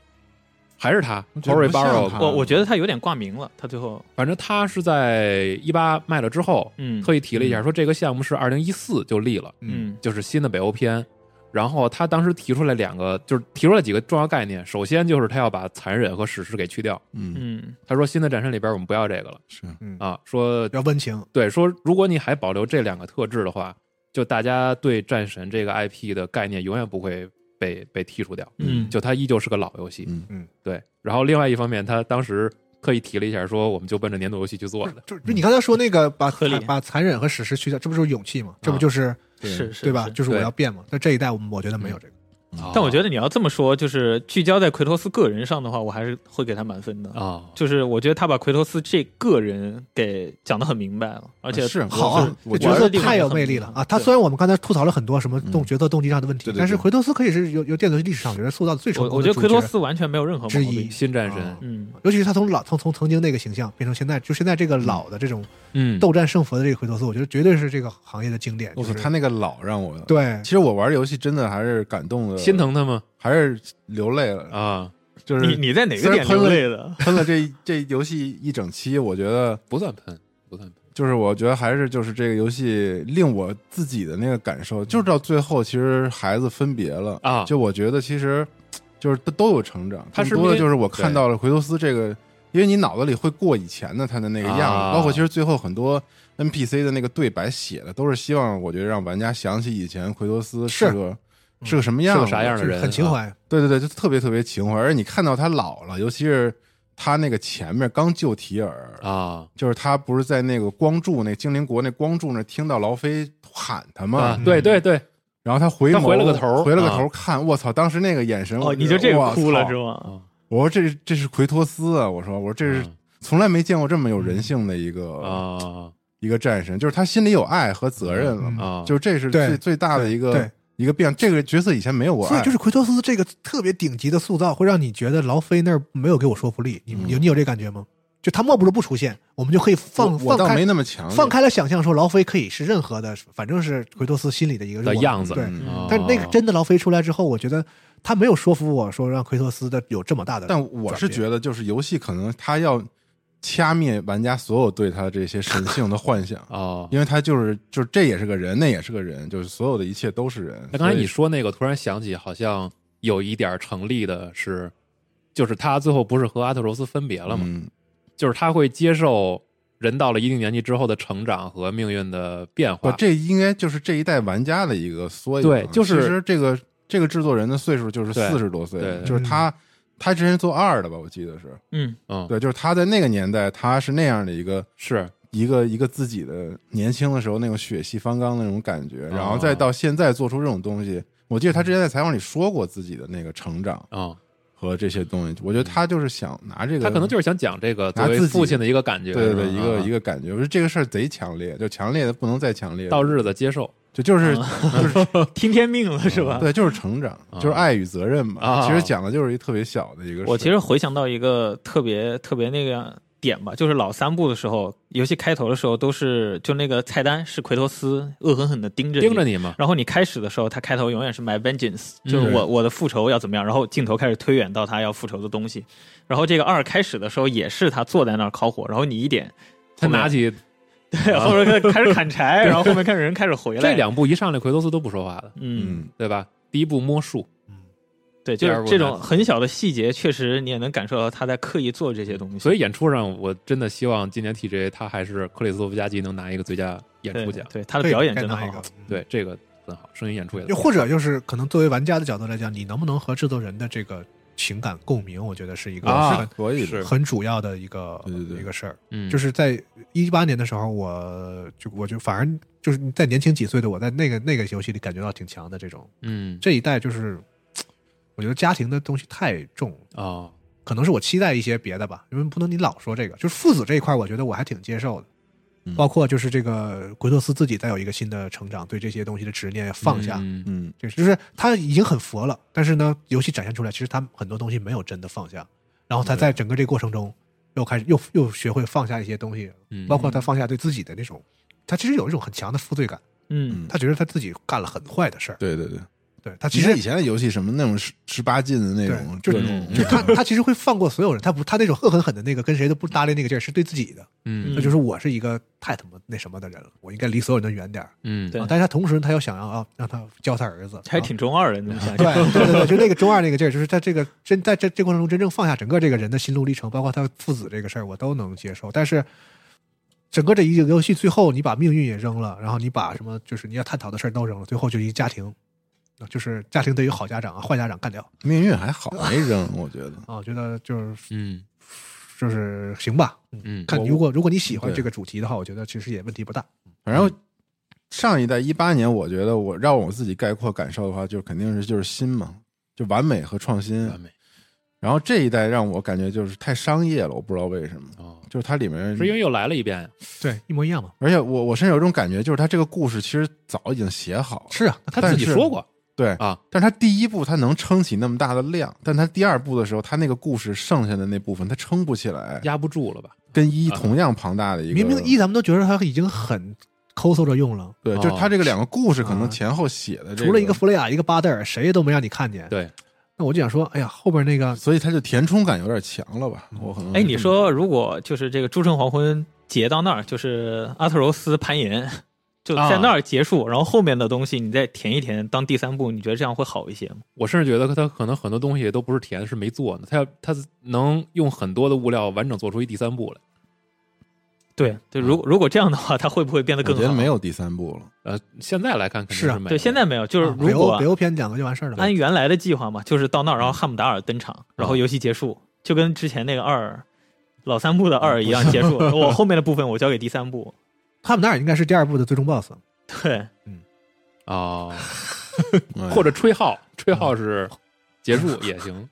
还是他我觉得 Cory 不像 Barrow，他我我觉啊得他有点挂名了，他最后反正他是在一八卖了之后，嗯特意提了一下，说这个项目是二零一四就立了，嗯就是新的北欧篇。然后他当时提出来两个，就是提出来几个重要概念。首先就是他要把残忍和史诗给去掉。嗯，嗯他说新的战神里边我们不要这个了是嗯，啊，说要温情，对，说如果你还保留这两个特质的话，就大家对战神这个 IP 的概念永远不会被被剔除掉，嗯就它依旧是个老游戏。嗯嗯，对。然后另外一方面，他当时特意提了一下，说我们就奔着年度游戏去做的。就就你刚才说那个把合理把残忍和史诗去掉，这不就是勇气吗？这不就是是是对吧？是就是我对要变嘛。那这一代我们我觉得没有这个，但我觉得得你要这么说，就是聚焦在奎托斯个人上的话，我还是会给他满分的。哦啊，就是我觉得他把奎托斯这个人给讲的很明白了，而且是好啊，我这觉角得色太有魅力了我觉得这个很啊！他虽然我们刚才吐槽了很多什么动嗯角色动机上的问题对，对但是对奎托斯可以是有有电子游戏历史上我觉得塑造的最成我功我的觉得奎托主角斯完全没有任何毛之一病。新战神，啊嗯，尤其是他从老从从曾经那个形象变成现在，就现在这个老的这种嗯，斗战胜佛的这个奎托斯，我觉得绝对是这个行业的经典。我就是操，他那个老让我，对其实我玩游戏真的还是感动的，心，疼他吗？还是流泪了，啊，就是你你在哪个点流泪的？ 喷了这这游戏一整期，我觉得不算喷，不算喷。就是我觉得还是就是这个游戏令我自己的那个感受，就是到最后其实孩子分别了啊就我觉得其实就是都都有成长，他更是多因的为就是我看到了奎托斯这个，因为你脑子里会过以前的他的那个样子，啊包括其实最后很多 NPC 的那个对白写的都是希望我觉得让玩家想起以前奎托斯是个嗯是个什么样是子，个啥样的就是人很情怀，对对对，就特别特别情怀，而且你看到他老了，尤其是他那个前面刚救提尔啊就是他不是在那个光柱那精灵国那光柱那听到劳菲喊他吗？啊！对对对，然后他回他眸回了个头儿回了个啊头儿看，我操、当时那个眼神，哦，我你就这个哭了是吗？吗？我说这这是奎托斯啊！我说我说这是呃嗯从来没见过这么有人性的一个、啊一个战神，就是他心里有爱和责任了，嗯啊，就是这是对最最大的一对个一个变，这个角色以前没有过所爱，以就是奎托斯这个特别顶级的塑造，会让你觉得劳菲那儿没有给我说服力。你嗯有你有这感觉吗？就他莫不如不出现，我们就可以放我我放倒没开那么强烈，放开了想象，说劳菲可以是任何的，反正是奎托斯心里的一个的弱样子对，嗯啊，但那个真的劳菲出来之后，我觉得他没有说服我说让奎托斯的有这么大的，但我是觉得，就是游戏可能他要掐灭玩家所有对他这些神性的幻想 啊。因为他就是就是这也是个人，那也是个人，就是所有的一切都是人。哎那刚才所以你说那个，突然想起，好像有一点成立的是，就是他最后不是和阿特柔斯分别了吗？嗯就是他会接受人到了一定年纪之后的成长和命运的变不，化。哦这应该就是这一代玩家的一个缩影。对就是其实这个这个制作人的岁数就是对四十多岁了对对就是他他之前做二的吧，我记得是嗯，嗯，对，就是他在那个年代他是那样的一个是一个一个自己的年轻的时候那种血气方刚的那种感觉，然后哦再到现在做出这种东西。我记得他之前在采访里说过自己的那个成长啊，和这些东西，我觉得他就是想拿这个，他可能就是想讲这个作拿为自己父亲的一个感觉，对对对是一吧个啊一个感觉，我说这个事儿贼强烈，就强烈的不能再强烈了，到日子嗯接受就就是就是嗯听天命 了是吧？对，就是成长，啊就是爱与责任嘛。啊其实讲的就是一特别小的一个事儿，我其实回想到一个特别特别那个点吧，就是老三部的时候，游戏开头的时候都是就那个菜单是奎托斯恶狠狠的盯着盯着你嗯嘛，然后你开始的时候，他开头永远是 my vengeance，就是我、我的复仇要怎么样，然后镜头开始推远到他要复仇的东西。然后这个二开始的时候也是他坐在那儿烤火，然后你一点，他拿起对， 后面开开始 砍柴，然后后面开始人开始回来。这，两部一上来，奎托斯都不说话的，嗯，嗯，对吧？第一部摸树，对，就第二是部这呢种很小的细节，确实你也能感受到他在刻意做这些东西。所以演出上，我真的希望今年 TJ 他还是克里斯托夫加基能拿一个最佳演对出奖，对他的表演该真的拿好一个好。。对这个很好，声音演出也又不或者就是可能作为玩家的角度来讲，你能不能和制作人的这个情感共鸣，我觉得是一个啊很，可以的是很主要的一个对对对一个事儿。嗯，就是在一八年的时候，我就我就反而就是在年轻几岁的我在那个那个游戏里感觉到挺强的这种嗯这一代就是，我觉得家庭的东西太重，哦，可能是我期待一些别的吧，因为不能你老说这个，就是父子这一块，我觉得我还挺接受的。嗯包括就是这个奎托斯自己再有一个新的成长，对这些东西的执念放下，嗯嗯这就是他已经很佛了，但是呢，游戏展现出来，其实他很多东西没有真的放下，然后他在整个这个过程中又开始又又学会放下一些东西，嗯包括他放下对自己的那种，他其实有一种很强的负罪感，嗯嗯，他觉得他自己干了很坏的事儿，对对对，对他其其实实以前的游戏什么那种十十八禁的那种，对各种就是 他他其实会放过所有人，他不他那种恶狠狠的那个跟谁都不搭理那个劲儿是对自己的，嗯那就是我是一个太他妈那什么的人了，我应该离所有人都远点儿。嗯对啊但是他同时他又想要啊让他教他儿子，还挺中二的， 你怎么啊想？对 对 对对，就那个中二那个劲儿，就是在这个真在这这过程中真正放下整个这个人的心路历程，包括他父子这个事儿，我都能接受。但是整个这一个游戏最后你把命运也扔了，然后你把什么就是你要探讨的事儿都扔了，最后就一家庭，啊就是家庭得有好家长啊，坏家长干掉命运还好没扔，我觉得。啊，我觉得就是嗯就是行吧，嗯，嗯看我如果如果你喜欢对这个主题的话，我觉得其实也问题不大。反正上一代一八年，我觉得我让我自己概括感受的话，就是肯定是就是新嘛，就完美和创新。完美然后这一代让我感觉就是太商业了，我不知道为什么，哦，就是它里面是因为又来了一遍，对，一模一样嘛。而且我我甚至有一种感觉，就是他这个故事其实早已经写好了，是啊，他自己但是说过对啊，但是他第一部他能撑起那么大的量，但他第二部的时候，他那个故事剩下的那部分他撑不起来，压不住了吧？跟一啊同样庞大的一个明明一咱们都觉得他已经很抠搜着用了，对，哦就是他这个两个故事可啊能前后写的、这除了一个，弗雷亚，一个巴德尔，谁都没让你看见。对，那我就想说，哎呀，后边那个所以他就填充感有点强了吧？我可能哎，你说如果就是这个《诸神黄昏》结到那儿，就是阿特柔斯攀岩，就啊在那儿结束，然后后面的东西你再填一填，当第三部，你觉得这样会好一些吗？我甚至觉得他可能很多东西都不是填，是没做呢。他要他能用很多的物料完整做出一第三部来，对，对，如如果这样的话，它会不会变得我更觉得好？没有第三部了，呃，现在来看肯定是啊没有对，现在没有，就是啊北如欧果北欧篇讲的就完事儿了嘛。按原来的计划嘛，就是到那儿，然后汉姆达尔登场，然后游戏结束，就跟之前那个二老三部的二一样结 束。我后面的部分我交给第三部。汉姆达尔应该是第二部的最终 BOSS，对，哦，哎或者吹号，吹号是结束 也行。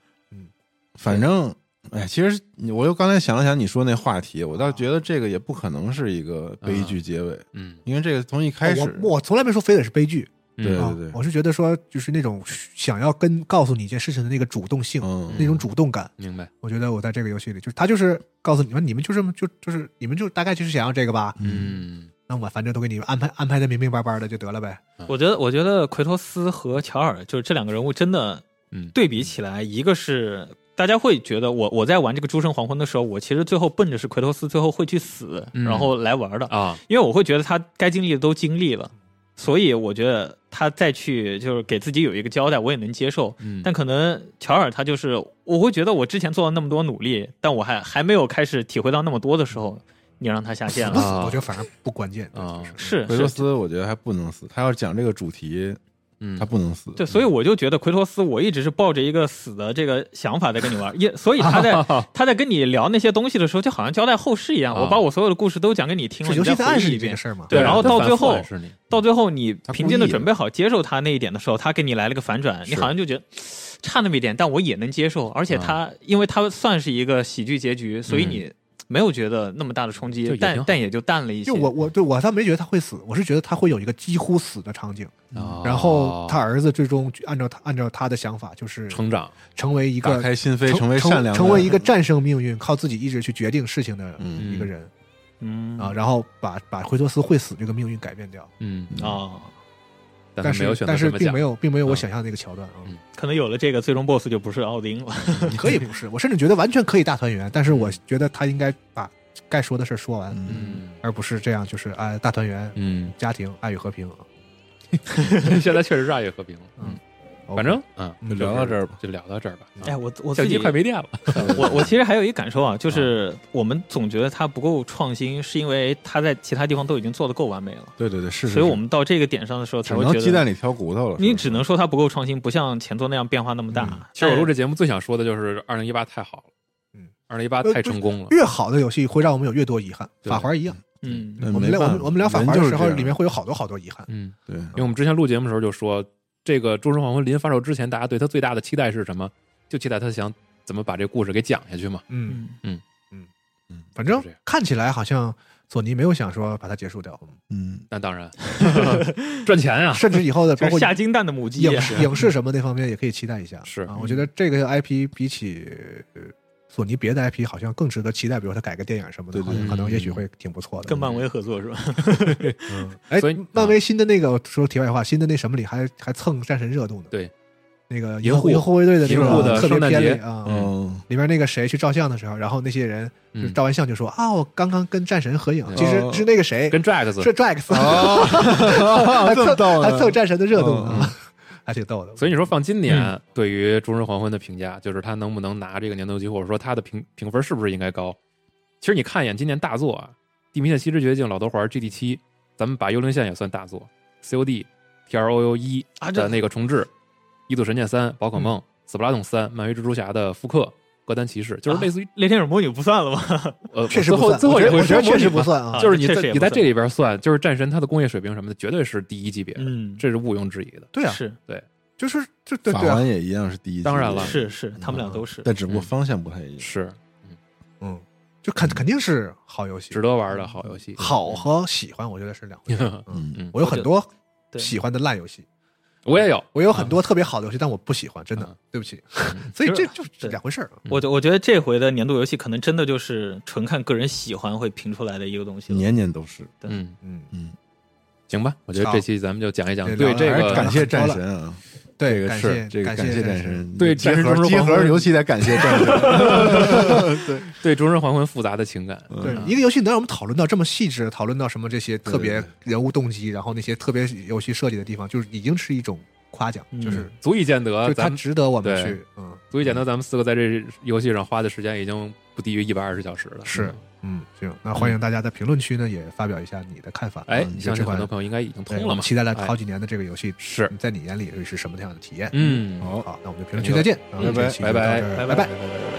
反正。哎，其实你我又刚才想了想你说那话题，我倒啊觉得这个也不可能是一个悲剧结尾，嗯，因为这个从一开始，哦我我从来没说非得是悲剧对嗯啊，我是觉得说就是那种想要跟告诉你一件事情的那个主动性，嗯，那种主动感，明白。我觉得我在这个游戏里就是他就是告诉你们，你们就这么就就是你们就大概就是想要这个吧，嗯，那我反正都给你们安排安排的明明白白的就得了呗。我觉得我觉得奎托斯和乔尔就是这两个人物真的嗯对比起来，一个是。大家会觉得我我在玩这个《诸神黄昏》的时候，我其实最后奔着是奎托斯最后会去死，嗯然后来玩的。啊，因为我会觉得他该经历的都经历了，所以我觉得他再去就是给自己有一个交代，我也能接受。嗯，但可能乔尔他就是，我会觉得我之前做了那么多努力，但我还还没有开始体会到那么多的时候，你让他下线死不了，死啊我觉得反而不关键啊嗯就是是奎托是，斯我觉得还不能死，他要讲这个主题，嗯他不能死。对，所以我就觉得奎托斯，我一直是抱着一个死的这个想法在跟你玩，也所以他 在他在跟你聊那些东西的时候，就好像交代后事一样，啊我把我所有的故事都讲给你听了，是游戏你在再暗回示忆你一这个遍。事儿嘛。对然后他到反最复后暗示你到最后你他故平静的意的准备好接受他那一点的时候，他给你来了个反转，你是好像就觉得嘖差那么一点，但我也能接受。而且他、因为他算是一个喜剧结局，所以你嘖没有觉得那么大的冲击就，也挺但好但也就淡了一些。就我我对我倒没觉得他会死，我是觉得他会有一个几乎死的场景，哦然后他儿子最终按照他按照他的想法，就是成长，成为一打个开心扉，成为善良的，成为一个战胜命运、靠自己意志去决定事情的嗯一个人嗯啊，然后把把奎托斯会死这个命运改变掉，嗯，啊，但但他没有是选择但是这么并讲没，有并没有我嗯想象的那个桥段啊，嗯可能有了这个，最终 BOSS 就不是奥丁了。可以不是，我甚至觉得完全可以大团圆，但是我觉得他应该把该说的事儿说完，嗯嗯而不是这样就是啊大团圆、嗯，家庭、爱与和平啊。 现在确实是爱与和平了。嗯，哦反正嗯，就聊到这儿吧。就聊到这儿吧。哎，啊，我我相自机己哎快没电了。 我我其实还有一感受啊，就是我们总觉得它不够创新，是因为它在其他地方都已经做的够完美了，对对对，是，是所以我是们到这个点上的时候只才会能觉鸡得，蛋里挑骨头了。你是只能说它不够创新，不像前作那样变化那么大。其实我录这这节目最想说的就是二零一八太好了，嗯，二零一八呃太成功了。越好的游戏会让我们有越多遗憾，啊对法环一样。嗯吧，我们没聊我办们法我们聊法人环就的是时候，这样里面会有好多好多遗憾。嗯，对，因为我们之前录节目的时候就说，这个《诸神黄昏》临发售之前，大家对他最大的期待是什么？就期待他想怎么把这故事给讲下去嘛。嗯，嗯嗯反正是这样看起来好像索尼没有想说把它结束掉， 嗯，那当然，赚钱啊，甚至以 后的包就是括下金蛋的母鸡，影视影视什么那方面也可以期待一下。是嗯啊，我觉得这个 IP 比起呃索尼别的 IP 好像更值得期待，比如他改个电影什么的，对好对像对可能也许会挺不错的。跟漫威合作是吧？嗯，哎所以，漫威新的那个说题外话，新的那什么里还还蹭战神热度呢？对，那个银护银护卫队的那银护个的特别圣诞片节里啊。嗯，里面那个谁去照相的时候，然后那些人就嗯照完相就说、啊，我刚刚跟战神合影，嗯其实是那个谁，跟 Drax 是 Drax，、 哦， 还这么蹭逗呢，还蹭战神的热度嗯呢， 还挺逗的。所以你说放今年嗯对于《诸神黄昏》的评价，就是他能不能拿这个年度季，或者说他的评评分是不是应该高？其实你看一眼今年大作啊，《地平线：西之绝境》、《老头环》、《GD 七》，咱们把《幽灵线》也算大作，《COD》、《TROO 一啊》这的那个重置，《异度神剑三》、《宝可梦》、嗯斯普拉遁三》、《漫威蜘蛛侠》的复刻。歌单骑士就是类似于、雷霆尔魔女不算了吧？呃，啊确实我不最后算，最后我也觉得会我觉说得模确拟实不嘛，算啊啊。就是你确实在也你不在算这里边算，就是战神它的工业水平什么的，绝对是第一级别，嗯，这是毋庸置疑的。对啊，是对，就是就对法对啊环，也一样是第一季，当然了是是，他们俩都是。嗯但只不过方向不太一样。是嗯，就肯肯定是好游戏值，得玩的好游戏。好和喜欢我觉得是两回事。嗯，嗯，我有很多对喜欢的烂游戏， 我也有，我有很多特别好的游戏，但我不喜欢，真的嗯对不起。 所以这就是对两回事儿啊。我我觉得这回的年度游戏可能真的就是纯看个人喜欢会评出来的一个东西了。年年都是，对嗯，嗯，嗯，行吧，我觉得好这期咱们就讲一讲对对聊这得还还是个感谢战神啊，对，个感是谢这个谢谢战战，神，对战结神合中结国黄合昏尤其得感谢战神，对《终身黄昏》复杂的情感。对嗯一个游戏能让我们讨论到这么细致，讨论到什么这些特别对人物动机，然后那些特别游戏设计的地方，就是已经是一种夸奖，嗯就是足以见就是它得，呃咱们值得我们对去嗯足以见得，咱们四个在这游戏上花的时间已经不低于一百二十小时了。是嗯行。那欢迎大家在评论区呢也发表一下你的看法。哎嗯，你觉相得这信款很多朋友应该已经对我通了们嘛？期待了哎好几年的这个游戏，是，在你眼里是什么样的体验？嗯，好，那我们就评论区再见，然后嗯拜拜这期就拜拜到这儿拜拜拜拜。拜拜。